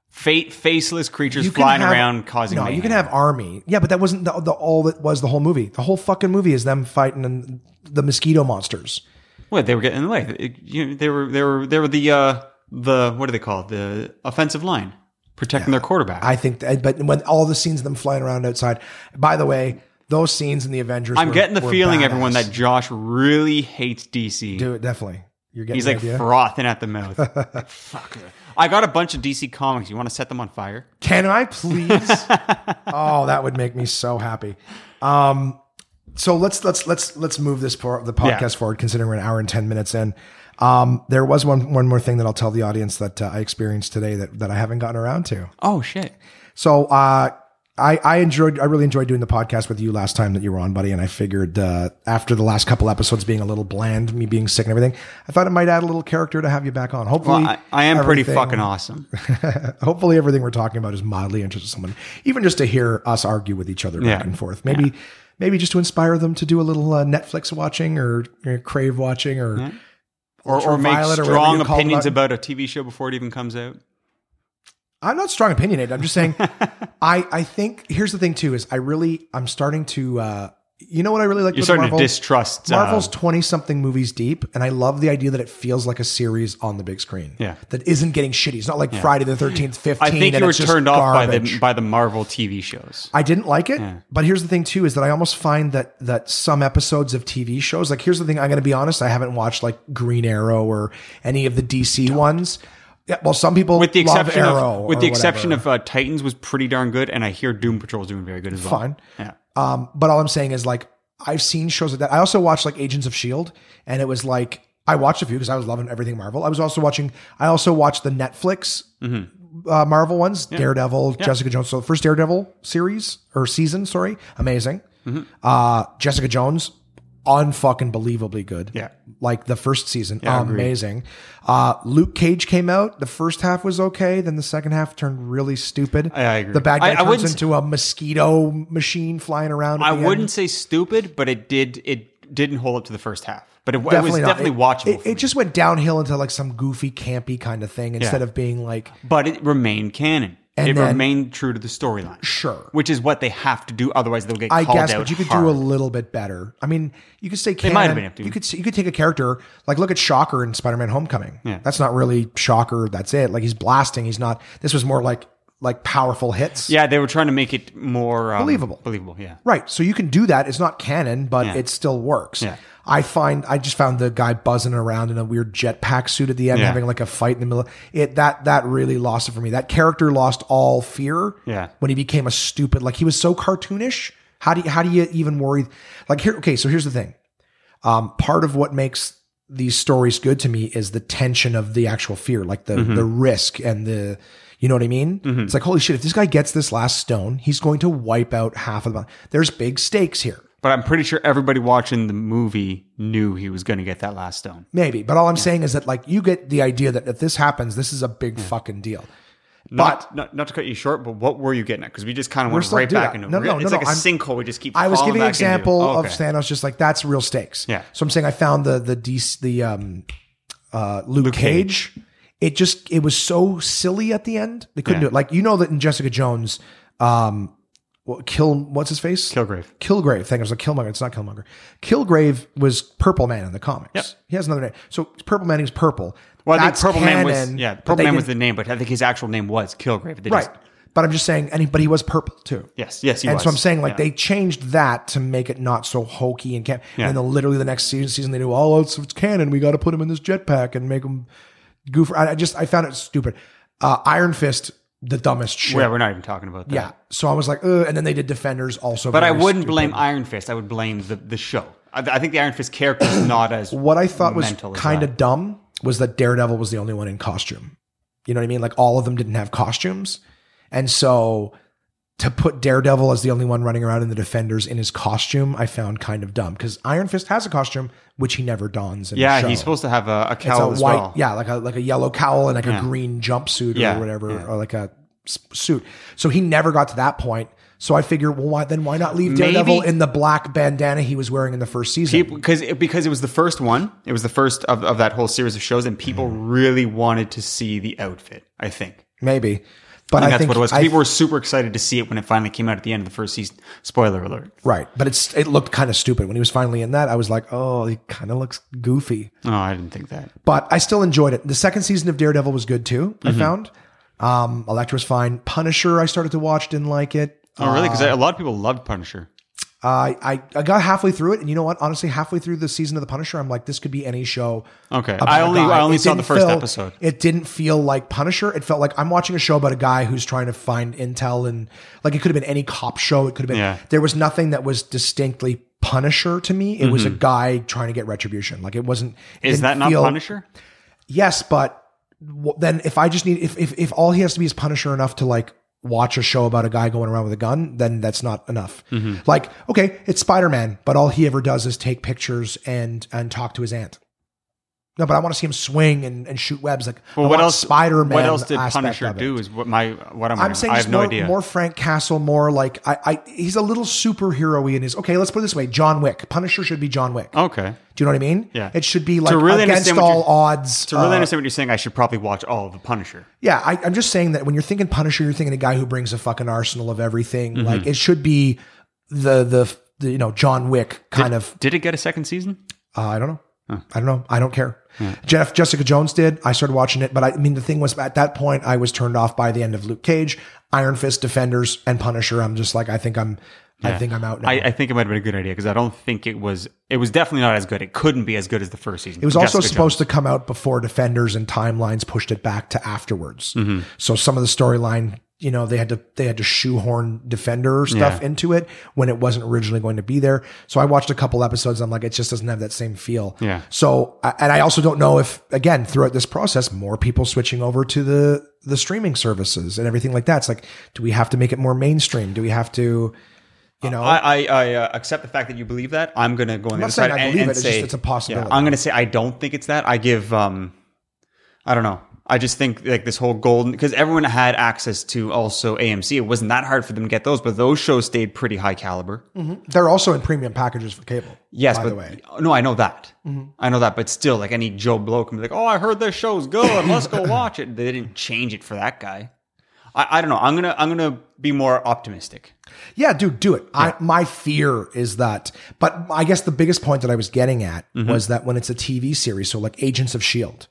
C: Fate, faceless creatures
A: You can
C: flying
A: have-
C: around causing.
A: No,
C: mayhem.
A: you can have army. Yeah, but that wasn't the, the all that was the whole movie. The whole fucking movie is them fighting and the mosquito monsters.
C: Well, they were getting in the way. It- you- they were, they were, they were the uh, the what do they call it? The offensive line protecting their quarterback.
A: I think, that, but when all the scenes of them flying around outside. By the way, those scenes in the Avengers.
C: I'm
A: were-
C: getting the
A: were
C: feeling,
A: badass.
C: everyone, that Josh really hates DC.
A: do it definitely. You're getting
C: He's
A: the
C: like
A: idea?
C: frothing at the mouth. Like, Fuck. I got a bunch of DC comics. You want to set them on fire?
A: Can I please? oh, that would make me so happy. Um, so let's let's let's let's move this por- the podcast
C: Yeah.
A: forward. Considering we're an hour and ten minutes in, um, there was one one more thing that I'll tell the audience that uh, I experienced today that that I haven't gotten around to.
C: Oh shit.
A: So uh, I I enjoyed I really enjoyed doing the podcast with you last time that you were on, buddy. And I figured uh, after the last couple episodes being a little bland, me being sick and everything, I thought it might add a little character to have you back on. Hopefully,
C: I, I am pretty
A: everything-
C: fucking awesome.
A: hopefully everything we're talking about is mildly interesting to someone, even just to hear us argue with each other back
C: Yeah.
A: and forth. Maybe, maybe just to inspire them to do a little uh, Netflix watching or, or crave watching or
C: Or, or make
A: Ultraviolet whatever
C: strong
A: you call
C: opinions
A: it.
C: about a TV show before it even comes out.
A: I'm not strong opinionated. I'm just saying, I I think here's the thing too is I really I'm starting to uh, you know what I really like.
C: You're
A: with
C: starting
A: Marvel?
C: to distrust. uh,
A: Marvel's 20 something movies deep, and I love the idea that it feels like a series on the big screen.
C: Yeah.
A: That isn't getting shitty. It's not like Friday the 13th, 15.
C: I think
A: and
C: you were
A: it's just
C: turned off by
A: garbage.
C: the by the Marvel TV shows.
A: I didn't like it,
C: Yeah.
A: but here's the thing too is that I almost find that that some episodes of TV shows, like here's the thing, I'm going to be honest, I haven't watched like Green Arrow or any of the DC ones. Yeah, well, some people
C: With the
A: love
C: exception
A: Arrow
C: of with
A: or
C: the exception
A: whatever.
C: of uh, Titans was pretty darn good, and I hear Doom Patrol's doing very good as well.
A: fine.
C: Yeah.
A: Um, but all I'm saying is like I've seen shows like that. I also watched like Agents of Shield, and it was like I watched a few because I was loving everything Marvel. I was also watching. I also watched the Netflix
C: Mm-hmm.
A: uh, Marvel ones, Daredevil, Jessica Jones. So the first Daredevil series or season, sorry, amazing.
C: Mm-hmm.
A: Uh, Jessica Jones, unfucking believably good.
C: Yeah.
A: like the first season, amazing. Uh, Luke Cage came out. The first half was okay. Then the second half turned really stupid.
C: I- I agree.
A: The bad guy
C: I- I
A: turns
C: wouldn't-
A: into a mosquito machine flying around. at
C: I
A: the end.
C: wouldn't say stupid, but it did it didn't hold up to the first half. But it, it was
A: Definitely not.
C: definitely
A: It-
C: watchable.
A: It,
C: for
A: it
C: me.
A: just went downhill into like some goofy, campy kind of thing instead of being like,
C: but it remained canon.
A: And
C: it
A: then-
C: remained true to the storyline.
A: Sure.
C: Which is what they have to do, otherwise they'll get
A: I
C: called
A: guess,
C: out.
A: but you could
C: hard.
A: do a little bit better. I mean, you could say canon.
C: might have been able to.
A: You could say- you could take a character like look at Shocker in Spider-Man: Homecoming.
C: Yeah.
A: that's not really Shocker. That's it. Like he's blasting. He's not. This was more like like powerful hits.
C: Yeah, they were trying to make it more um,
A: Believable.
C: Believable, yeah.
A: Right. So you can do that. It's not canon, but
C: Yeah.
A: it still works.
C: Yeah.
A: I find I just found the guy buzzing around in a weird jetpack suit at the end,
C: Yeah.
A: having like a fight in the middle. It that that really lost it for me. That character lost all fear.
C: Yeah.
A: When he became a stupid, like he was so cartoonish. How do you, how do you even worry? Like here, okay. So here's the thing. Um, part of what makes these stories good to me is the tension of the actual fear, like the the risk and the you know what I mean? It's like holy shit, if this guy gets this last stone, he's going to wipe out half of the there's big stakes here.
C: But I'm pretty sure everybody watching the movie knew he was going to get that last stone.
A: Maybe. But all I'm saying is that like you get the idea that if this happens, this is a big fucking deal.
C: Not, not not to cut you short, but what were you getting at? Because we just kind of went
A: still
C: right
A: do
C: back
A: that.
C: into
A: No,
C: real-
A: no,
C: it's
A: no,
C: like
A: no,
C: a
A: I'm-
C: sinkhole. We just keep.
A: I was
C: falling
A: giving an
C: back into.
A: example
C: Oh,
A: of
C: okay.
A: Thanos, just like that's real stakes.
C: Yeah.
A: So I'm saying I found the the DC, the um uh Luke, Cage. It just it was so silly at the end. They couldn't
C: Yeah.
A: do it. Like you know that in Jessica Jones, um, what, kill what's his face?
C: Kilgrave.
A: Kilgrave thing. It was like Killmonger. It's not Killmonger. Kilgrave was Purple Man in the comics.
C: Yep.
A: He has another name. So Purple Man is purple.
C: Well, I
A: That's
C: think Purple Man was
A: canon,
C: yeah,
A: but
C: Purple
A: they
C: Man was the
A: didn't-
C: name, but I think his actual name was Kilgrave. They
A: right.
C: Just,
A: But I'm just saying, and he, but he was purple too.
C: yes, yes, he
A: And
C: was.
A: so I'm saying, like,
C: Yeah.
A: they changed that to make it not so hokey and can
C: Yeah.
A: And then literally the next season, season they do, oh, it's, it's canon. We got to put him in this jetpack and make him goof. I, I just, I found it stupid. Uh, Iron Fist, the dumbest shit.
C: yeah, we're not even talking about that.
A: yeah. So I was like, Ugh. and then they did Defenders also.
C: But I
A: very
C: wouldn't
A: stupid.
C: blame Iron Fist. I would blame the, the show. I, I think the Iron Fist character is not as
A: What I thought was
C: mental as
A: kind
C: that.
A: of dumb was that Daredevil was the only one in costume. You know what I mean? Like all of them didn't have costumes, and so to put Daredevil as the only one running around in the Defenders in his costume, I found kind of dumb because Iron Fist has a costume which he never dons. In the
C: yeah.
A: show.
C: He's supposed to have a, a
A: it's
C: cowl
A: a
C: as
A: white,
C: well.
A: yeah, like a like a yellow cowl and like
C: Yeah.
A: a green jumpsuit
C: Yeah,
A: or whatever,
C: yeah.
A: or like a s- suit. So he never got to that point. So I figure, well, why then why not leave
C: Maybe-
A: Daredevil in the black bandana he was wearing in the first season?
C: people because it, because it was the first one it was the first of, of that whole series of shows and people
A: Mm-hmm.
C: really wanted to see the outfit i think
A: Maybe. But
C: I think
A: I
C: that's
A: think,
C: what it was
A: I-
C: people were super excited to see it when it finally came out at the end of the first season spoiler alert
A: right. But it's it looked kind of stupid when he was finally in that. I was like, oh, he kind of looks goofy.
C: oh i didn't think that
A: But I still enjoyed it. The second season of Daredevil was good too. I found. Um, Electra's fine. Punisher, I started to watch, didn't like it.
C: oh really because a lot of people loved punisher
A: Uh, I I got halfway through it, and you know what? Honestly, halfway through the season of The Punisher, I'm like, this could be any show.
C: okay
A: about
C: i
A: a
C: only
A: guy.
C: i only
A: Oh It
C: saw the
A: didn't
C: first
A: feel-
C: episode
A: It didn't feel like Punisher. It felt like I'm watching a show about a guy who's trying to find intel and like it could have been any cop show. It could have been
C: Yeah.
A: there was nothing that was distinctly Punisher to me. It was a guy trying to get retribution. Like it wasn't. it
C: Mm-hmm. is
A: didn't
C: that not
A: feel-
C: punisher
A: Yes, but w- then if I just need if if if all he has to be is Punisher enough to like watch a show about a guy going around with a gun, then that's not enough.
C: Mm-hmm.
A: Like okay, it's Spider Man, but all he ever does is take pictures and and talk to his aunt. No, but I want to see him swing and, and shoot webs. Like,
C: well
A: I
C: what
A: want
C: else
A: Spider-Man
C: what else did
A: aspect
C: punisher
A: of it.
C: do is what my what i'm,
A: I'm saying
C: i
A: just
C: have no
A: more,
C: idea
A: more Frank Castle, more like I, I. He's a little superhero-y in his. Okay, let's put it this way: John Wick. Punisher should be John Wick.
C: okay
A: Do you know what I mean?
C: Uh, Yeah.
A: It should be like
C: really
A: against
C: understand what
A: all
C: you're-
A: odds.
C: to really
A: uh,
C: understand what you're saying i should probably watch all of the punisher
A: yeah, I, I'm just saying that when you're thinking Punisher, you're thinking a guy who brings a fucking arsenal of everything. Like it should be the the, the you know John Wick kind of.
C: did it get a second season
A: Uh, I don't know. I don't know. I don't care. Jeff Jessica Jones did. I started watching it, but I, I mean the thing was at that point I was turned off by the end of Luke Cage, Iron Fist, Defenders, and Punisher. I'm just like I think I'm. I think I'm out now.
C: I, I think it might have been a good idea because I don't think it was. It was definitely not as good. It couldn't be as good as the first season.
A: It was also supposed to come out before Defenders and timelines pushed it back to afterwards. So some of the storyline, you know, they had to they had to shoehorn Defender stuff
C: Yeah.
A: into it when it wasn't originally going to be there. So I watched a couple episodes. I'm like, it just doesn't have that same feel.
C: Yeah.
A: So I- and I also don't know if again throughout this process more people switching over to the the streaming services and everything like that. It's like, do we have to make it more mainstream? Do we have to? You know,
C: I I, I uh, accept the fact that you believe that. I'm going to go on
A: not
C: the other
A: saying
C: side
A: I
C: and,
A: believe
C: and
A: it, it's
C: say
A: just- it's a possibility.
C: I'm going to say I don't think it's that. I give um, I don't know. I just think like this whole golden because everyone had access to also AMC. It wasn't that hard for them to get those, but those shows stayed pretty high caliber.
A: they're also in premium packages for cable.
C: Yes,
A: Mm-hmm. by
C: but
A: the way. Mm-hmm.
C: no, I know that. I know that, but still, like any Joe Blow can be like, "Oh, I heard this show's good. Let's go watch it." They didn't change it for that guy. I, I don't know. I'm gonna I'm gonna be more optimistic.
A: Yeah, dude, do it. I, my fear is that, but I guess the biggest point that I was getting at was that when it's a TV series, so like Agents of S.H.I.E.L.D.,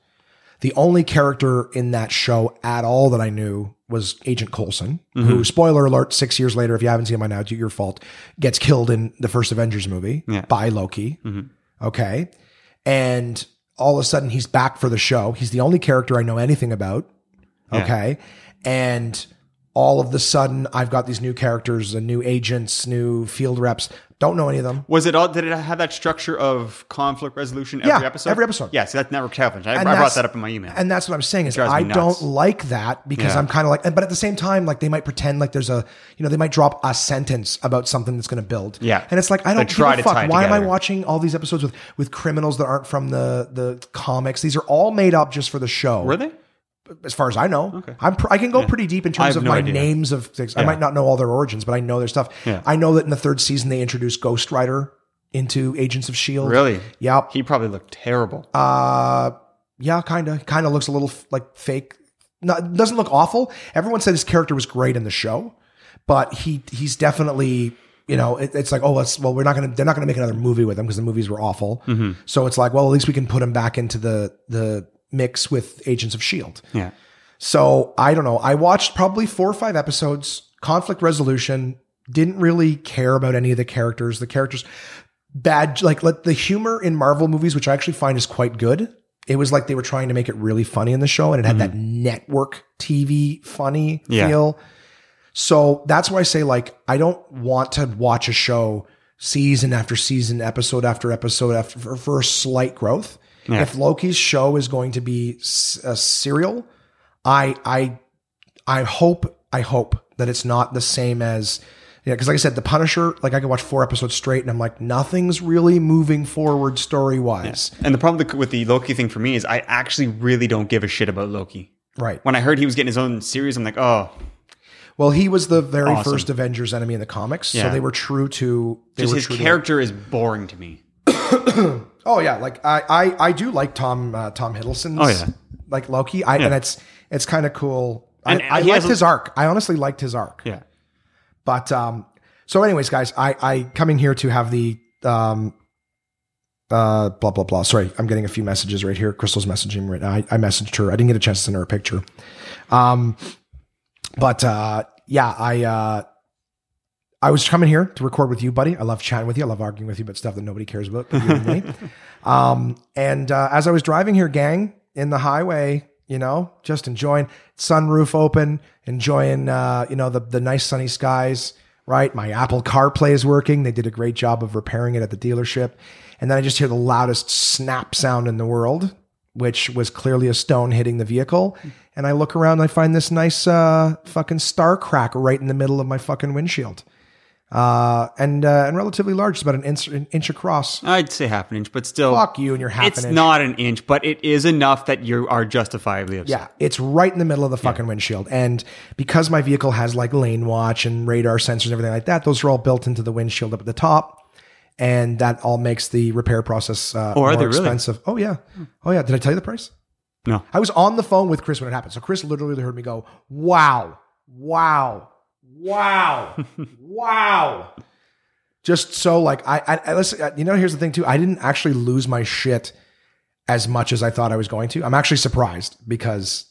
A: The only character in that show at all that I knew was Agent Coulson, who, spoiler alert, six years later, if you haven't seen it by now, it's your fault, gets killed in the first Avengers movie
C: Yeah.
A: by Loki. Okay. And all of a sudden, he's back for the show. He's the only character I know anything about.
C: Yeah.
A: Okay. And all of the sudden, I've got these new characters, and new agents, new field reps. Don't know any of them.
C: Was it all? Did it have that structure of conflict resolution every
A: Yeah,
C: episode?
A: every episode.
C: Yeah, so that's network challenge. I, I
A: And
C: brought
A: that's-
C: that up in my email.
A: And that's what I'm saying is
C: drives me
A: I
C: nuts.
A: don't like that because
C: Yeah.
A: I'm kind of like, but at the same time, like they might pretend like there's a, you know, they might drop a sentence about something that's going to build.
C: Yeah.
A: And it's like, I don't give
C: try
A: a
C: to
A: fuck.
C: tie it
A: Why am I
C: together.
A: watching all these episodes with, with criminals that aren't from the, the comics? These are all made up just for the show.
C: Were they?
A: As far as I know, I'm pr- I can go pretty deep in
C: I
A: terms
C: have
A: of
C: no
A: my
C: idea.
A: names of things. I might not know all their origins, but I know their stuff.
C: Yeah.
A: I know that in the third season, they introduced Ghost Rider into Agents of S.H.I.E.L.D.
C: Really?
A: E Yep.
C: He probably looked terrible.
A: Uh, yeah, kind of. Kind of looks a little f- like fake. No, it doesn't look awful. Everyone said his character was great in the show, but he he's definitely you know it, it's like oh let's well we're not gonna they're not gonna make another movie with him because the movies were awful.
C: Mm-hmm.
A: So it's like well at least we can put him back into the the mix with Agents of Shield.
C: yeah.
A: So I don't know. I watched probably four or five episodes, conflict resolution, didn't really care about any of the characters. The characters bad like let the humor in Marvel movies, which I actually find is quite good. It was like they were trying to make it really funny in the show and it had that network TV funny
C: Mm-hmm. Yeah.
A: feel. So that's why I say like I don't want to watch a show season after season, episode after episode after for, for a slight growth.
C: Yeah.
A: If Loki's show is going to be s- a serial, I I I hope I hope that it's not the same as yeah, because like I said, The Punisher, like I could watch four episodes straight, and I'm like, nothing's really moving forward story wise,
C: And the problem with the Loki thing for me is I actually really don't give a shit about Loki.
A: right?
C: When I heard he was getting his own series, I'm like, oh,
A: Well, he was the very
C: Awesome.
A: first Avengers enemy in the comics, so
C: Yeah.
A: they were true to they
C: just
A: were
C: his
A: true to-
C: character is boring to me.
A: Oh yeah, like I I, I do like Tom uh, Tom Hiddleston's
C: Oh, yeah.
A: like Loki, I, and it's it's kind of cool.
C: And-
A: I,
C: and
A: I
C: he
A: liked
C: has a-
A: his arc. I honestly liked his arc.
C: Yeah.
A: But um, so, anyways, guys, I I coming here to have the um, uh, blah blah blah. Sorry, I'm getting a few messages right here. Crystal's messaging right now. I, I messaged her. I didn't get a chance to send her a picture. Um, but uh, yeah, I uh, I was coming here to record with you, buddy. I love chatting with you. I love arguing with you about stuff that nobody cares about. But you and me. Um, and uh, as I was driving here, gang, in the highway, you know, just enjoying sunroof open, enjoying uh, you know the the nice sunny skies. Right, my Apple CarPlay is working. They did a great job of repairing it at the dealership, and then I just hear the loudest snap sound in the world, which was clearly a stone hitting the vehicle. And I look around, and I find this nice uh, fucking star crack right in the middle of my fucking windshield, uh, and uh, and relatively large, it's about an inch, an inch across.
C: I'd say half an inch, but still,
A: Fuck you and your half
C: it's
A: an inch.
C: not an inch, but it is enough that you are justifiably upset.
A: Yeah, it's right in the middle of the fucking windshield. And because my vehicle has like lane watch and radar sensors and everything like that, those are all built into the windshield up at the top. And that all makes the repair process uh,
C: are
A: more
C: they really?
A: expensive. Oh, yeah. Oh, yeah. Did I tell you the price?
C: No.
A: I was on the phone with Chris when it happened. So Chris literally heard me go, wow, wow, wow, wow. Just so like, I, I, I listen, uh, you know, here's the thing too. I didn't actually lose my shit as much as I thought I was going to. I'm actually surprised because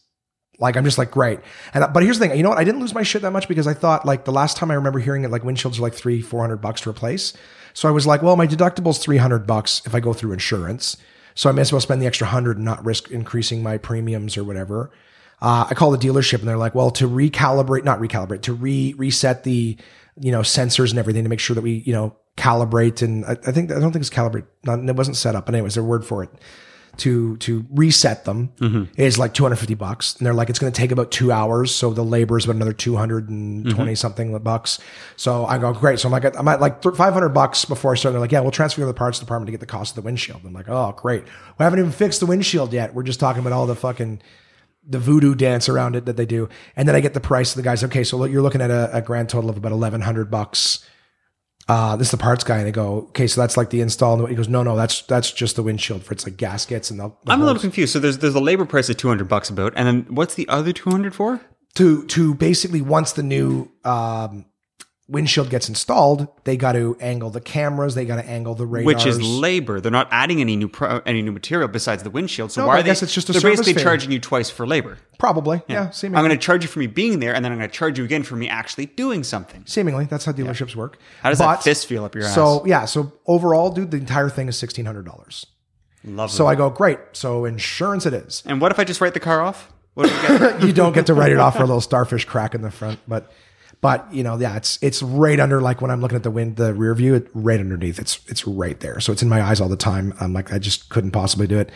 A: like, I'm just like, great. And, uh, but here's the thing, you know what? I didn't lose my shit that much because I thought like the last time I remember hearing it, like windshields are like three, 400 bucks to replace. So I was like, well, my deductible's 300 bucks if I go through insurance. So I may as well spend the extra hundred and not risk increasing my premiums or whatever. Uh, I call the dealership and they're like, well, to recalibrate, not recalibrate, to re reset the, you know, sensors and everything to make sure that we, you know, calibrate. And I, I think, I don't think it's calibrate. Not, it wasn't set up, but anyways, their word for it to, to reset them is like 250 bucks. And they're like, it's going to take about two hours. So the labor is about another 220 something bucks. So I go, great. So I'm like, I'm at like th- 500 bucks before I start. They're like, yeah, we'll transfer you to the parts department to get the cost of the windshield. I'm like, oh, great. We haven't even fixed the windshield yet. We're just talking about all the fucking, the voodoo dance around it that they do. And then I get the price of the guys. Okay, so look, you're looking at a, a grand total of about eleven hundred bucks. Uh, this is the parts guy, and I go, okay, so that's like the install. And he goes, no, no, that's that's just the windshield for it's like gaskets and the, the
C: I'm a little
A: holes."
C: confused. So there's there's a labor price of 200 bucks about, and then what's the other 200 for?
A: to to basically once the new um, windshield gets installed, they got to angle the cameras, they got to angle the radars.
C: Which is labor. They're not adding any new pro- any new material besides the windshield. So
A: No,
C: why
A: but
C: are
A: I guess
C: they?
A: it's just a
C: they're
A: service
C: basically
A: fee.
C: charging you twice for labor.
A: probably yeah, seemingly.
C: I'm going to charge you for me being there, and then I'm going to charge you again for me actually doing something.
A: Seemingly, that's how dealerships work.
C: How does that fist feel up your ass?
A: So yeah, so overall, dude, the entire thing is sixteen hundred dollars.
C: Lovely.
A: So I go, great. So insurance it is.
C: and what if I just write the car off? What do we get?
A: You don't get to write it off for a little starfish crack in the front, but but you know, yeah, it's it's right under like when I'm looking at the wind, the rear view, it right underneath. It's it's right there. So it's in my eyes all the time. I'm like, I just couldn't possibly do it.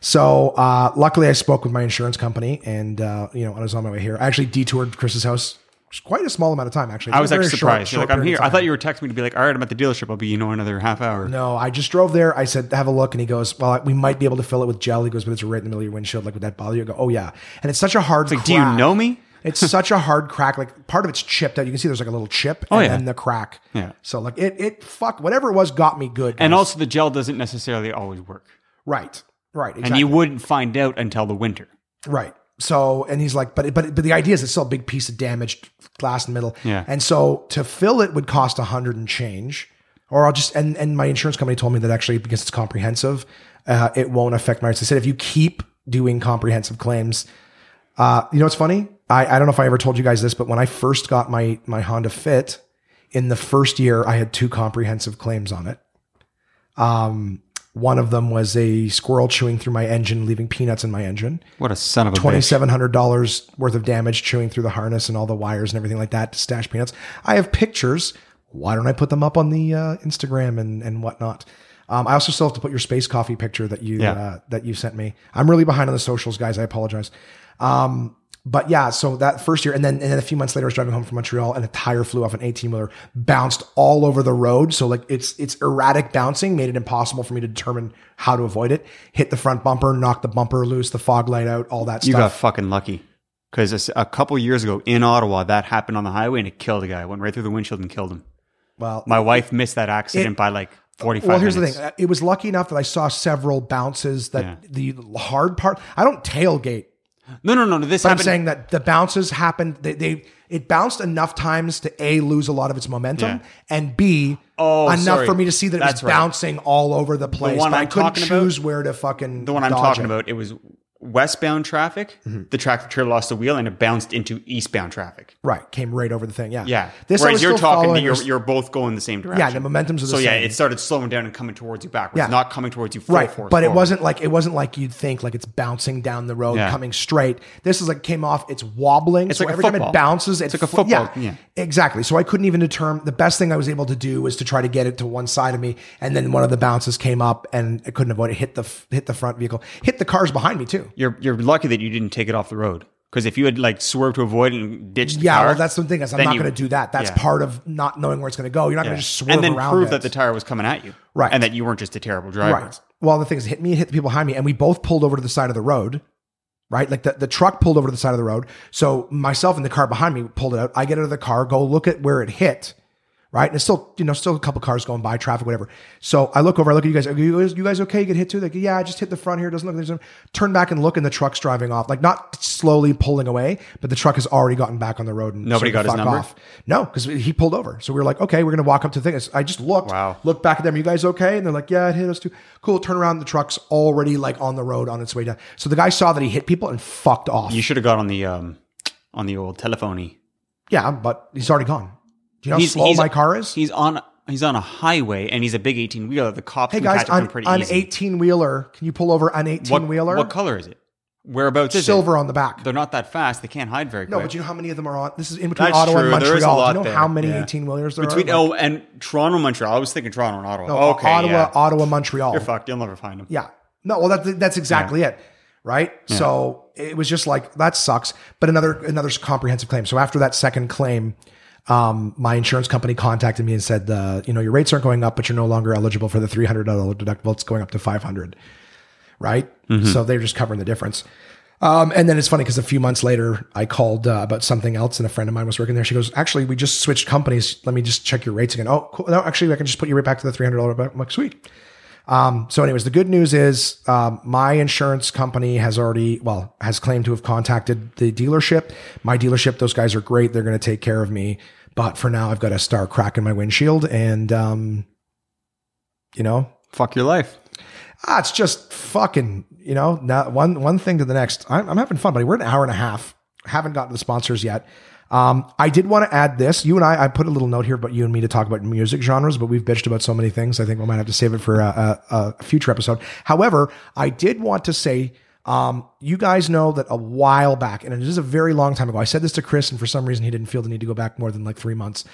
A: So uh, luckily, I spoke with my insurance company, and uh, you know, I was on my way here. I actually detoured Chris's house. It's Quite a small amount of time, actually.
C: I was actually surprised. You're like, I'm here. I thought
A: you.
C: you were texting me to be like, all right, I'm at the dealership. I'll be, you know, another half hour.
A: No, I just drove there. I said, have a look. And he goes, well, we might be able to fill it with gel. He goes, but it's right in the middle of your windshield. Like, would that bother you? I go, oh, yeah. And it's such a hard
C: Do you know me?
A: it's such a hard crack. Like, part of it's chipped out. You can see there's like a little chip
C: Oh,
A: and
C: yeah.
A: then the crack.
C: Yeah.
A: So, like, it, it, fuck, whatever it was got me good.
C: And
A: guys.
C: also, the gel doesn't necessarily always work,
A: right, right. Exactly.
C: and you wouldn't find out until the winter.
A: Right. So and he's like, but but but the idea is it's still a big piece of damaged glass in the middle.
C: Yeah.
A: And so to fill it would cost a hundred and change, or I'll just and and my insurance company told me that actually because it's comprehensive, uh, it won't affect my rights. They said if you keep doing comprehensive claims, uh, you know what's funny? I I don't know if I ever told you guys this, but when I first got my my Honda Fit, in the first year I had two comprehensive claims on it. Um. One of them was a squirrel chewing through my engine, leaving peanuts in my engine
C: What a son of a
A: twenty
C: bitch.
A: seven hundred dollars worth of damage chewing through the harness and all the wires and everything like that to stash peanuts. I have pictures. Why don't I put them up on the uh, Instagram and and whatnot? Um, I also still have to put your space coffee picture that you
C: Yeah.
A: uh, that you sent me. I'm really behind on the socials, guys. I apologize. Um, but yeah, so that first year, and then and then a few months later, I was driving home from Montreal, and a tire flew off an 18 wheeler, bounced all over the road. So like it's it's erratic bouncing made it impossible for me to determine how to avoid it. Hit the front bumper, knocked the bumper loose, the fog light out, all that
C: You
A: stuff.
C: got fucking lucky. Because a couple years ago in Ottawa, that happened on the highway and it killed a guy. It went right through the windshield and killed him.
A: Well,
C: My wife missed that accident by like 45
A: well, here's
C: minutes.
A: the thing. Uh, It was lucky enough that I saw several bounces that
C: Yeah.
A: the hard part. I don't tailgate.
C: No, no, no, no. This
A: But I'm
C: happened.
A: saying that the bounces happened. They, they it bounced enough times to a lose a lot of its momentum
C: Yeah.
A: and b
C: Oh,
A: enough
C: sorry.
A: for me to see that it was
C: That's right.
A: bouncing all over the place.
C: one
A: but I
C: I'm
A: couldn't
C: talking about-
A: choose where to fucking
C: the one I'm talking about, it was westbound traffic.
A: Mm-hmm.
C: The tractor trailer lost a wheel and it bounced into eastbound traffic.
A: Right, came right over the thing. Yeah,
C: Yeah.
A: This I
C: Whereas
A: was
C: you're
A: still
C: talking to
A: following.
C: you're, you're both going the same direction.
A: yeah, the momentum's of the
C: so yeah,
A: same.
C: it started slowing down and coming towards you backwards,
A: Yeah.
C: not coming towards you full
A: right
C: force.
A: but it
C: forward.
A: wasn't like it wasn't like you'd think like it's bouncing down the road
C: Yeah.
A: coming straight this is like came off it's wobbling
C: It's
A: so
C: like a
A: every time
C: football.
A: it bounces it's
C: like a
A: yeah,
C: football, yeah.
A: exactly so i couldn't even determine the best thing i was able to do was to try to get it to one side of me and then one of the bounces came up and i couldn't avoid it hit the f- hit the front vehicle hit the cars behind me too
C: You're, you're lucky that you didn't take it off the road. Because if you had like swerved to avoid and ditched the
A: yeah,
C: car,
A: well, that's the thing is I'm
C: then
A: not
C: you-
A: going to do that. That's
C: yeah.
A: part of not knowing where it's going to go. You're not going to just swerve
C: and then
A: around
C: prove
A: it.
C: that the tire was coming at you,
A: Right.
C: And that you weren't just a terrible driver.
A: Right. Well, the thing is, it hit me and hit the people behind me, and we both pulled over to the side of the road. Right, like the, the truck pulled over to the side of the road. So myself and the car behind me pulled it out. I get out of the car, go look at where it hit. Right, and it's still you know still a couple cars going by, traffic, whatever. So I look over, I look at you guys. Are you guys, you guys okay? You get hit too? Like yeah, I just hit the front here. Doesn't look like there's. any-" Turn back and look, and the truck's driving off. Like not slowly pulling away, but the truck has already gotten back on the road and
C: Nobody
A: sort of
C: got his
A: fuck
C: number?
A: No, because he pulled over. So we were like, okay, we're gonna walk up to the thing. I just looked,
C: Wow.
A: look back at them. Are you guys okay? And they're like, yeah, it hit us too. Cool. Turn around. The truck's already like on the road on its way down. So the guy saw that he hit people and fucked off.
C: You should have got on the um, on the old telephony.
A: yeah, but he's already gone. Do you know how slow my car is?
C: He's on he's on a highway and he's a big eighteen wheeler. The cops
A: hey
C: can
A: guys,
C: catch up to him
A: on
C: pretty
A: an
C: easy.
A: eighteen wheeler, can you pull over an
C: What-
A: eighteen wheeler?
C: What color is it? Whereabouts is
A: Silver on the back.
C: it? They're not that fast. They can't hide very
A: no,
C: quick.
A: but you know how many of them are on? This is in between
C: That's
A: Ottawa and
C: true. There
A: Montreal.
C: is a lot
A: Do you know
C: there.
A: how many
C: Yeah.
A: eighteen wheelers there
C: Between
A: are?
C: oh and Toronto, Montreal. I was thinking Toronto and Ottawa.
A: No,
C: okay,
A: Ottawa,
C: yeah.
A: Ottawa, Montreal.
C: You're fucked. You'll never find them.
A: Yeah. No, well that, that's exactly it. Right? So it was just like that sucks, but another another comprehensive claim. So after that second claim, um, my insurance company contacted me and said, uh, you know, your rates aren't going up, but you're no longer eligible for the $300 deductible. It's going up to 500 right? So they're just covering the difference. Um, and then it's funny because a few months later, I called uh, about something else, and a friend of mine was working there. She goes, "Actually, we just switched companies. Let me just check your rates again." Oh, cool. No, actually, I can just put you right back to the three hundred dollar. I'm like, sweet. Um, so, anyways, the good news is um, my insurance company has already, well, has claimed to have contacted the dealership. My dealership; those guys are great. They're going to take care of me. But for now, I've got a star crack in my windshield, and um, you know,
C: Fuck your life.
A: ah, it's just fucking, you know, not one one thing to the next. I'm, I'm having fun, buddy. We're an hour and a half. Haven't gotten to the sponsors yet. Um, I did want to add this. You and I, I put a little note here about you and me to talk about music genres, but we've bitched about so many things. I think we might have to save it for a, a, a future episode. However, I did want to say, um, you guys know that a while back, and it is a very long time ago. I said this to Chris, and for some reason, he didn't feel the need to go back more than like three months.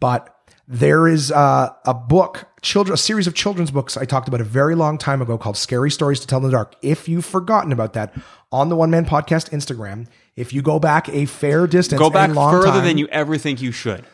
A: But there is uh, a book, children, a series of children's books I talked about a very long time ago called "Scary Stories to Tell in the Dark." If you've forgotten about that, on the One Man Podcast Instagram, if you go back a fair distance,
C: Go back
A: a long
C: further
A: time,
C: than you ever think you should.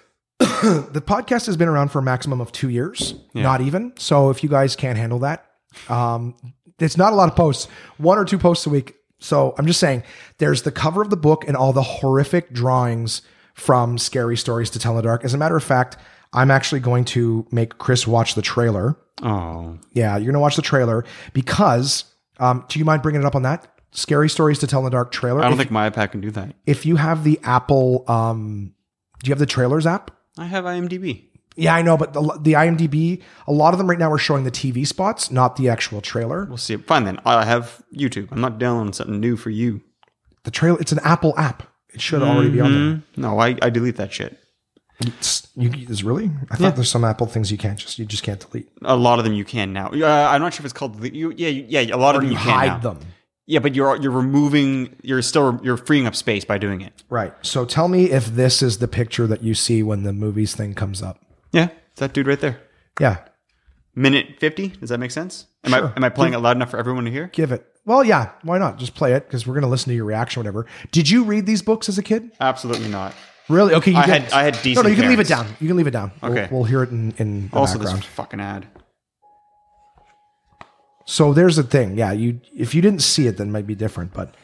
A: the podcast has been around for a maximum of two years, not even. So if you guys can't handle that, um, it's not a lot of posts, one or two posts a week. So I'm just saying, there's the cover of the book and all the horrific drawings from Scary Stories to Tell in the Dark. As a matter of fact, I'm actually going to make Chris watch the trailer.
C: Oh,
A: Yeah, you're gonna watch the trailer because. Um, do you mind bringing it up on that? Scary Stories to Tell in the Dark trailer.
C: I don't
A: if,
C: think my iPad can do that.
A: if you have the Apple, um, do you have the trailers app?
C: I have IMDb.
A: Yeah, I know, but the, the IMDb, a lot of them right now are showing the TV spots, not the actual trailer.
C: We'll see. Fine then. I have YouTube. I'm not downloading something new for you.
A: The trailer, it's an Apple app. It should already be
C: Mm-hmm.
A: on there.
C: No, I, I delete that shit.
A: It's, you, is really? I thought there's some Apple things you can't just you just can't delete.
C: A lot of them you can now. Uh, I'm not sure if it's called. delete. You, yeah, you- yeah. A lot of them you, can
A: Hide
C: now.
A: them.
C: Yeah, but you're you're removing. You're still you're freeing up space by doing it.
A: Right. So tell me if this is the picture that you see when the movies thing comes up.
C: Yeah, it's that dude right there.
A: Yeah,
C: Minute fifty. Does that make sense? Am
A: Sure.
C: I am I playing it loud enough for everyone to hear?
A: give it. Well, yeah, why not? Just play it because we're gonna listen to your reaction, whatever. Did you read these books as a kid?
C: Absolutely not.
A: Really? Okay, you
C: I
A: didn't.
C: had- I had
A: No,
C: decent
A: no, you can leave it down.
C: parents.
A: You can leave it down. We'll-
C: Okay.
A: We'll, hear it in, in the
C: Also,
A: background.
C: this fucking ad.
A: So there's the thing. Yeah, you if you didn't see it, then it might be different. But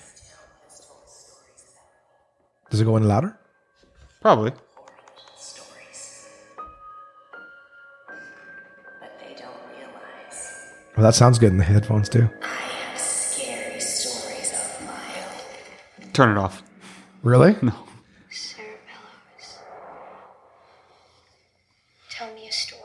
A: does it go any louder?
C: Probably.
D: stories. But they don't realize
A: Well, that sounds good in the headphones too.
D: scary stories of my own.
C: Turn it off.
A: Really?
E: Sir Bellows. Tell me a story.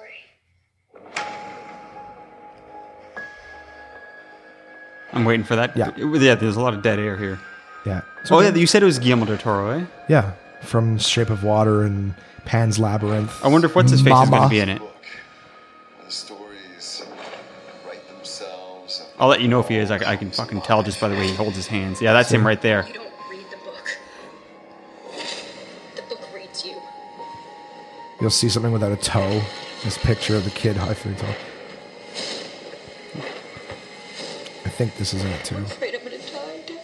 C: I'm waiting for that.
A: Yeah.
C: Yeah. There's a lot of dead air here.
A: Yeah. So,
C: Oh yeah, you said it was Guillermo del Toro, eh?
A: yeah. From Shape of Water and Pan's Labyrinth.
C: I wonder if what's his face is going
A: Mama.
C: to be in it.
F: book. The stories write themselves.
C: I'll let you know if he is. I, I can fucking tell just by the way he holds his hands. Yeah, that's him right there.
E: You don't read the book. The book reads you.
A: You'll see something without a toe. This picture of the kid hyphen toe. I think this is in it too.
E: Afraid I'm gonna die, Dad.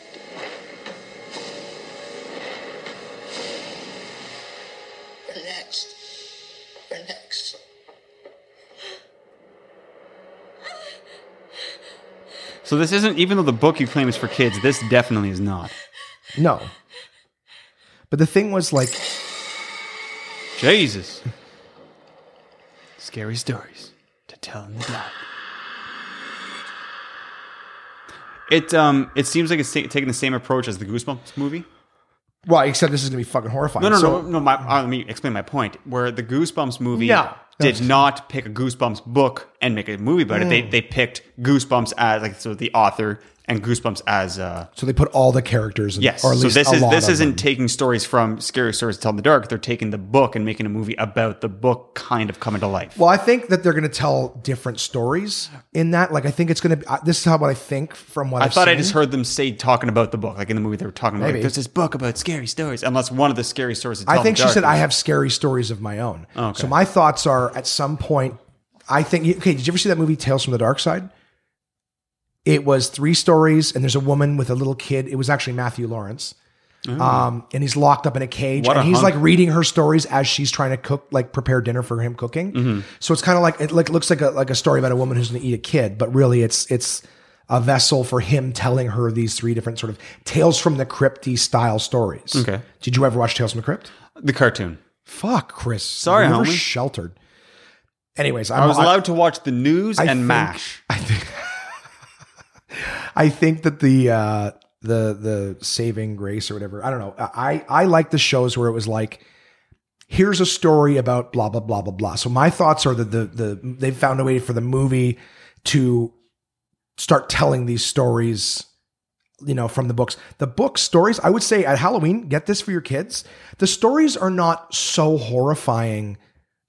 G: Relax. Relax.
C: So this isn't even though the book you claim is for kids. This definitely is not.
A: No. But the thing was like
C: Jesus. Scary stories to tell in the dark. It um it seems like it's ta- taking the same approach as the Goosebumps movie.
A: well, except this is gonna be fucking horrifying.
C: No, no,
A: So-
C: no, no. My, uh, let me explain my point. Where the Goosebumps movie
A: No.
C: did not pick a Goosebumps book and make a movie about it. They they picked Goosebumps as like so the author and Goosebumps as uh,
A: So they put all the characters in
C: yes.
A: or at
C: So
A: least
C: this
A: a
C: is
A: lot
C: this
A: of
C: isn't
A: them.
C: taking stories from scary stories to tell in the dark. They're taking the book and making a movie about the book kind of coming to life.
A: Well, I think that they're going to tell different stories in that. Like, I think it's going to be. Uh, this is how what I think from what
C: I
A: I've
C: thought I
A: seen.
C: just heard them say talking about the book, like in the movie they were talking about. Like,
A: Maybe.
C: There's this book about scary stories, unless one of the scary stories. to Tell
A: I
C: in
A: think
C: the
A: she
C: Dark
A: said I
C: is-
A: have scary stories of my own.
C: Okay.
A: So my thoughts are at some point. I think. Okay, did you ever see that movie Tales from the Dark Side? It was three stories, and there's a woman with a little kid. It was actually Matthew Lawrence. Um, and he's locked up in a cage,
C: Oh. What
A: and
C: a
A: he's
C: hunk.
A: like reading her stories as she's trying to cook, like prepare dinner for him cooking.
C: Mm-hmm.
A: So it's kind of like it like looks like a like a story about a woman who's going to eat a kid, but really it's it's a vessel for him telling her these three different sort of tales from the crypty style stories.
C: Okay.
A: Did you ever watch Tales from the Crypt?
C: the cartoon.
A: Fuck, Chris.
C: Sorry,
A: you were
C: homie.
A: sheltered. Anyways, I'm,
C: I was allowed to watch the news and
A: think-
C: Mash.
A: I think that the uh, the the saving grace or whatever. I don't know. I I like the shows where it was like here's a story about blah blah blah blah blah. So my thoughts are that the the they've found a way for the movie to start telling these stories you know from the books the book stories i would say at halloween get this for your kids the stories are not so horrifying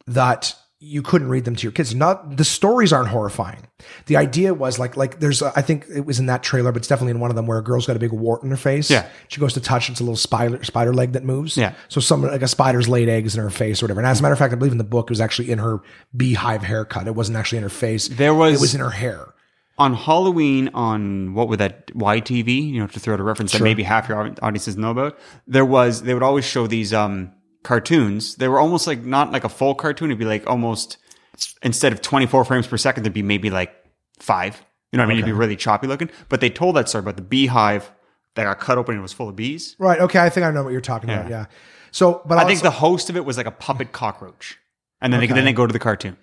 A: that you couldn't read them to your kids not the stories aren't horrifying the idea was like like there's a, i think it was in that trailer but it's definitely in one of them where a girl's got a big wart in her face
C: Yeah.
A: she goes to touch it's a little spider spider leg that moves
C: Yeah.
A: so some like a spider's laid eggs in her face or whatever and as a matter of fact i believe in the book it was actually in her beehive haircut it wasn't actually in her face
C: There was-
A: it was in her hair
C: on Halloween on what would that YTV, you know, to throw out a reference that maybe half your audiences know about, there was they would always show these um cartoons. They were almost like not like a full cartoon, it'd be like almost instead of 24 frames per second, there'd be maybe like five. You know what I mean? It'd be really choppy looking. But they told that story about the beehive that got cut open and was full of bees.
A: Right. Okay. I think I know what you're talking about. Yeah. So, but
C: I
A: also,
C: think the host of it was like a puppet cockroach. And then they then they go to the cartoon.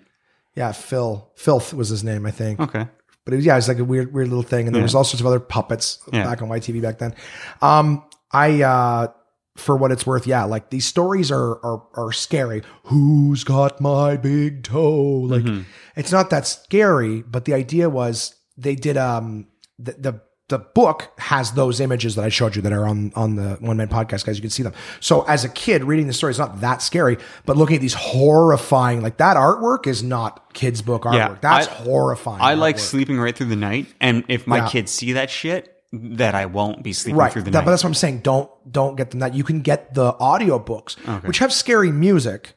A: yeah, Phil, Filth was his name, I think.
C: Okay.
A: But it was, yeah, it was like a weird, weird little thing. And there was all sorts of other puppets
C: Yeah.
A: back on YTV back then. Um, I, uh, for what it's worth, yeah, like these stories are, are, are scary. Who's got my big toe? Like
C: Mm-hmm.
A: it's not that scary, but the idea was they did, um, the, the, the book has those images that I showed you that are on on the One Man Podcast, guys. You can see them. So as a kid, reading the story is not that scary, but looking at these horrifying, like that artwork is not kids' book artwork.
C: Yeah,
A: That's
C: I-
A: horrifying.
C: I like
A: artwork.
C: sleeping right through the night, and if my
A: Yeah.
C: kids see that shit, that I won't be sleeping
A: right
C: through the
A: That-
C: night.
A: but that's what i'm saying don't don't get them that you can get the audio books which have scary music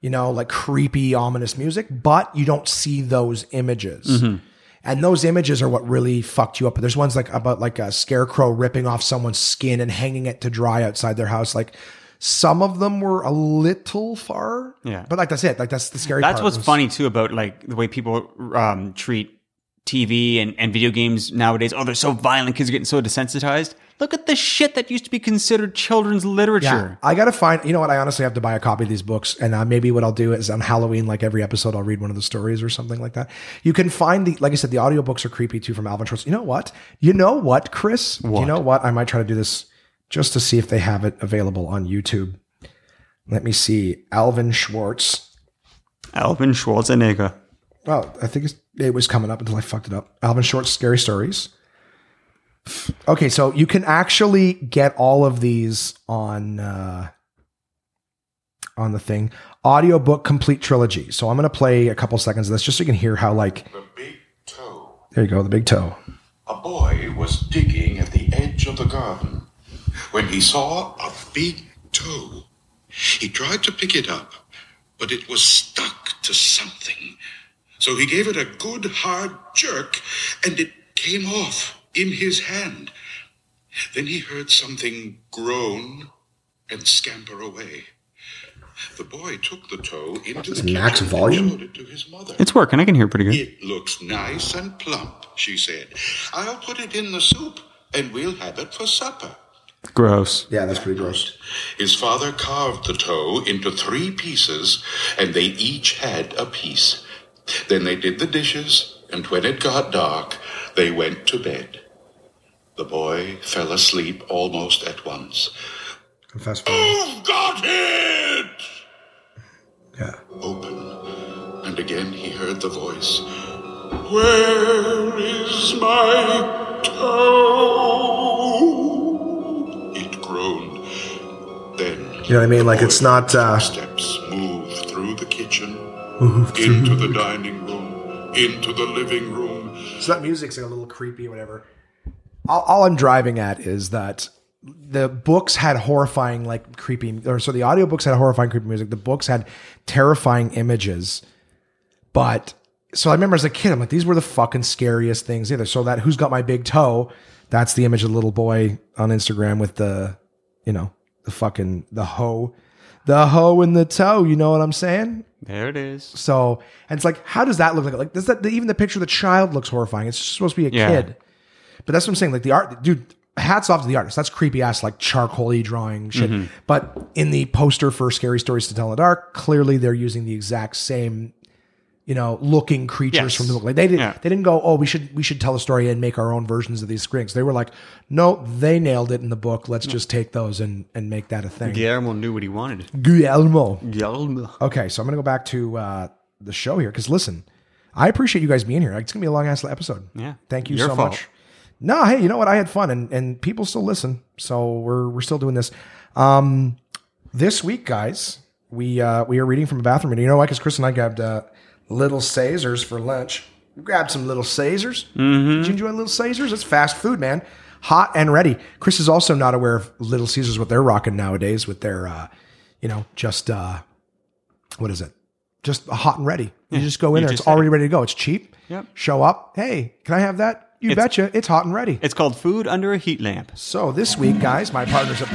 A: you know like creepy ominous music but you don't see those images
C: Mm-hmm.
A: and those images are what really fucked you up there's ones like about like a scarecrow ripping off someone's skin and hanging it to dry outside their house like some of them were a little far
C: Yeah.
A: but like that's it like that's the scary
C: That's
A: part
C: what's
A: was-
C: funny too about like the way people um, treat TV and, and video games nowadays. Oh, they're so violent. Kids are getting so desensitized. Look at the shit that used to be considered children's literature.
A: I gotta find. You know what? I honestly have to buy a copy of these books, and uh, maybe what I'll do is on Halloween, like every episode, I'll read one of the stories or something like that. You can find the, like I said, the audiobooks are creepy too from Alvin Schwartz. You know what? You know what, Chris? You know what? I might try to do this just to see if they have it available on YouTube. Let me see, Alvin Schwartz.
C: Alvin Schwarzenegger.
A: Oh, I think it's, it was coming up until I fucked it up. Alvin Short's Scary Stories. Okay, so you can actually get all of these on uh, on the thing audiobook complete trilogy. So I'm going to play a couple seconds of this just so you can hear how like
H: The big toe.
A: there you go, the big toe.
H: A boy was digging at the edge of the garden when he saw a big toe. He tried to pick it up, but it was stuck to something. So he gave it a good hard jerk and it came off in his hand. Then he heard something groan and scamper away. The boy took the toe into the
A: max
H: kitchen
A: volume?
H: and showed it to his mother.
C: It's working. I can hear it pretty good.
H: It looks nice and plump, she said. I'll put it in the soup, and we'll have it for supper.
C: Gross.
A: Yeah, that's pretty gross.
H: His father carved the toe into three pieces, and they each had a piece. Then they did the dishes, and when it got dark, they went to bed. The boy fell asleep almost at once.
A: Confess.
H: You've got it!
A: Yeah.
H: open, and again he heard the voice Where is my toe? It groaned. Then.
A: You know what I mean? Like, it's not, uh,
H: Steps moved through the kitchen, into the dining room, into the living room.
A: So that music's like a little creepy, or whatever. All, all I'm driving at is that the books had horrifying, like creepy, or so the audiobooks had horrifying, creepy music. The books had terrifying images. But so I remember as a kid, I'm like, these were the fucking scariest things either. So that Who's Got My Big Toe? That's the image of the little boy on Instagram with the, you know, the fucking, the hoe, the hoe and the toe. You know what I'm saying?
C: There it is.
A: So, and it's like, how does that look like? Like, does that even the picture of the child looks horrifying? It's supposed to be a
C: Yeah.
A: kid, but that's what I'm saying. Like the art, dude. Hats off to the artist. That's creepy ass, like charcoaly drawing shit.
C: Mm-hmm.
A: But in the poster for Scary Stories to Tell in the Dark, clearly they're using the exact same you know, looking creatures
C: Yes.
A: from the book. Like they didn't
C: Yeah.
A: they didn't go, oh, we should we should tell a story and make our own versions of these skinks. They were like, no, they nailed it in the book. Let's just take those and and make that a thing.
C: Guillermo knew what he wanted.
A: Guillermo.
C: Guillermo.
A: Okay, so I'm gonna go back to uh, the show here because listen, I appreciate you guys being here. It's gonna be a long ass episode.
C: Yeah.
A: thank you
C: Your
A: so
C: fault.
A: much. No, hey, you know what? I had fun, and and people still listen, so we're we're still doing this. Um, this week, guys, we uh, we are reading from a bathroom, and you know why? Because Chris and I grabbed uh, little Caesars for lunch. We grabbed some little Caesars.
C: Mm-hmm.
A: Did you enjoy little Caesars? It's fast food, man. Hot and ready. Chris is also not aware of Little Caesars what they're rocking nowadays with their, uh, you know, just uh, what is it? Just hot and ready. You just go in
C: you
A: there.
C: just
A: It's
C: said
A: already ready to go. It's cheap.
C: Yep.
A: Show up. Hey, can I have that? You betcha. It's hot and ready.
C: It's called Food Under a Heat Lamp.
A: So this week, guys, my partners at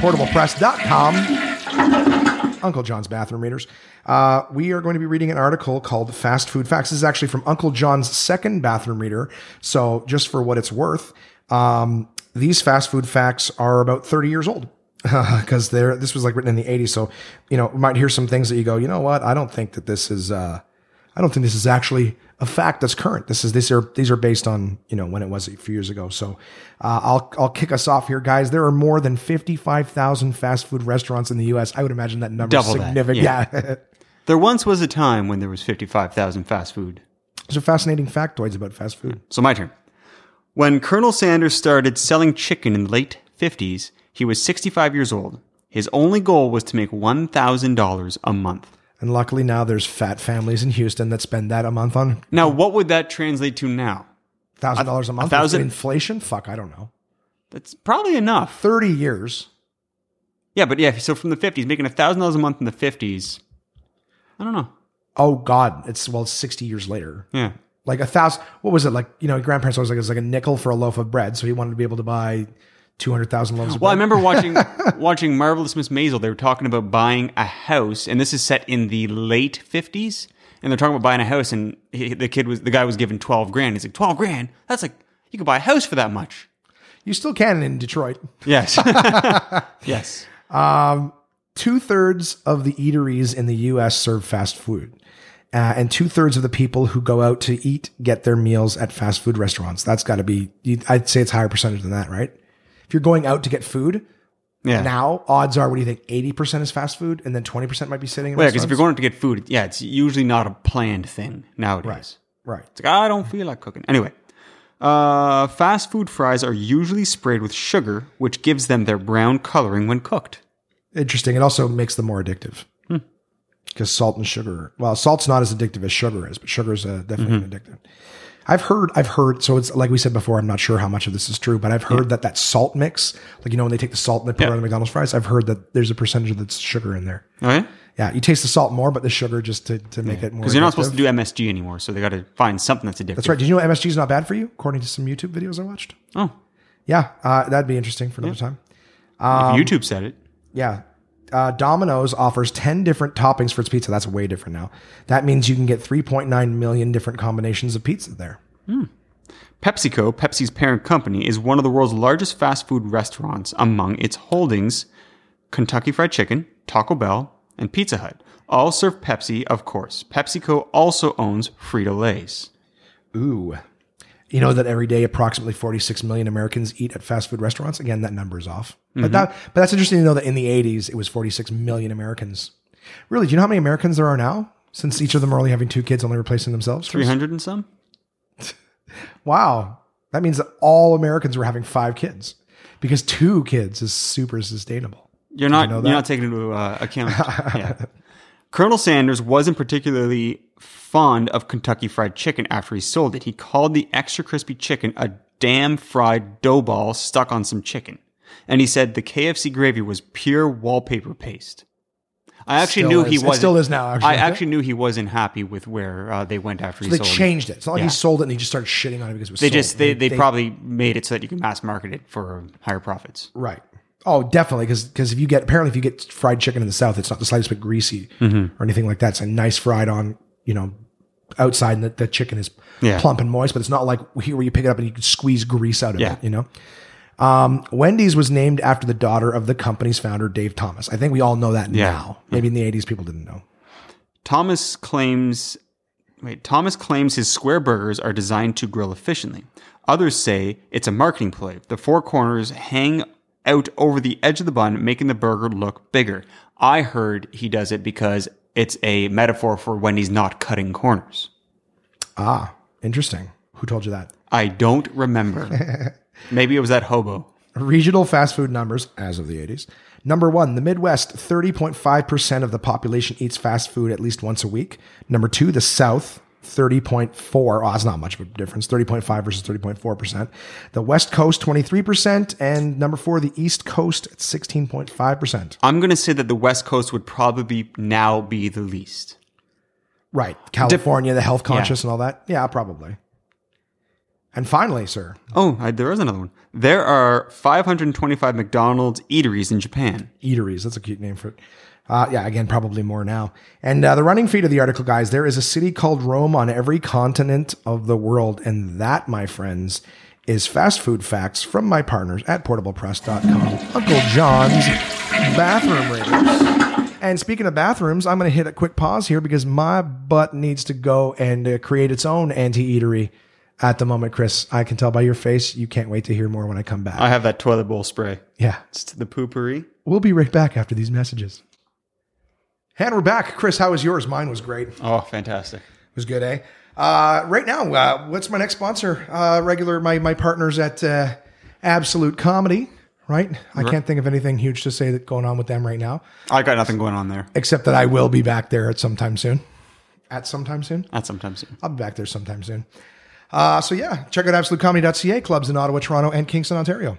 A: portablepress.com, Uncle John's Bathroom Readers, uh, we are going to be reading an article called Fast Food Facts. This is actually from Uncle John's second bathroom reader. So just for what it's worth, um, these fast food facts are about 30 years old. Because they're this was like written in the 80s, so you know, we might hear some things that you go, you know what? I don't think that this is uh I don't think this is actually a fact that's current. This is these are these are based on you know when it was a few years ago. So uh, I'll I'll kick us off here, guys. There are more than fifty five thousand fast food restaurants in the U.S. I would imagine that number is
C: Double that,
A: significant.
C: yeah.
A: yeah.
C: There once was a time when there was 55,000 fast food.
A: Those are fascinating factoids about fast food.
C: So my turn. When Colonel Sanders started selling chicken in the late 50s, he was 65 years old. His only goal was to make $1,000 a month.
A: And luckily now there's fat families in Houston that spend that a month on
C: Now, what would that translate to now?
A: thousand dollars a month. with
C: thousand-
A: inflation? Fuck, I don't know.
C: That's probably enough.
A: Thirty years.
C: Yeah, but yeah, so from the 50s, making $1,000 a month in the 50s, I don't know.
A: Oh God, it's well it's sixty years later.
C: Yeah.
A: like a thousand what was it like you know grandparents always like it was like a nickel for a loaf of bread so he wanted to be able to buy 200000 loaves of
C: Well, I
A: bread
C: remember watching watching Marvelous Miss Maisel. They were talking about buying a house, and this is set in the late fifties. And they're talking about buying a house, and he, the kid was the guy was given twelve grand. He's like twelve grand. That's like you could buy a house for that much.
A: you still can in detroit
C: Yes, yes.
A: two-thirds of the eateries in the us serve fast food uh, and two-thirds of the people who go out to eat get their meals at fast food restaurants that's got to be you- i'd say it's higher percentage than that right if you're going out to get food
C: Yeah.
A: now odds are what do you think 80% is fast food and then 20% might be sitting in
C: Well, yeah, because if you're
A: restaurants?
C: going out to get food, yeah, it's usually not a planned thing nowadays.
A: right
C: It's like, I don't feel like cooking. Anyway, uh, fast food fries are usually sprayed with sugar, which gives them their brown coloring when cooked.
A: interesting. It also makes them more addictive
C: Hmm.
A: because salt and sugar. Well, salt's not as addictive as sugar is, but sugar is uh, definitely
C: Hmm.
A: an addictive. I've heard, I've heard. So it's like we said before. I'm not sure how much of this is true, but I've heard that that salt mix, like you know, when they take the salt and they put it on the McDonald's fries, I've heard that there's a percentage of that's sugar in there.
C: All right.
A: Yeah, you taste the salt more, but the sugar just to, to make it more.
C: Because you're not supposed to do MSG anymore, so they got to find something that's addictive.
A: That's right. Did you know MSG is not bad for you, according to some YouTube videos I watched?
C: Oh,
A: Yeah, uh, that'd be interesting for another time.
C: if YouTube said it.
A: Yeah. Uh, Domino's offers 10 different toppings for its pizza. That's way different now. That means you can get 3.9 million different combinations of pizza there.
C: PepsiCo, Pepsi's parent company, is one of the world's largest fast food restaurants among its holdings. Kentucky Fried Chicken, Taco Bell, and Pizza Hut all serve Pepsi, of course. PepsiCo also owns Frito Lay's.
A: Ooh. You know that every day approximately 46 million Americans eat at fast food restaurants? Again, that number is off. But that but that's interesting to know that in the 80s it was 46 million Americans. Really, do you know how many Americans there are now? Since each of them are only having two kids, only replacing themselves?
C: 300 and some?
A: Wow. That means that all Americans were having five kids because two kids is super sustainable.
C: You're not, you
A: know
C: are
A: that?
C: not taking into uh, account. yeah. Colonel Sanders wasn't particularly fond of Kentucky Fried Chicken after he sold it. He called the extra crispy chicken a damn fried dough ball stuck on some chicken. And he said the KFC gravy was pure wallpaper paste. I actually
A: Still
C: knew
A: is.
C: he
A: It
C: was
A: still is now, actually.
C: I actually knew he wasn't happy with where uh, they went after he
A: They
C: sold it.
A: changed it. It's not like
C: Yeah.
A: he sold it and he just started shitting on it because it was
C: They
A: sold.
C: just they, they, probably made it so that you can mass market it for higher profits.
A: Right. Oh, definitely. Because if you get apparently if you get fried chicken in the South, it's not the slightest bit greasy or
C: Mm-hmm.
A: anything like that. It's a nice fried on you know outside, and the, the chicken is
C: Yeah.
A: plump and moist, but it's not like here where you pick it up and you can squeeze grease out of
C: Yeah.
A: it. You know. Um, Wendy's was named after the daughter of the company's founder, Dave Thomas. I think we all know that
C: Yeah.
A: now. Maybe in the 80s, people didn't know.
C: Thomas claims Wait, Thomas claims his square burgers are designed to grill efficiently. Others say it's a marketing ploy. The four corners hang out over the edge of the bun, making the burger look bigger. I heard he does it because it's a metaphor for when he's not cutting corners.
A: Ah, interesting. Who told you that?
C: I don't remember. Maybe it was that hobo.
A: Regional fast food numbers as of the 80s. Number one, the Midwest, 30.5% of the population eats fast food at least once a week. Number two, the South, 30.4. Oh, that's not much of a difference. 30.5 versus 30.4%. The West Coast, 23%. And number four, the East Coast at 16.5%.
C: I'm going to say that the West Coast would probably now be the least.
A: Right. California, the health conscious and all that. Yeah, probably. And finally, sir,
C: Oh, I, there is another one. There are 525 McDonald's eateries in Japan.
A: eateries. That's a cute name for it. Uh, yeah, again, probably more now. And uh, the running feed of the article, guys, there is a city called Rome on every continent of the world. And that, my friends, is fast food facts from my partners at portablepress.com. Uncle John's bathroom raiders. And speaking of bathrooms, I'm going to hit a quick pause here because my butt needs to go and uh, create its own anti eatery at the moment, Chris. I can tell by your face you can't wait to hear more when I come back.
C: I have that toilet bowl spray.
A: yeah.
C: It's to the poopery.
A: We'll be right back after these messages. And we're back. Chris, how was yours? Mine was great. It
C: Oh, fantastic.
A: was good, eh? Uh, right now, uh, what's my next sponsor? Uh, regular, my, my partners at uh, Absolute Comedy, right? I can't think of anything huge to say that going on with them right now,
C: I got nothing going on there.
A: except that I will be back there at sometime soon. At sometime soon?
C: Not sometimes. soon.
A: I'll be back there sometime soon. Uh, so, yeah, check out absolutecomedy.ca, clubs in Ottawa, Toronto, and Kingston, Ontario.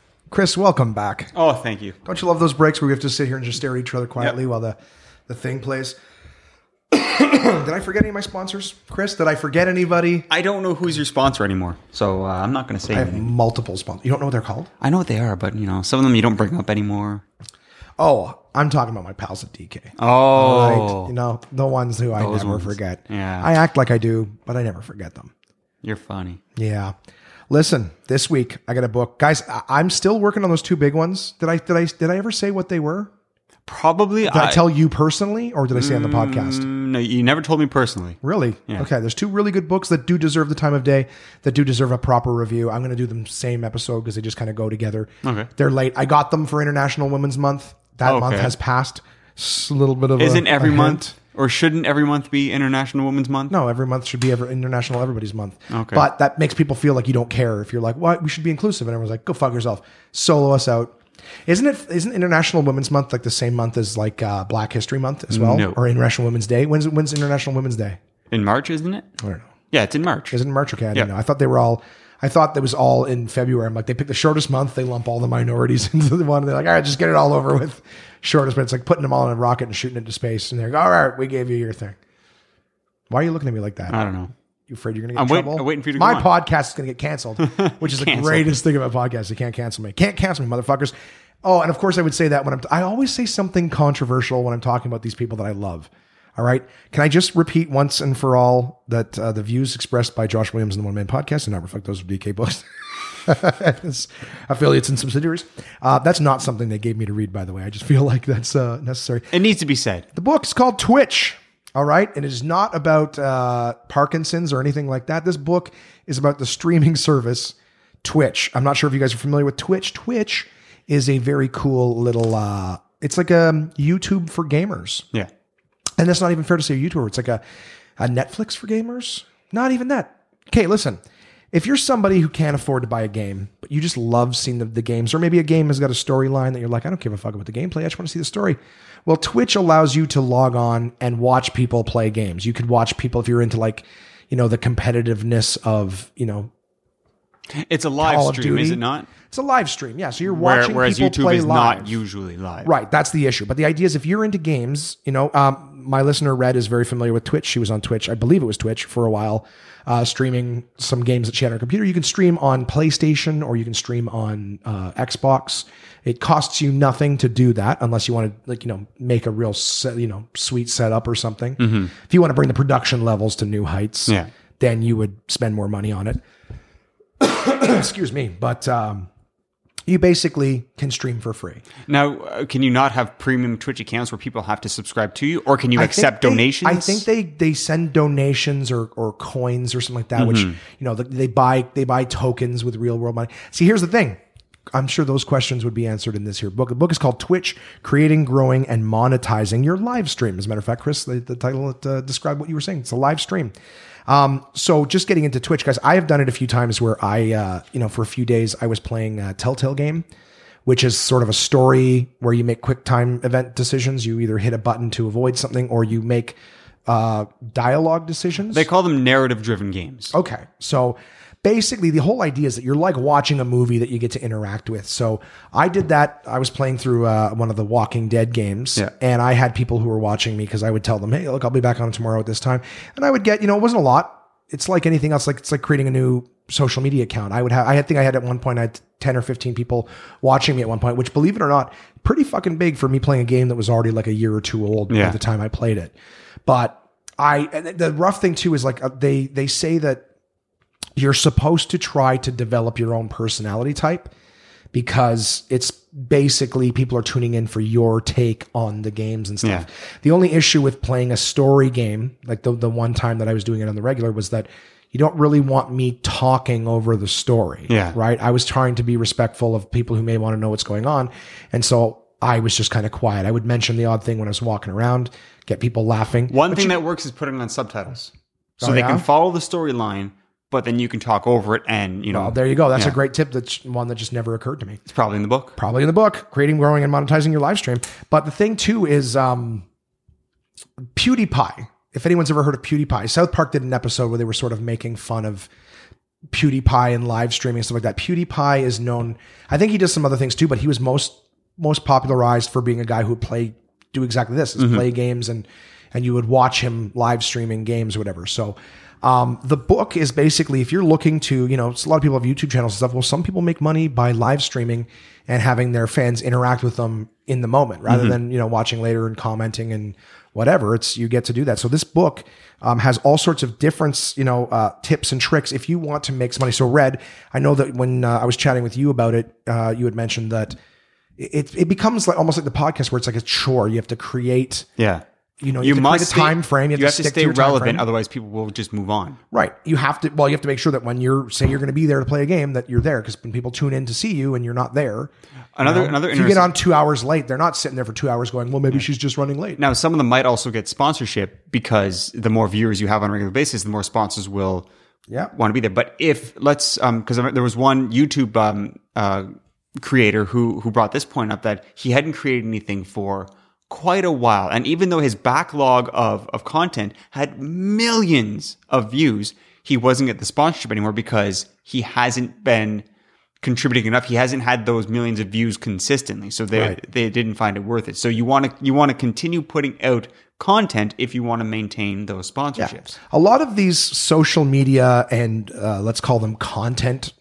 A: Chris, welcome back.
C: Oh, thank you.
A: Don't you love those breaks where we have to sit here and just stare at each other quietly while the, the thing plays? Did I forget any of my sponsors? Chris, did I forget anybody?
C: I don't know who's your sponsor anymore, so uh, I'm not going to say
A: I have
C: anything.
A: multiple sponsors. You don't know what they're called?
C: I know what they are, but you know, some of them you don't bring up anymore.
A: Oh, I'm talking about my pals at DK.
C: Oh,
A: Right? You know, the ones who I
C: Those
A: never
C: ones.
A: forget.
C: Yeah.
A: I act like I do, but I never forget them.
C: you're funny.
A: Yeah. Listen, this week I got a book. Guys, I- I'm still working on those two big ones. Did I did I did I ever say what they were?
C: Probably.
A: Did I, tell you personally or did I say on the
C: Mm,
A: podcast?
C: No, you never told me personally.
A: Really? Okay. There's two really good books that do deserve the time of day, that do deserve a proper review. I'm going to do them same episode because they just kind of go together.
C: Okay.
A: They're late. I got them for International Women's Month. That month
C: Okay.
A: has passed. S- A little bit of a-
C: Isn't every
A: a
C: month
A: hint.
C: or shouldn't every month be International Women's Month?
A: No, every month should be ever International Everybody's Month.
C: Okay.
A: But that makes people feel like you don't care if you're like, "What? We should be inclusive," and everyone's like, "Go fuck yourself." Solo us out. Isn't it? Isn't International Women's Month like the same month as like uh, Black History Month as well,
C: No.
A: or International Women's Day? When's when's International Women's Day?
C: In March, isn't it?
A: I don't know.
C: Yeah, it's in March.
A: Is it in March? Okay, I didn't
C: Yeah.
A: know. I thought they were all. I thought that was all in February. I'm like, they pick the shortest month. They lump all the minorities into the one. And they're like, all right, just get it all over with. Shortest, but it's like putting them all in a rocket and shooting into space. And they're like, all right, we gave you your thing. Why are you looking at me like that?
C: I don't know.
A: You afraid you're going to get
C: I'm
A: in
C: wait-
A: trouble?
C: I'm waiting for you to
A: My
C: go on.
A: podcast is going to get canceled, which is the
C: Canceled.
A: greatest thing about podcasts. You can't cancel me. Can't cancel me, motherfuckers. Oh, and of course I would say that when I'm. T- I always say something controversial when I'm talking about these people that I love. All right, can I just repeat once and for all that uh, the views expressed by Josh Williams and the One Man Podcast do not reflect those of DK Books, It's affiliates and subsidiaries. Uh, that's not something they gave me to read, by the way. I just feel like that's uh, necessary.
C: It needs to be said.
A: The book is called Twitch. All right. And it is not about uh, Parkinson's or anything like that. This book is about the streaming service Twitch. I'm not sure if you guys are familiar with Twitch. Twitch is a very cool little, uh, it's like a YouTube for gamers.
C: Yeah.
A: And that's not even fair to say a YouTuber. It's like a, a Netflix for gamers. Not even that. Okay, listen. If you're somebody who can't afford to buy a game, but you just love seeing the, the games, or maybe a game has got a storyline that you're like, I don't give a fuck about the gameplay. I just want to see the story. Well, Twitch allows you to log on and watch people play games. You could watch people if you're into like, you know, the competitiveness of, you know,
C: It's a live
A: Call of
C: stream, is
A: Duty.
C: it not?
A: it's a live stream. Yeah. So you're
C: Where,
A: watching
C: whereas
A: people
C: YouTube
A: play
C: is
A: live.
C: not usually live.
A: Right, that's the issue. But the idea is if you're into games, you know, um, my listener Red is very familiar with Twitch. She was on Twitch, I believe it was Twitch for a while, uh, streaming some games that she had on her computer. You can stream on PlayStation or you can stream on uh, Xbox. It costs you nothing to do that unless you want to, like, you know, make a real, se- you know, sweet setup or something. If you want to bring the production levels to new heights,
C: Yeah.
A: then you would spend more money on it. Excuse me, but um, you basically can stream for free.
C: Now, uh, can you not have premium Twitch accounts where people have to subscribe to you, or can you
A: think
C: accept
A: they-
C: donations?
A: I think they they send donations or or coins or something like that,
C: Mm-hmm.
A: which you know the, they buy they buy tokens with real world money. See, here's the thing. I'm sure those questions would be answered in this here book. The book is called Twitch: Creating, Growing, and Monetizing Your Live Stream. As a matter of fact, Chris, the, the title that, uh, described what you were saying. It's a live stream. Um, so just getting into Twitch, guys, I have done it a few times where I, uh, you know, for a few days I was playing a Telltale game which is sort of a story where you make quick time event decisions. You either hit a button to avoid something or you make uh, dialogue decisions.
C: They call them narrative driven games.
A: Okay. So basically, the whole idea is that you're like watching a movie that you get to interact with. So I did that. I was playing through uh, one of the Walking Dead games,
C: Yeah.
A: and I had people who were watching me because I would tell them, hey, look, I'll be back on tomorrow at this time. And I would get, you know, it wasn't a lot. It's like anything else. Like it's like creating a new social media account. I would have, I had- think I had at one point, I had 10 or 15 people watching me at one point, which believe it or not, pretty fucking big for me playing a game that was already like a year or two old
C: Yeah.
A: by the time I played it. But I, and the rough thing too is like uh, they, they say that you're supposed to try to develop your own personality type because it's basically people are tuning in for your take on the games and stuff. The only issue with playing a story game, like the the one time that I was doing it on the regular, was that you don't really want me talking over the story.
C: Yeah.
A: Right. I was trying to be respectful of people who may want to know what's going on. And so I was just kind of quiet. I would mention the odd thing when I was walking around, get people laughing.
C: One
A: But
C: thing
A: you-
C: that works is putting on subtitles, so
A: Oh,
C: they
A: yeah?
C: can follow the storyline, but then you can talk over it, and you know
A: well, Oh, there you go. That's
C: Yeah.
A: a great tip. That's one that just never occurred to me.
C: it's probably in the book.
A: probably in the book creating growing and monetizing your live stream but the thing too is um pewdiepie if anyone's ever heard of pewdiepie south park did an episode where they were sort of making fun of pewdiepie and live streaming and stuff like that pewdiepie is known i think he does some other things too but he was most most popularized for being a guy who would play do exactly this is play games and and you would watch him live streaming games or whatever so um, the book is basically if you're looking to, you know, a lot of people have YouTube channels and stuff. Well, some people make money by live streaming and having their fans interact with them in the moment rather than, you know, watching later and commenting and whatever. It's you get to do that. So this book um, has all sorts of different, you know, uh, tips and tricks if you want to make some money. So, Red, I know that when uh, I was chatting with you about it, uh, you had mentioned that it, it becomes like almost like the podcast where it's like a chore. You have to create.
C: Yeah,
A: You know, you, have to create a
C: stay-
A: time frame. You have to, stick
C: stay
A: your time
C: relevant,
A: frame.
C: otherwise people will just move on.
A: Right. You have to, well, you have to make sure that when you're, say, you're going to be there to play a game, that you're there because when people tune in to see you and you're not there,
C: Another another
A: if you get
C: interesting-
A: on two hours late, they're not sitting there for two hours going, well, maybe she's just running late.
C: Now, some of them might also get sponsorship because the more viewers you have on a regular basis, the more sponsors will
A: Yeah.
C: want to be there. But if let's, um, because there was one YouTube um, uh, creator who who brought this point up that he hadn't created anything for quite a while, and even though his backlog of of content had millions of views, he wasn't at the sponsorship anymore because he hasn't been contributing enough. He hasn't had those millions of views consistently, so they
A: Right.
C: they didn't find it worth it. So you want to you want to continue putting out content if you want to maintain those sponsorships.
A: A lot of these social media and uh, let's call them content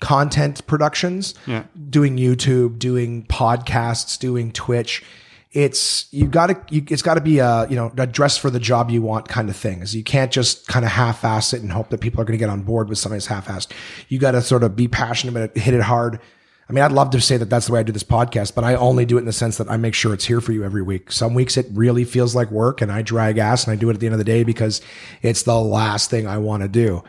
A: content productions,
C: Yeah.
A: doing YouTube, doing podcasts, doing Twitch. It's you got to you, it's got to be a you know a dress for the job you want kind of thing. Is you can't just kind of half-ass it and hope that people are going to get on board with something that's half-assed. You got to sort of be passionate about it, hit it hard. I mean, I'd love to say that that's the way I do this podcast, but I only do it in the sense that I make sure it's here for you every week. Some weeks it really feels like work and I drag ass and I do it at the end of the day because it's the last thing I want to do.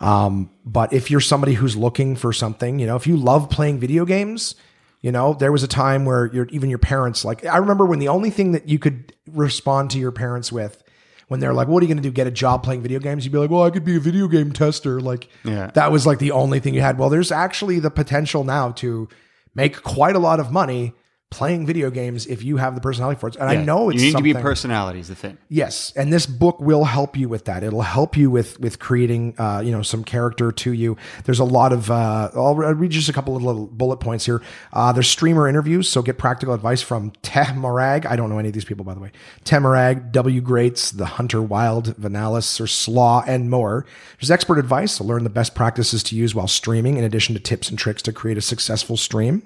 A: Um, but if you're somebody who's looking for something, you know, if you love playing video games, you know, there was a time where your even your parents like I remember when the only thing that you could respond to your parents with when they're like, "What are you going to do? Get a job playing video games?" You'd be like, "Well, I could be a video game tester." Like,
C: Yeah.
A: that was like the only thing you had. Well, there's actually the potential now to make quite a lot of money playing video games if you have the personality for it. And I
C: Yeah.
A: know it's
C: you need
A: something,
C: to be personality is the thing.
A: Yes, and this book will help you with that. It'll help you with with creating, uh, you know, some character to you. There's a lot of. Uh, I'll re- I'll read just a couple of little bullet points here. Uh, there's streamer interviews, so get practical advice from Teh Marag. I don't know any of these people, by the way. Teh Marag, W. Greats, The Hunter Wild, Vanalis, or Slaw, and more. There's expert advice to learn the best practices to use while streaming, in addition to tips and tricks to create a successful stream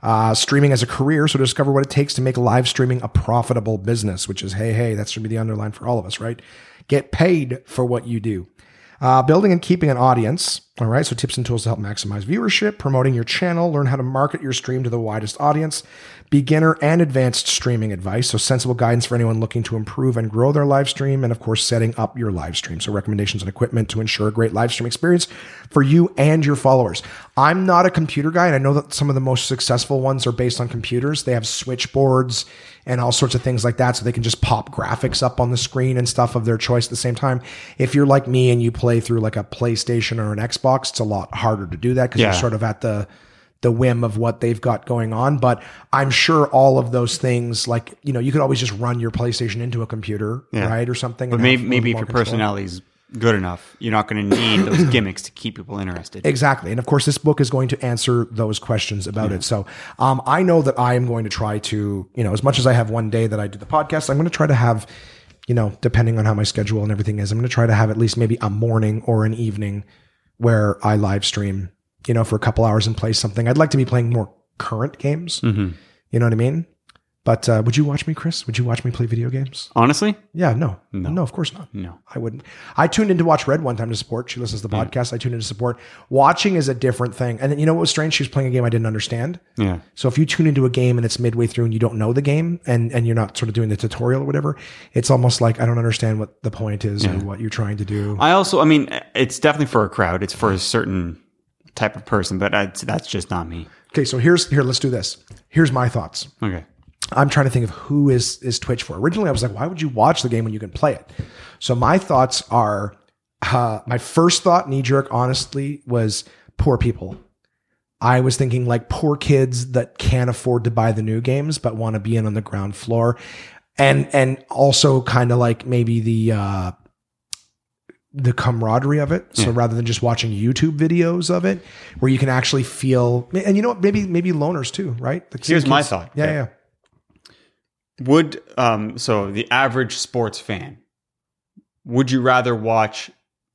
A: uh, streaming as a career. So discover what it takes to make live streaming a profitable business, which is hey, hey, that should be the underline for all of us, right? Get paid for what you do. Uh, building and keeping an audience. All right. So tips and tools to help maximize viewership, promoting your channel, learn how to market your stream to the widest audience, beginner and advanced streaming advice. So sensible guidance for anyone looking to improve and grow their live stream. And of course, setting up your live stream. So recommendations and equipment to ensure a great live stream experience for you and your followers. I'm not a computer guy. And I know that some of the most successful ones are based on computers. They have switchboards and all sorts of things like that. So they can just pop graphics up on the screen and stuff of their choice at the same time. If you're like me and you play through like a PlayStation or an Xbox, it's a lot harder to do that because
C: Yeah.
A: you're sort of at the the whim of what they've got going on. But I'm sure all of those things, like you know, you could always just run your PlayStation into a computer, right, or something.
C: But
A: and have
C: maybe,
A: a
C: maybe if
A: little more
C: your
A: control.
C: personality is good enough, you're not going to need those gimmicks to keep people interested.
A: Exactly. And of course, this book is going to answer those questions about it. So um, I know that I am going to try to, you know, as much as I have one day that I do the podcast, I'm going to try to have, you know, depending on how my schedule and everything is, I'm going to try to have at least maybe a morning or an evening where I live stream, you know, for a couple hours and play something. I'd like to be playing more current games.
C: Mm-hmm.
A: You know what I mean? But uh, would you watch me, Chris? Would you watch me play video games?
C: Honestly,
A: Yeah, no.
C: No.
A: No, of course not.
C: no.
A: I wouldn't. I tuned in to watch Red one time to support. She listens to the podcast. I tuned in to support. Watching is a different thing. And then, you know what was strange? She was playing a game I didn't understand.
C: Yeah.
A: So if you tune into a game and it's midway through and you don't know the game and, and you're not sort of doing the tutorial or whatever, it's almost like I don't understand what the point is or what you're trying to do.
C: I also, I mean, it's definitely for a crowd. It's for a certain type of person, but I, that's just not me.
A: okay, so here's here. Let's do this. Here's my thoughts.
C: Okay.
A: I'm trying to think of who is is Twitch for. Originally, I was like, why would you watch the game when you can play it? So my thoughts are, uh, my first thought, knee jerk, honestly, was poor people. I was thinking like poor kids that can't afford to buy the new games but want to be in on the ground floor, and and also kind of like maybe the uh, the camaraderie of it. So rather than just watching YouTube videos of it, where you can actually feel and you know what, maybe maybe loners too, right? The
C: Here's
A: kids-
C: my thought.
A: Yeah,
C: Okay.
A: yeah.
C: Would um so the average sports fan would you rather watch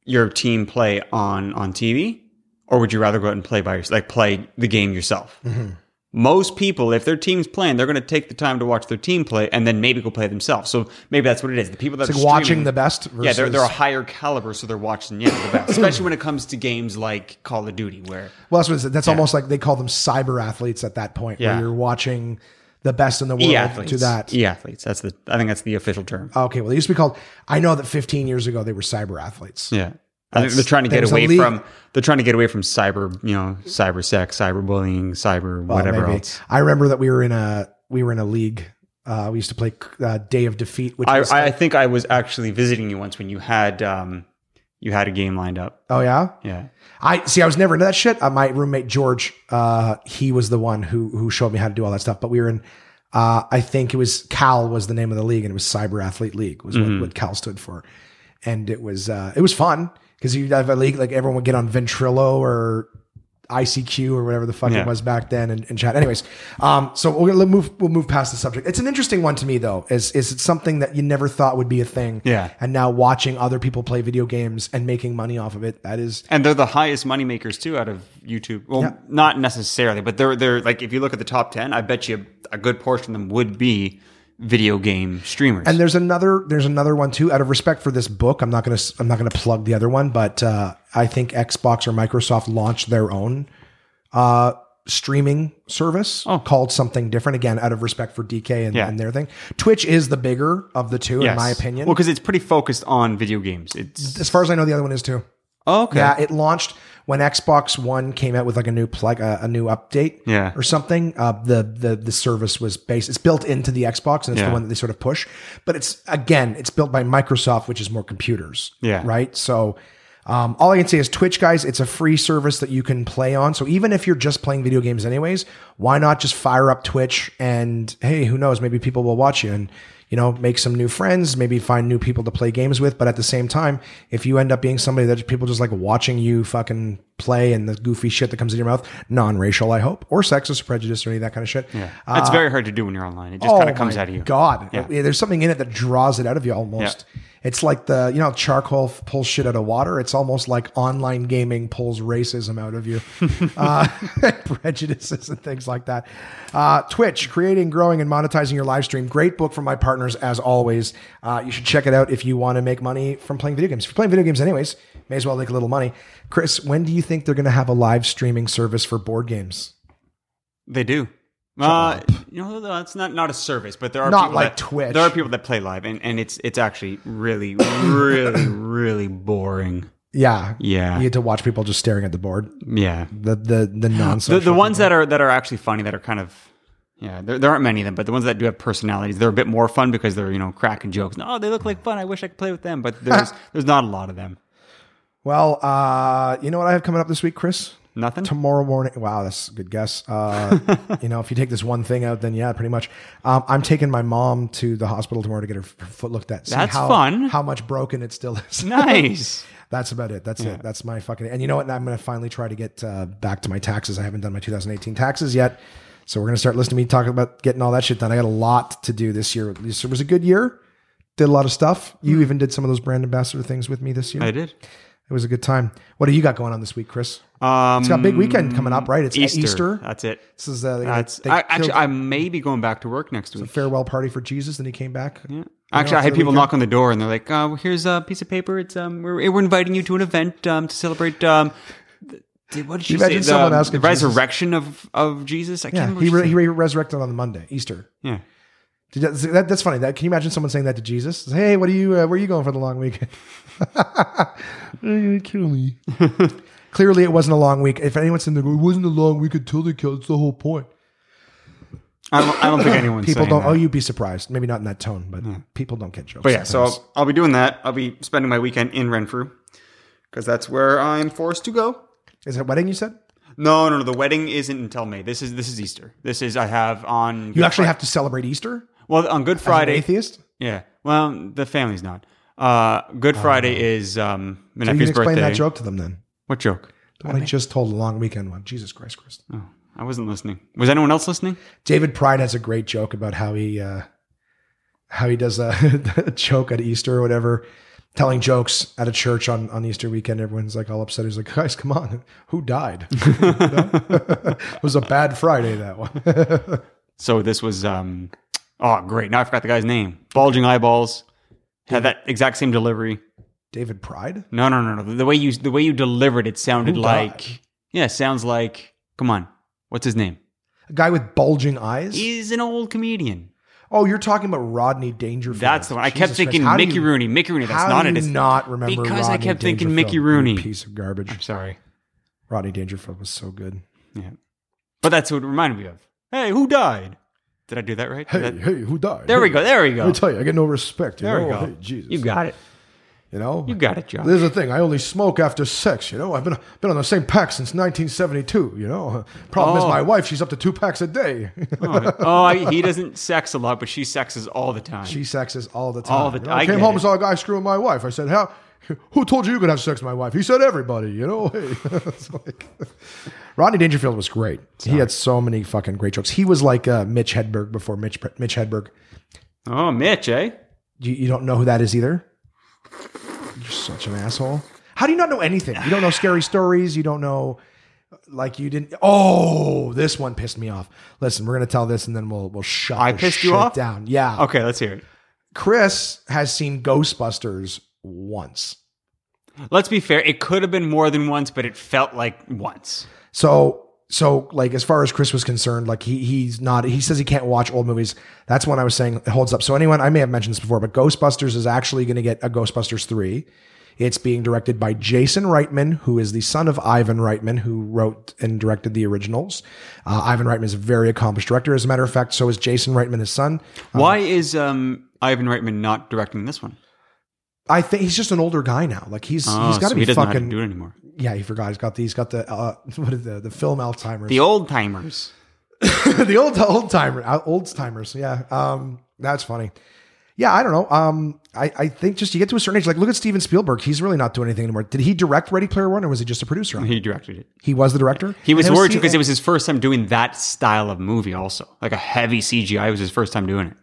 C: your team play on on TV or would you rather go out and play by yourself like play the game yourself?
A: Mm-hmm.
C: Most people, if their team's playing, they're going to take the time to watch their team play and then maybe go play themselves. So maybe that's what it is. The people that
A: It's
C: are
A: like watching
C: streaming-
A: the best versus
C: yeah, they're, they're a higher caliber, so they're watching yeah the best, especially when it comes to games like Call of Duty, where
A: well, that's, what it's- that's almost like they call them cyber athletes at that point,
C: Yeah.
A: where you're watching the best in the world
C: e athletes
A: to that. Uh,
C: e athletes. That's the I think that's the official term.
A: Okay, well, they used to be called. I know that 15 years ago they were cyber athletes.
C: Yeah. I think they're trying to get
A: there's a
C: away
A: league-
C: from they're trying to get away from cyber, you know, cyber sex, cyber bullying, cyber
A: Well,
C: whatever
A: Uh, maybe.
C: else.
A: I remember that we were in a we were in a league. Uh, we used to play uh, Day of Defeat, which
C: I,
A: was,
C: I think I was actually visiting you once when you had um you had a game lined up.
A: oh yeah,
C: Yeah.
A: I see. I was never into that shit. Uh, my roommate George, uh, he was the one who who showed me how to do all that stuff. But we were in, uh, I think it was Cal was the name of the league, and it was Cyber Athlete League was
C: Mm-hmm.
A: what, what Cal stood for, and it was uh, it was fun because you'd have a league like everyone would get on Ventrilo or ICQ or whatever the fuck
C: Yeah.
A: it was back then and, and chat. Anyways, um, so we're gonna move we'll move past the subject. It's an interesting one to me though. Is is it something that you never thought would be a thing?
C: Yeah.
A: And now watching other people play video games and making money off of it, that is
C: And they're the highest money makers too out of YouTube. Well, not necessarily, but they're they're like if you look at the top 10, I bet you a good portion of them would be video game streamers.
A: And there's another there's another one too. Out of respect for this book, I'm not gonna I'm not gonna plug the other one, but uh, I think Xbox or Microsoft launched their own uh, streaming service called something different. Again, out of respect for DK and,
C: Yeah.
A: and their thing. Twitch is the bigger of the two, in my opinion.
C: Well, cuz it's pretty focused on video games. It's
A: as far as I know, the other one is too.
C: Okay.
A: Yeah, it launched when Xbox One came out with like a new plug, a, a new update,
C: Yeah.
A: or something. Uh, the the the service was based. It's built into the Xbox, and it's the
C: Yeah.
A: one that they sort of push. But it's again, it's built by Microsoft, which is more computers.
C: Yeah.
A: Right. So. Um, all I can say is Twitch, guys. It's a free service that you can play on. So even if you're just playing video games, anyways, why not just fire up Twitch and hey, who knows? Maybe people will watch you and you know make some new friends, maybe find new people to play games with. But at the same time, if you end up being somebody that people just like watching you fucking play and the goofy shit that comes in your mouth, non-racial, I hope, or sexist or prejudice or any of that kind of shit, yeah.
C: it's very hard to do when you're online. It just kind of comes
A: uh, Oh my
C: out of you.
A: God,
C: Yeah.
A: Yeah, there's something in it that draws it out of you almost. It's like the you know charcoal f- pulls shit out of water. It's almost like online gaming pulls racism out of you, uh, prejudices and things like that. Uh, Twitch, creating, growing, and monetizing your live stream. Great book from my partners as always. Uh, you should check it out if you want to make money from playing video games. If you're playing video games anyways, may as well make a little money. Chris, when do you think they're going to have a live streaming service for board games?
C: They do. Uh, you know, that's not not a service, but there are
A: Not
C: people
A: like
C: that,
A: Twitch.
C: There are people that play live, and, and it's it's actually really, really, really boring.
A: Yeah,
C: Yeah.
A: You get to watch people just staring at the board.
C: Yeah,
A: the the the non
C: the the ones that are that are actually funny that are kind of yeah. There, there aren't many of them, but the ones that do have personalities, they're a bit more fun because they're you know cracking jokes. Oh, they look like fun. I wish I could play with them, but there's there's not a lot of them.
A: well uh you know what i have coming up this week chris
C: Nothing.
A: tomorrow morning wow that's a good guess uh you know if you take this one thing out then yeah pretty much um, i'm taking my mom to the hospital tomorrow to get her f- foot looked at see
C: That's
A: how,
C: fun.
A: how much broken it still is
C: nice.
A: that's about it that's it that's my fucking and you know what i'm gonna finally try to get uh, back to my taxes i haven't done my 2018 taxes yet so we're gonna start listening to me talking about getting all that shit done i got a lot to do this year this was a good year did a lot of stuff you even did some of those brand ambassador things with me this year
C: Hmm. I did.
A: it was a good time. What do you got going on this week, Chris?
C: Um,
A: It's got a big weekend coming up, right? It's Easter.
C: That's it.
A: This is uh, they-
C: That's
A: they
C: I, actually
A: killed
C: I may be going back to work next week.
A: a farewell party for Jesus, and he came back. Yeah.
C: Actually, I
A: after
C: had
A: the
C: people
A: weekend.
C: knock on the door and they're like, uh, well, "Here's a piece of paper. It's um, we're, we're inviting you to an event um, to celebrate um, the, what did you
A: Imagine
C: say?
A: someone
C: the,
A: asking
C: the
A: Jesus.
C: resurrection of of Jesus. I can't
A: Yeah,
C: remember.
A: he,
C: what
A: re- he
C: you
A: re- resurrected on the Monday, Easter.
C: said. yeah.
A: Did that- that- that's funny. That, can you imagine someone saying that to Jesus? Hey, what are you? Uh, where are you going for the long weekend? You're gonna kill me. Clearly, it wasn't a long week. If anyone's in there, it wasn't a long week until they killed. It's the whole point.
C: I don't, I don't think anyone's
A: People
C: saying
A: don't.
C: that.
A: Oh, you'd be surprised. Maybe not in that tone, but people don't get jokes.
C: But yeah, so
A: sometimes.
C: I'll, I'll be doing that. I'll be spending my weekend in Renfrew because that's where I'm forced to go.
A: is it wedding? You said
C: No, no, no. The wedding isn't until May. This is this is Easter. This is I have on.
A: you actually have to celebrate Easter.
C: well on Good
A: As an
C: Friday.
A: atheist.
C: Yeah. Well, the family's not. Uh, Good Friday is um, my
A: Oh, So you
C: nephew's
A: can explain
C: birthday.
A: that joke to them then.
C: What joke?
A: The one I just told a long weekend one. Jesus Christ, Chris.
C: I wasn't listening. Was anyone else listening?
A: David Pride has a great joke about how he uh, how he does a, a joke at Easter or whatever, telling jokes at a church on, on Easter weekend. Everyone's like all upset. He's like, guys, come on, who died? it was a bad Friday that one.
C: So this was um oh great. Now I forgot the guy's name. Bulging eyeballs. Had that exact same delivery.
A: David Pride.
C: No, no, no, no. The way you the way you delivered it sounded
A: Who died?
C: like Yeah, sounds like come on. What's his name?
A: A guy with bulging eyes.
C: He's an old comedian.
A: oh, you're talking about Rodney Dangerfield.
C: That's the one. I kept
A: Jesus
C: thinking
A: Christ, how do
C: Mickey
A: you-
C: Rooney. Mickey Rooney. That's
A: how
C: not
A: do
C: it.
A: you
C: It's
A: not remember
C: because I
A: Rodney
C: kept thinking Mickey
A: Dangerfield, you
C: Rooney.
A: Piece of garbage.
C: Sorry.
A: Rodney Dangerfield was so good.
C: But that's what it reminded me of. Hey, who died? Did I do that right? Did
A: Hey,
C: that-
A: hey, who died?
C: there we
A: Hey,
C: go. There we
A: Let
C: go.
A: me tell you, I get no respect. You
C: There
A: know?
C: we go.
A: Hey, Jesus,
C: You got it.
A: You know,
C: You got it, Josh.
A: There's the thing. I only smoke after sex. You know, I've been been on the same pack since 1972. You know, problem is
C: Oh.
A: my wife. She's up to two packs a day.
C: oh, oh, I- he doesn't sex a lot, but she sexes all the time.
A: she sexes all the time.
C: All the
A: you
C: t-
A: know? I,
C: I
A: came
C: get
A: home
C: it.
A: and saw a guy screwing my wife. I said, "How? Who told you you could have sex with my wife?" He said, "Everybody." You know, hey. It's like- Rodney Dangerfield was great. He had so many fucking great jokes. He was like uh, Mitch Hedberg before Mitch Mitch Hedberg.
C: oh, Mitch, eh?
A: You, you don't know who that is either? You're such an asshole. How do you not know anything? You don't know scary stories. You don't know, like you didn't. Oh, this one pissed me off. Listen, we're gonna tell this and then we'll we'll shut.
C: I
A: this
C: pissed you
A: shit
C: off?
A: Down. Yeah.
C: Okay, let's hear it.
A: Chris has seen Ghostbusters once.
C: Let's be fair. It could have been more than once, but it felt like once.
A: So so like as far as Chris was concerned, like he he's not he says he can't watch old movies. That's when I was saying it holds up. So anyone I may have mentioned this before, but Ghostbusters is actually going to get a Ghostbusters three. It's being directed by Jason Reitman, who is the son of Ivan Reitman, who wrote and directed the originals. Uh, Ivan Reitman is a very accomplished director. As a matter of fact, so is Jason Reitman, his son.
C: Why is um, Ivan Reitman not directing this one?
A: I think he's just an older guy now. Like he's he's
C: Oh,
A: got to
C: so
A: be
C: he doesn't know how to
A: fucking
C: do it anymore.
A: yeah. He forgot. He's got the he's got the uh, what is the the film Alzheimer's.
C: The old timers.
A: the old old timer uh, old timers yeah um that's funny yeah i don't know um I, I think just you get to a certain age like look at steven spielberg he's really not doing anything anymore did he direct ready player one or was he just a producer on it?
C: He directed it.
A: he was the director
C: He was
A: And
C: worried because
A: C-
C: it was his first time doing that style of movie. Also, like a heavy CGI was his first time doing it.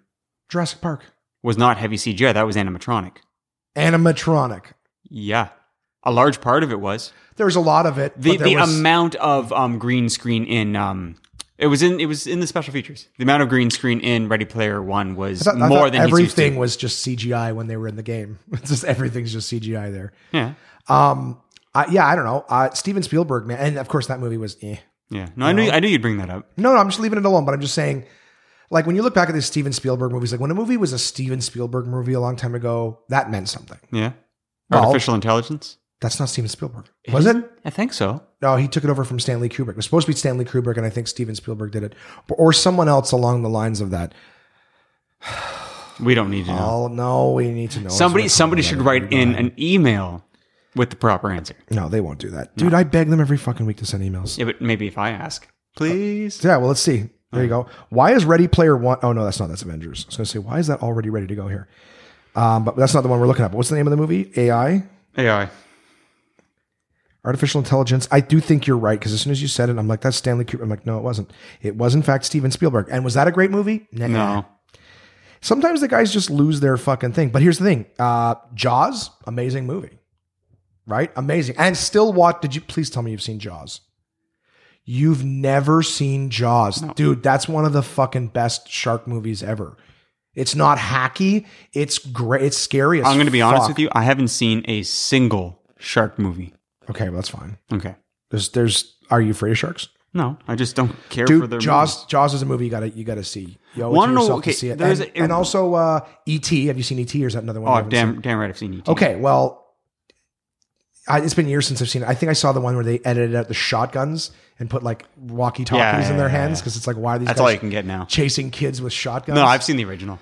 A: jurassic park
C: Was not heavy CGI. That was animatronic.
A: animatronic
C: Yeah, a large part of it was
A: there's a lot of it but
C: the
A: there
C: the
A: was-
C: amount of um, green screen in um it was in it was in the special features. The amount of green screen in Ready Player One was
A: I thought- I
C: more
A: thought
C: than he's used to.
A: everything was just cgi when they were in the game it's just everything's just cgi there
C: Yeah,
A: um I, yeah i don't know uh steven spielberg man and of course that movie was eh.
C: yeah. No, I knew I knew you'd bring that up.
A: No, no, I'm just leaving it alone. But I'm just saying, like when you look back at these Steven Spielberg movies, like when a movie was a Steven Spielberg movie a long time ago, that meant something.
C: Yeah,
A: Well-
C: artificial intelligence.
A: That's not Steven Spielberg, was it?
C: I think so.
A: No, he took it over from Stanley Kubrick. It was supposed to be Stanley Kubrick, and I think Steven Spielberg did it, or someone else along the lines of that.
C: We don't need to know.
A: Oh no, we need to know.
C: somebody
A: It's-
C: somebody should write in an email with the proper answer.
A: No, they won't do that, dude. I beg them every fucking week to send emails.
C: Yeah, but maybe if I ask, please.
A: Yeah, well, let's see. There you go. Why is Ready Player One? Oh no, that's not that's Avengers. I was gonna say, why is that already ready to go here? Um, but that's not the one we're looking at. But what's the name of the movie? AI.
C: AI.
A: artificial intelligence. I do think you're right because as soon as you said it, I'm like, that's Stanley Kubrick. I'm like, no, it wasn't. It was in fact Steven Spielberg. And was that a great movie? Nah.
C: No.
A: Sometimes the guys just lose their fucking thing. But here's the thing: uh, Jaws, amazing movie, right? Amazing. And still, what did you? Please tell me you've seen Jaws. You've never seen Jaws, dude. That's one of the fucking best shark movies ever. It's not hacky. It's great. It's scary. As
C: I'm going to be honest
A: fuck.
C: with you. I haven't seen a single shark movie.
A: Okay, well, that's fine.
C: Okay.
A: There's, there's. Are you afraid of sharks?
C: No, I just don't care for
A: Dude,
C: the
A: Jaws. Jaws is a movie you gotta you gotta see. You owe it to
C: Wanna know-
A: yourself
C: okay,
A: to see it.
C: there's
A: And,
C: a-
A: and also uh, E.T. Have you seen E.T. or is that another one? you
C: Oh,
A: haven't
C: damn,
A: seen?
C: damn right, I've seen ET.
A: Okay, well, I, it's been years since I've seen it. I think I saw the one where they edited out the shotguns and put like walkie talkies
C: Yeah, yeah,
A: in their
C: yeah,
A: hands
C: yeah.
A: because it's like why are these
C: That's
A: guys
C: all you can get now.
A: chasing kids with shotguns?
C: No, I've seen the original.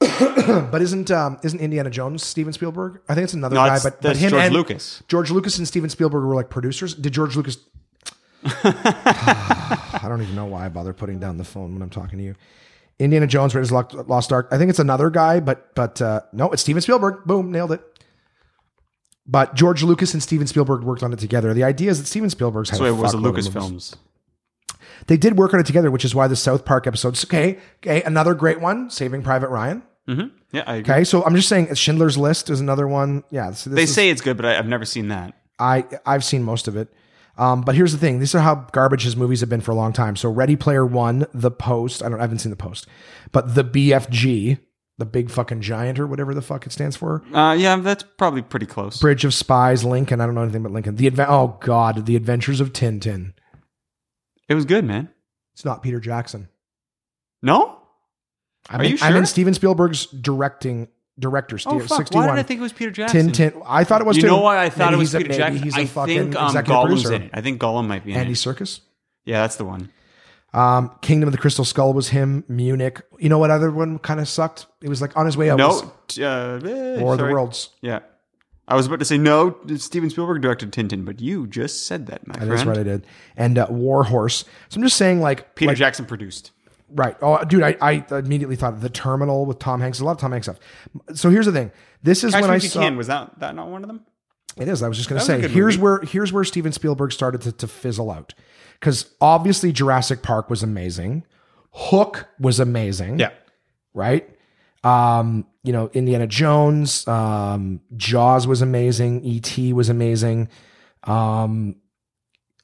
A: But isn't um, isn't Indiana Jones Steven Spielberg? I think it's another
C: No,
A: guy,
C: that's,
A: but, but
C: that's
A: him
C: George
A: and
C: Lucas.
A: George Lucas and Steven Spielberg were like producers. Did George Lucas? Ah, I don't even know why I bother putting down the phone when I'm talking to you. Indiana Jones, Raiders of the Lost Ark. I think it's another guy, but but uh, no, it's Steven Spielberg. Boom, nailed it. But George Lucas and Steven Spielberg worked on it together. The idea is that Steven Spielberg's had
C: So
A: a
C: it was the
A: fuckload of
C: Lucas
A: movies.
C: films.
A: They did work on it together, which is why the South Park episodes. Okay, okay, another great one, Saving Private Ryan.
C: Mm-hmm. Yeah, I agree.
A: Okay, so I'm just saying, Schindler's List is another one. Yeah, so this
C: They
A: is-
C: say it's good, but I, I've never seen that.
A: I I've seen most of it. Um, but here's the thing: these are how garbage his movies have been for a long time. So Ready Player One, The Post. I don't. I haven't seen The Post, but the BFG, the Big Fucking Giant or whatever the fuck it stands for.
C: Uh, yeah, that's probably pretty close.
A: Bridge of Spies, Lincoln. I don't know anything but Lincoln. The advent. Oh God, The Adventures of Tintin.
C: It was good, man.
A: It's not Peter Jackson.
C: No?
A: I'm
C: Are
A: in,
C: you
A: I'm in
C: sure?
A: Steven Spielberg's directing director.
C: Oh,
A: Steve,
C: fuck.
A: 61.
C: Why did I think it was Peter Jackson?
A: Tintin. I thought it was.
C: you
A: too.
C: know why I thought
A: Maybe
C: it was
A: he's a-
C: Peter
A: maybe
C: Jackson?
A: He's a
C: I
A: fucking
C: think um,
A: executive
C: Gollum's
A: producer.
C: in it. I think Gollum might be in
A: Andy
C: it.
A: Circus.
C: Yeah, that's the one.
A: Um, Kingdom of the Crystal Skull was him. Munich. You know what other one kind of sucked? It was like on his way out. was
C: No, t- uh, eh,
A: War of the
C: sorry.
A: Worlds.
C: Yeah, I was about to say no. Steven Spielberg directed Tintin, but you just said that, my friend.
A: That's right, I did. And uh, War Horse. So I'm just saying, like,
C: Peter
A: like-
C: Jackson produced.
A: right? Oh, dude, I, I immediately thought of the Terminal with Tom Hanks. There's A lot of Tom Hanks stuff. So here's the thing. This is
C: Catch
A: when
C: Me
A: I
C: If You
A: saw.
C: Can was that that not one of them?
A: It is. I was just going to
C: That was a
A: say.
C: good
A: Here's
C: movie.
A: where here's where Steven Spielberg started to, to fizzle out, because obviously Jurassic Park was amazing, Hook was amazing. right? Um, you know, Indiana Jones, um, Jaws was amazing, E.T. was amazing, um,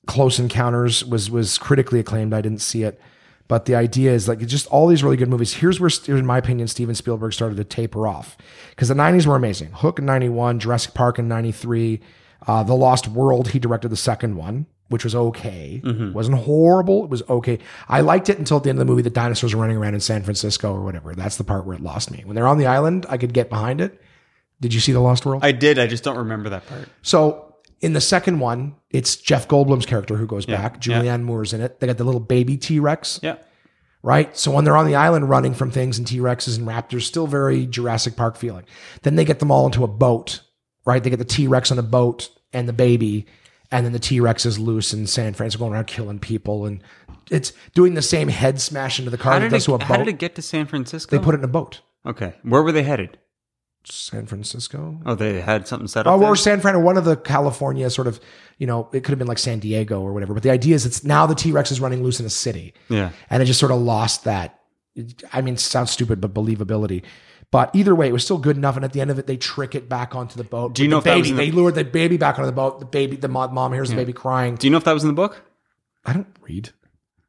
A: Close Encounters was was critically acclaimed. I didn't see it, but the idea is like it's just all these really good movies. Here's where, in my opinion, Steven Spielberg started to taper off because the '90s were amazing. Hook in '91, Jurassic Park in '93, uh, The Lost World. He directed the second one. Which was okay. wasn't horrible. It was okay. I liked it until at the end of the movie. The dinosaurs were running around in San Francisco or whatever. That's the part where it lost me. When they're on the island, I could get behind it Did you see The Lost World?
C: I did. I just don't remember that part.
A: So in the second one, it's Jeff Goldblum's character who goes
C: Yeah,
A: back.
C: yeah.
A: Julianne Moore's in it. They got the little baby T Rex,
C: Yeah.
A: right? So when they're on the island running from things and T Rexes and raptors, still very Jurassic Park feeling. Then they get them all into a boat, right? They get the T Rex on the boat and the baby, and then the T Rex is loose in San Francisco going around killing people and it's doing the same head smash into the car
C: How
A: that
C: did,
A: does
C: it,
A: to a
C: how
A: boat.
C: did it get to San Francisco?
A: they put it in a boat.
C: Okay. Where were they headed?
A: San Francisco.
C: Oh, they had something set up.
A: Oh,
C: there?
A: or San Fran, or one of the California sort of, you know, it could have been like San Diego or whatever. But the idea is it's now the T Rex is running loose in a city,
C: yeah.
A: and it just sort of lost that. I mean, sounds stupid, but believability. But either way, it was still good enough. And at the end of it, they trick it back onto the boat.
C: Do you
A: with
C: know if
A: the
C: that was
A: baby?
C: in the-
A: they lured the baby back onto the boat. The baby, the mom, mom hears the baby crying.
C: Do you know if that was in the book?
A: I don't read.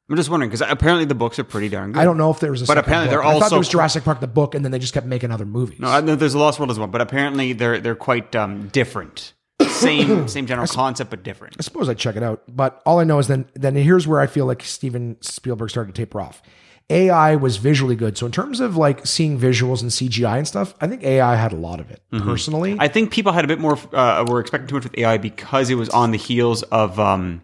C: I'm just wondering because apparently the books are pretty darn good.
A: I don't know if there was a.
C: But
A: second
C: apparently
A: book.
C: they're
A: I thought
C: also-
A: there was Jurassic Park the book, and then they just kept making other movies.
C: No, I know there's a Lost World as well, but apparently they're they're quite um, different. Same same general concept, but different.
A: I suppose I'd check it out. But all I know is then then here's where I feel like Steven Spielberg started to taper off. AI was visually good. So in terms of like seeing visuals and CGI and stuff, I think AI had a lot of it personally.
C: Mm-hmm. I think people had a bit more uh, were expecting too much with AI because it was on the heels of. Um,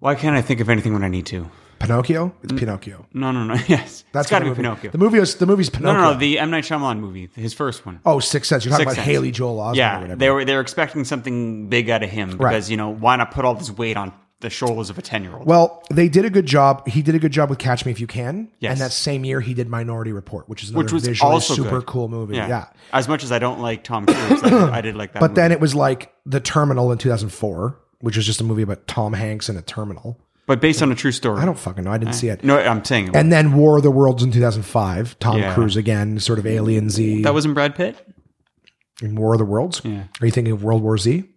C: why can't I think of anything when I need to?
A: Pinocchio? It's Pinocchio.
C: No, no, no. Yes, that's got to
A: the
C: Mm.
A: movie.
C: be Pinocchio.
A: The movie is the movie's
C: no,
A: Pinocchio.
C: no, no, the M Night Shyamalan movie, his first one.
A: oh, Sixth Sense. You're talking
C: Sixth
A: about
C: Sense.
A: Haley Joel Osment or
C: yeah,
A: whatever.
C: they were they were expecting something big out of him because you know why not put all this weight on the shoulders of a ten year old?
A: well, they did a good job. He did a good job with Catch Me If You Can.
C: Yes.
A: And that same year he did Minority Report, which is another
C: which was
A: visually
C: also
A: super
C: good.
A: cool movie. yeah.
C: As much as I don't like Tom Cruise, I, did, I did like that.
A: But then it was like The Terminal in 2004, which was just a movie about Tom Hanks in a terminal.
C: but based on a true story,
A: I don't fucking know. I
C: Eh.
A: didn't see it.
C: No, I'm saying it.
A: And then War of the Worlds in 2005. Tom
C: Yeah.
A: Cruise again, sort of alien Z.
C: that wasn't Brad Pitt.
A: in War of the Worlds.
C: Yeah.
A: Are you thinking of World War Z?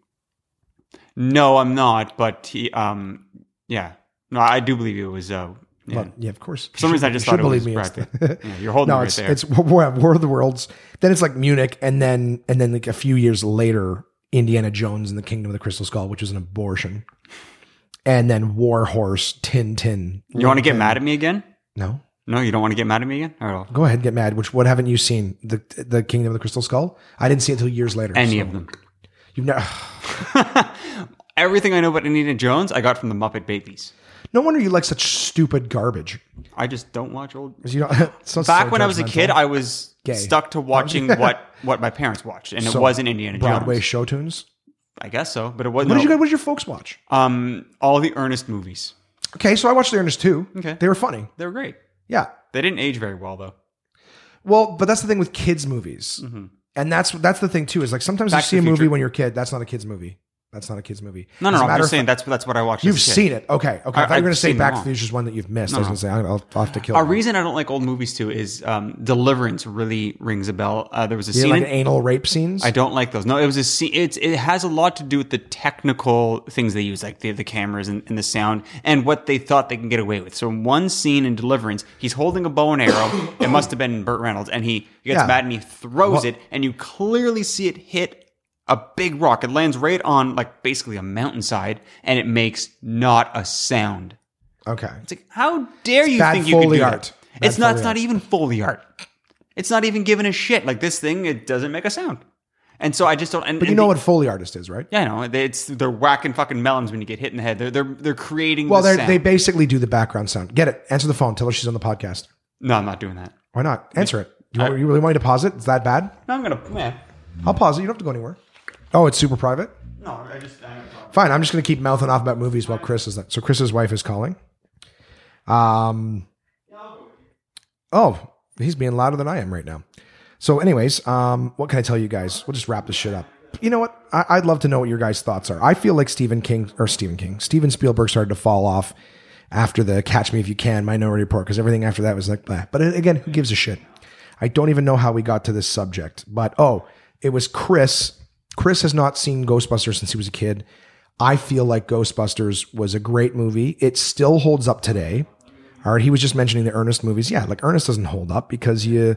C: No, I'm not. But he, um, yeah, no, I do believe it was. Uh, yeah.
A: But yeah, of course.
C: For some reason, I just thought it was Brad Pitt. Yeah, you're holding
A: no,
C: it right
A: it's
C: there.
A: it's War War of the Worlds. Then it's like Munich, and then and then like a few years later, Indiana Jones and the Kingdom of the Crystal Skull, which is an abortion. And then War Horse, Tin Tin.
C: you want to get mad at me again?
A: No,
C: No, you don't want to get mad at me again. All right.
A: go ahead, get mad. Which what haven't you seen? The the Kingdom of the Crystal Skull. I didn't see it until years later.
C: Any
A: so
C: of them.
A: You've never.
C: Everything I know about Indiana Jones, I got from the Muppet Babies.
A: No wonder you like such stupid garbage.
C: I just don't watch old.
A: 'Cause you don't- so-
C: Back
A: so
C: when I was a
A: judgmental.
C: kid, I was
A: Gay.
C: stuck to watching what what my parents watched, and
A: So,
C: it wasn't Indiana
A: Broadway
C: Jones.
A: show tunes.
C: I guess so, but it wasn't.
A: What did you guys? What did your folks watch?
C: Um, all the Ernest movies.
A: Okay, so I watched The Earnest too.
C: Okay.
A: they were funny.
C: They were great.
A: Yeah.
C: They didn't age very well though.
A: Well, but that's the thing with kids movies, and that's that's the thing too. Is like sometimes
C: Mm-hmm.
A: you
C: Back to
A: see a
C: the
A: movie
C: Future.
A: when you're a kid. That's not a kids movie. That's not a kids movie. As
C: No, no,
A: a
C: no. I'm
A: matter
C: just
A: of
C: saying
A: fact-
C: that's that's what I watched.
A: You've seen it. Okay, okay. I,
C: I-
A: thought you were
C: I've
A: going to say
C: seen them
A: Back
C: all.
A: to the Future's one that you've missed. I was going to say I'll, I'll have to kill.
C: A
A: you.
C: reason I don't like old movies too is um, Deliverance really rings a bell. Uh, there was a
A: You
C: scene.
A: like
C: in-
A: anal rape scenes.
C: I don't like those. No, it was a scene. It's it has a lot to do with the technical things they use, like the the cameras and, and the sound and what they thought they can get away with. So in one scene in Deliverance, he's holding a bow and arrow. it must have been Burt Reynolds, and he, he gets
A: Yeah.
C: mad and he throws
A: Well-
C: it, and you clearly see it hit a big rock. It lands right on like basically a mountainside, and it makes not a sound.
A: Okay.
C: It's like, how dare you
A: bad
C: think you could
A: Foley
C: do
A: art.
C: art.
A: Bad
C: it's not.
A: Foley
C: It's
A: art.
C: not even Foley art. It's not even giving a shit. Like this thing, it doesn't make a sound. And so I just don't. And,
A: But you
C: and
A: know
C: the-
A: what Foley artist is, right?
C: Yeah, I know. They- It's they're whacking fucking melons when you get hit in the head. They're they're they're creating.
A: Well,
C: the
A: they
C: sound.
A: they basically do the background sound. Get it? Answer the phone. Tell her she's on the podcast.
C: No, I'm not doing that.
A: Why not? Answer it. You, want, you really want me to pause it? It's that bad?
C: No, I'm gonna. Man,
A: I'll pause it. You don't have to go anywhere. Oh, it's super private?
C: no, I just. I
A: Fine. I'm just going to keep mouthing off about movies while Chris is that. So Chris's wife is calling. Um, oh, he's being louder than I am right now. So, anyways, um, what can I tell you guys? We'll just wrap this shit up. You know what? I, I'd love to know what your guys' thoughts are. I feel like Stephen King or Stephen King, Steven Spielberg started to fall off after the Catch Me If You Can Minority Report because everything after that was like, bleh. but uh, again, who gives a shit? I don't even know how we got to this subject, but oh, it was Chris. Chris has not seen Ghostbusters since he was a kid. I feel like Ghostbusters was a great movie. It still holds up today. All right, he was just mentioning the Ernest movies. Yeah, like Ernest doesn't hold up because you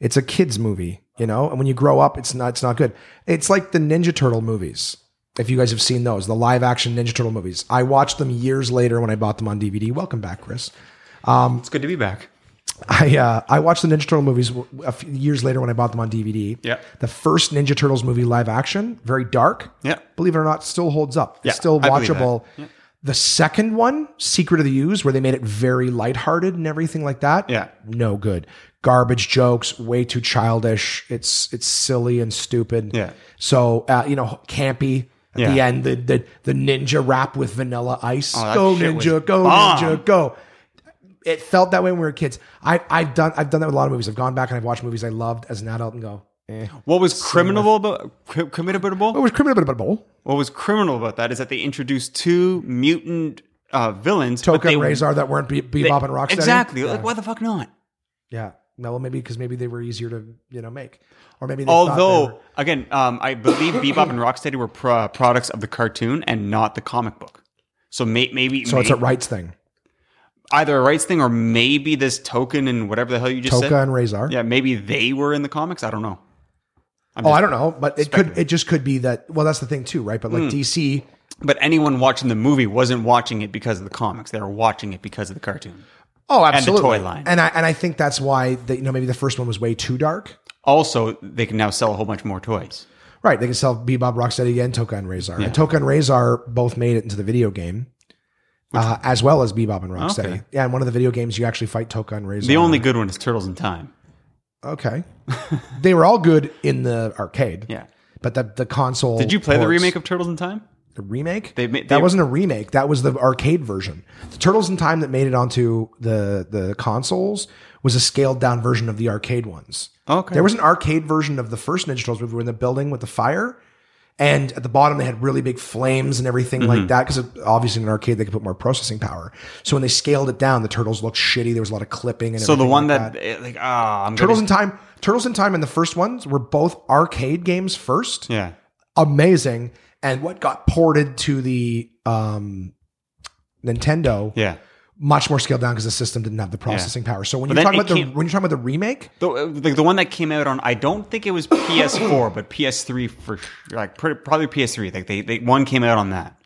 A: it's a kids movie, you know? And when you grow up, it's not it's not good. It's like the Ninja Turtle movies. If you guys have seen those, the live action Ninja Turtle movies. I watched them years later when I bought them on DVD. Welcome back, Chris.
C: it's good to be back.
A: I uh, I watched the Ninja Turtle movies w- a few years later when I bought them on DVD.
C: Yeah.
A: The first Ninja Turtles movie live action, very dark.
C: Yeah.
A: Believe it or not, still holds up. It's
C: Yeah,
A: still
C: I believe that.
A: watchable. The second one, Secret of the Use, where they made it very lighthearted and everything like that.
C: Yeah.
A: No good. Garbage jokes, way too childish. It's it's silly and stupid.
C: Yeah.
A: So uh, you know, campy. At
C: Yeah. Oh,
A: the end, the, the the ninja rap with vanilla ice.
C: that
A: go
C: shit was
A: ninja, go
C: bomb.
A: ninja, go it felt that way when we were kids. I, I've done I've done that with a lot of movies. I've gone back and I've watched movies I loved as an adult and go, eh.
C: What was criminal about cri- committable?
A: It was criminal but a bowl.
C: What was criminal about that is that they introduced two mutant uh, villains. but
A: Toka
C: they-
A: and Razor that weren't Be-
C: they-
A: Bebop and Rocksteady.
C: Exactly.
A: Yeah.
C: Like, why the fuck not?
A: yeah. No, well, maybe because maybe they were easier to you know make, or maybe they thought they were-
C: Although, again, um, I believe Bebop and Rocksteady were pro- products of the cartoon and not the comic book. So may- maybe
A: so it's a
C: may-
A: rights thing.
C: either a rights thing or maybe this token and whatever the hell you just
A: Toka
C: said.
A: and Razor.
C: Yeah, maybe they were in the comics. I don't know. I'm
A: Oh,
C: just-
A: I don't know, but it could it just could be that. Well, that's the thing too, right? But like
C: Hmm.
A: DC,
C: But anyone watching the movie wasn't watching it because of the comics. They were watching it because of the cartoon.
A: oh,
C: the
A: absolutely,
C: toy line.
A: and I and I think that's why the, you know maybe the first one was way too dark.
C: Also, they can now sell a whole bunch more toys.
A: Right, they can sell Bebop, Rocksteady, and Toka and Razor. And Toka and Razor both made it into the video game, uh, as well as Bebop and Rocksteady.
C: Okay.
A: Yeah, and one of the video games you actually fight Toka and Razor.
C: The only good one is Turtles in Time.
A: okay, they were all good in the arcade.
C: Yeah.
A: but the the console.
C: Did you play the
A: ports-
C: remake of Turtles in Time?
A: the remake?
C: They made-
A: that
C: they-
A: wasn't a remake. That was the arcade version. The Turtles in Time that made it onto the the consoles was a scaled down version of the arcade ones.
C: Okay.
A: There was an arcade version of the first Ninja Turtles movie. We were in the building with the fire, and at the bottom they had really big flames and everything
C: Mm-hmm.
A: like that because obviously in an arcade they could put more processing power. So when they scaled it down, the turtles looked shitty. There was a lot of clipping and
C: So the
A: everything
C: one
A: like
C: that, eh, like ah, I'm
A: Turtles in
C: gonna,
A: Time, Turtles in Time, and the first ones were both arcade games first
C: yeah.
A: amazing. And what got ported to the um, Nintendo,
C: Yeah.
A: much more scaled down because the system didn't have the processing power. So when you're
C: But then
A: talking
C: it
A: about the
C: can't-
A: when you're talking about the remake,
C: The, the, the one that came out on I don't think it was PS4 but PS3 for sure, like pr- probably PS3 like they, they one came out on that.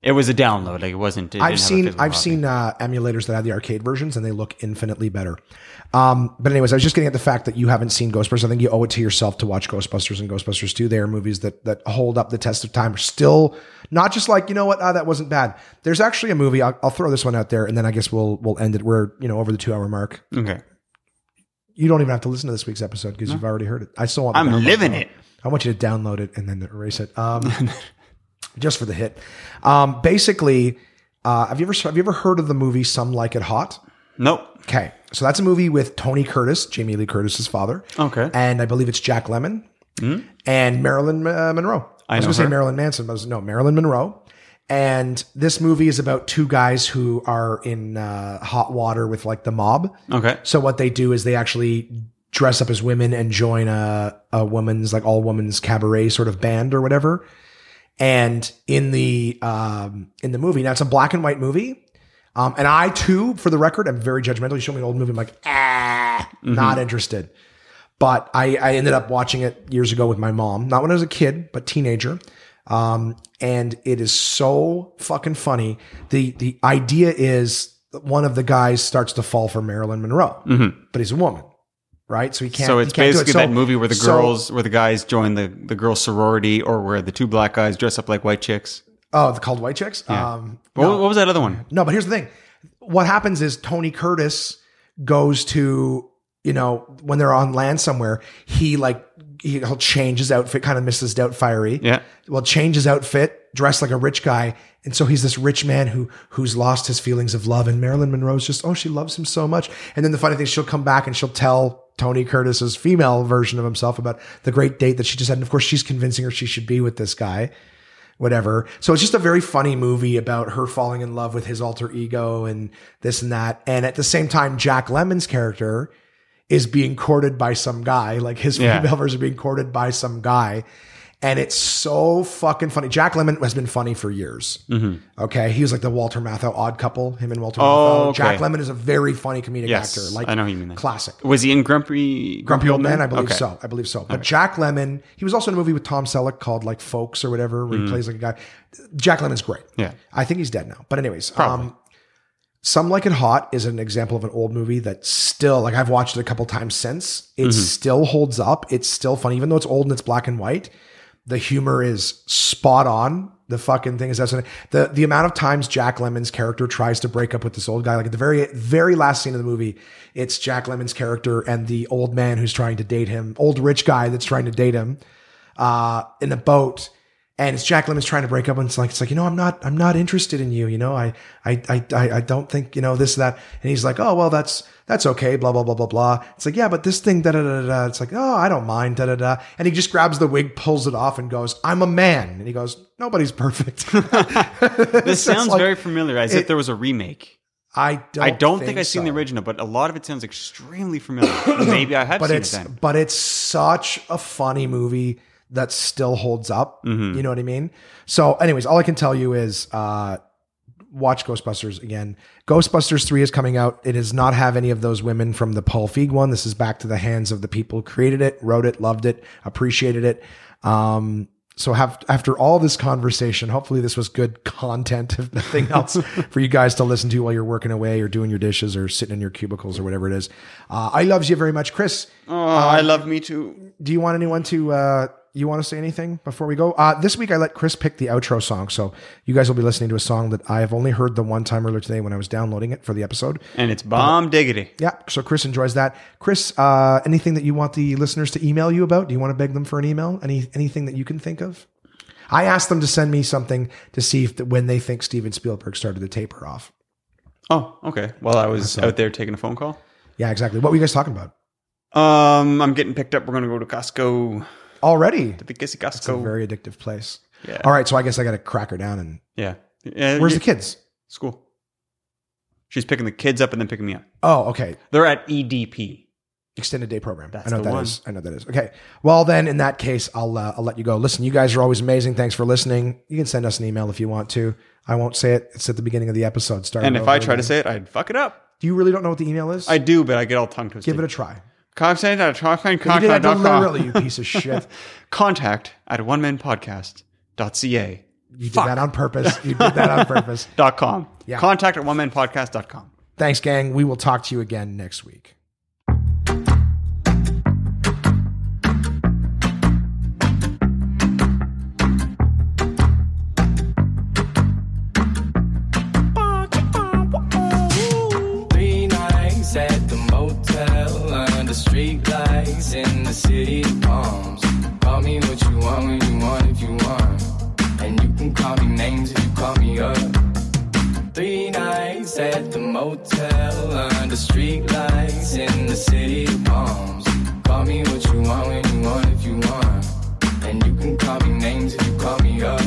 C: It was a download like it wasn't. It
A: I've
C: didn't have a
A: seen
C: physical
A: I've
C: copy.
A: seen uh, emulators that have the arcade versions and they look infinitely better. Um, but anyways, I was just getting at the fact that you haven't seen Ghostbusters. I think you owe it to yourself to watch Ghostbusters and Ghostbusters 2. They are movies that that hold up the test of time. Are still not just like you know what ah, that wasn't bad. There's actually a movie. I'll, I'll throw this one out there and then I guess we'll we'll end it. We're you know over the two hour mark.
C: Okay,
A: You don't even have to listen to this week's episode because you've already heard it. I still want. the
C: I'm
A: download,
C: living
A: though.
C: it.
A: I want you to download it and then erase it, um, just for the hit. Um, basically, uh, have you ever have you ever heard of the movie Some Like It Hot?
C: Nope.
A: Okay, so that's a movie with Tony Curtis, Jamie Lee Curtis's father.
C: Okay.
A: and I believe it's Jack Lemmon and Marilyn uh, Monroe. I, was
C: Hmm? know
A: going to say
C: her.
A: Marilyn Manson, but I was, no, Marilyn Monroe. And this movie is about two guys who are in uh, hot water with like the mob.
C: Okay.
A: So what they do is they actually dress up as women and join a a woman's like all women's cabaret sort of band or whatever. And in the um, in the movie, now it's a black and white movie. Um, and I too, for the record, I'm very judgmental. You show me an old movie, I'm like, ah, not interested. But I, I ended up watching it years ago with my mom, not when I was a kid, but teenager. Um, and it is so fucking funny. The the idea is that one of the guys starts to fall for Marilyn Monroe, but he's a woman, right? So he can't.
C: Mm-hmm. so
A: he
C: it's
A: can't do it.
C: basically
A: So-
C: that movie where the
A: so-
C: girls where the guys join the the girl sorority or where the two black guys dress up like white chicks.
A: oh, the called White Chicks. Um,
C: What, what was that other one?
A: No, but here's the thing. What happens is Tony Curtis goes to, you know, when they're on land somewhere, he like he'll change his outfit, kind of Mrs. Doubtfirey.
C: Yeah.
A: Well, change his outfit, dress like a rich guy, and so he's this rich man who who's lost his feelings of love. And Marilyn Monroe's just, oh, she loves him so much. And then the funny thing, is she'll come back and she'll tell Tony Curtis's female version of himself about the great date that she just had, and of course she's convincing her she should be with this guy whatever. So it's just a very funny movie about her falling in love with his alter ego and this and that. And at the same time, Jack Lemon's character is being courted by some guy, like his
C: Yeah.
A: female version is being courted by some guy. And it's so fucking funny. Jack Lemon has been funny for years.
C: Mm-hmm.
A: Okay. He was like the Walter Matthau odd couple, him and Walter Matthau.
C: Oh, okay.
A: Jack Lemon is a very funny comedic
C: Yes,
A: actor. Like
C: I know who you mean. then.
A: Classic.
C: Was he in Grumpy
A: Grumpy Old Man, I believe
C: Okay.
A: so. I believe so. But Jack Lemon, he was also in a movie with Tom Selleck called like Folks or whatever, where he plays like a guy. Jack Lemon's great.
C: Yeah.
A: I think he's dead now. But anyways,
C: Probably.
A: um, Some Like It Hot is an example of an old movie that still, like I've watched it a couple times since. It still holds up. It's still funny, even though it's old and it's black and white. The humor is spot on. The fucking thing is that's the the amount of times Jack Lemon's character tries to break up with this old guy. Like at the very very last scene of the movie, it's Jack Lemon's character and the old man who's trying to date him, old rich guy that's trying to date him, uh, in a boat and it's Jack Lemon's trying to break up, and it's like it's like you know I'm not I'm not interested in you. You know I I I I I don't think you know this that. And he's like, oh well, that's that's okay. Blah blah blah blah blah. It's like yeah, but this thing da da da da, da. It's like oh I don't mind da da da. And he just grabs the wig, pulls it off, and goes, I'm a man. And he goes, nobody's perfect.
C: This sounds
A: like-
C: very familiar, as
A: it-
C: if there was a remake.
A: I don't
C: I don't think, I've seen the
A: so.
C: original, but a lot of it sounds extremely familiar. Maybe I have
A: but
C: seen
A: it's
C: it then.
A: but it's such a funny movie that still holds up.
C: Mm-hmm.
A: You know what I mean? So, anyways, all I can tell you is uh, watch Ghostbusters again. Ghostbusters three is coming out. It does not have any of those women from the Paul Feig one. This is back to the hands of the people who created it, wrote it, loved it, appreciated it. Um, so have, after all this conversation, hopefully this was good content, if nothing else, for you guys to listen to while you're working away or doing your dishes or sitting in your cubicles or whatever it is. Uh, I loves you very much, Chris.
C: Oh, I love me too.
A: Do you want anyone to? Uh, you want to say anything before we go? Uh, this week I let Chris pick the outro song, so you guys will be listening to a song that I have only heard the one time earlier today when I was downloading it for the episode.
C: And it's bomb diggity.
A: Yeah, so Chris enjoys that. Chris, uh, anything that you want the listeners to email you about? Do you want to beg them for an email? Any anything that you can think of? I asked them to send me something to see if when they think Steven Spielberg started to taper off.
C: Oh, okay. Well, I was out there taking a phone call.
A: Yeah, exactly. What were you guys talking about
C: Um, I'm getting picked up. We're gonna go to Costco.
A: already?
C: The Kissy
A: It's a
C: Costco.
A: very addictive place.
C: yeah.
A: All right, so I guess I got to crack her down. And
C: Yeah. Uh,
A: where's
C: yeah,
A: the kids?
C: School. She's picking the kids up and then picking me up.
A: Oh, okay.
C: They're at E EDP.
A: extended day program.
C: That's
A: I know
C: the
A: what that
C: one.
A: is. I know what that is. Okay. Well, then in that case, I'll uh, I'll let you go. Listen, you guys are always amazing. Thanks for listening. You can send us an email if you want to. I won't say it. It's at the beginning of the episode. Start.
C: And
A: it
C: if
A: over
C: I try to
A: again.
C: say it, I'd fuck it up.
A: do you really don't know what the email is?
C: I do, but I get all tongue twisted.
A: give it a try.
C: contact at
A: You did that deliberately,
C: contact
A: you piece of shit.
C: Contact at one man podcast.ca.
A: You did that on purpose. You did that on purpose.
C: Dot com.
A: Yeah.
C: Contact at one man podcast.com.
A: Thanks, gang. We will talk to you again next week.
I: Three nights at the motel under streetlights in the city of palms. Call me what you want when you want if you want, and you can call me names if you call me up. Three nights at the motel under streetlights in the city of palms. Call me what you want when you want if you want, and you can call me names if you call me up.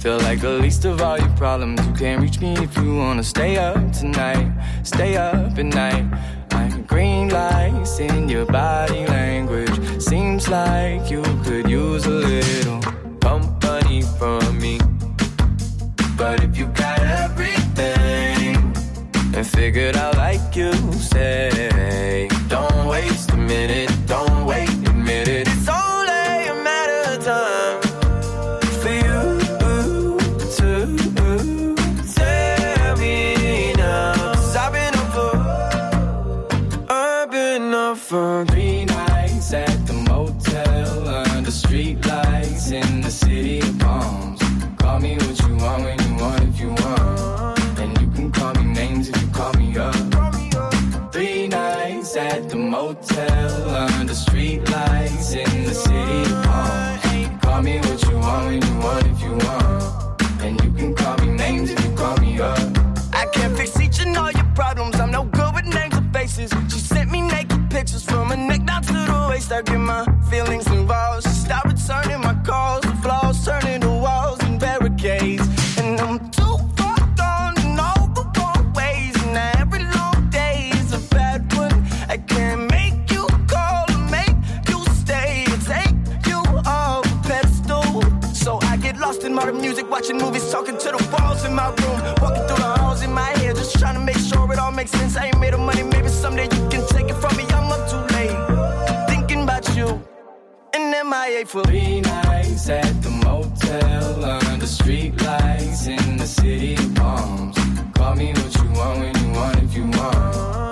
I: Feel like the least of all your problems. You can't reach me if you wanna stay up tonight. Stay up at night. Like green lights in your body language. Seems like you could use a little company from me. But if you got everything and figured out like you say, don't waste a minute. Don't wait a minute. It's only a matter of time for you to tell me now. 'Cause I've been up for, I've been up for three nights at the motel under streetlights in the city of palms. Call me what you want when you want if you want, and you can call me names if you call me up. Three nights at the motel under streetlights in the city of palms. Call me what you want when you want if you want, and you can call me names if you call me up. I can't fix each and all your problems. I'm no good with names or faces. She sent me naked pictures from her neck down to the waist. I get my feelings involved. She stopped returning my calls. The flaws turning to walls and barricades, and I'm too far gone in all the wrong ways. And every long day is a bad one. I can't make you call or make you stay. Take you off a pedestal. So I get lost in modern music, watching movies, talking to the walls in my room, walking through the halls in my head, just trying to make sure it all makes sense. I ain't made of money, maybe someday you can take it from me. I'm up too late, thinking about you. And MIA for three nights at the motel under streetlights in the city of palms. Call Call me what you want when you want if you want.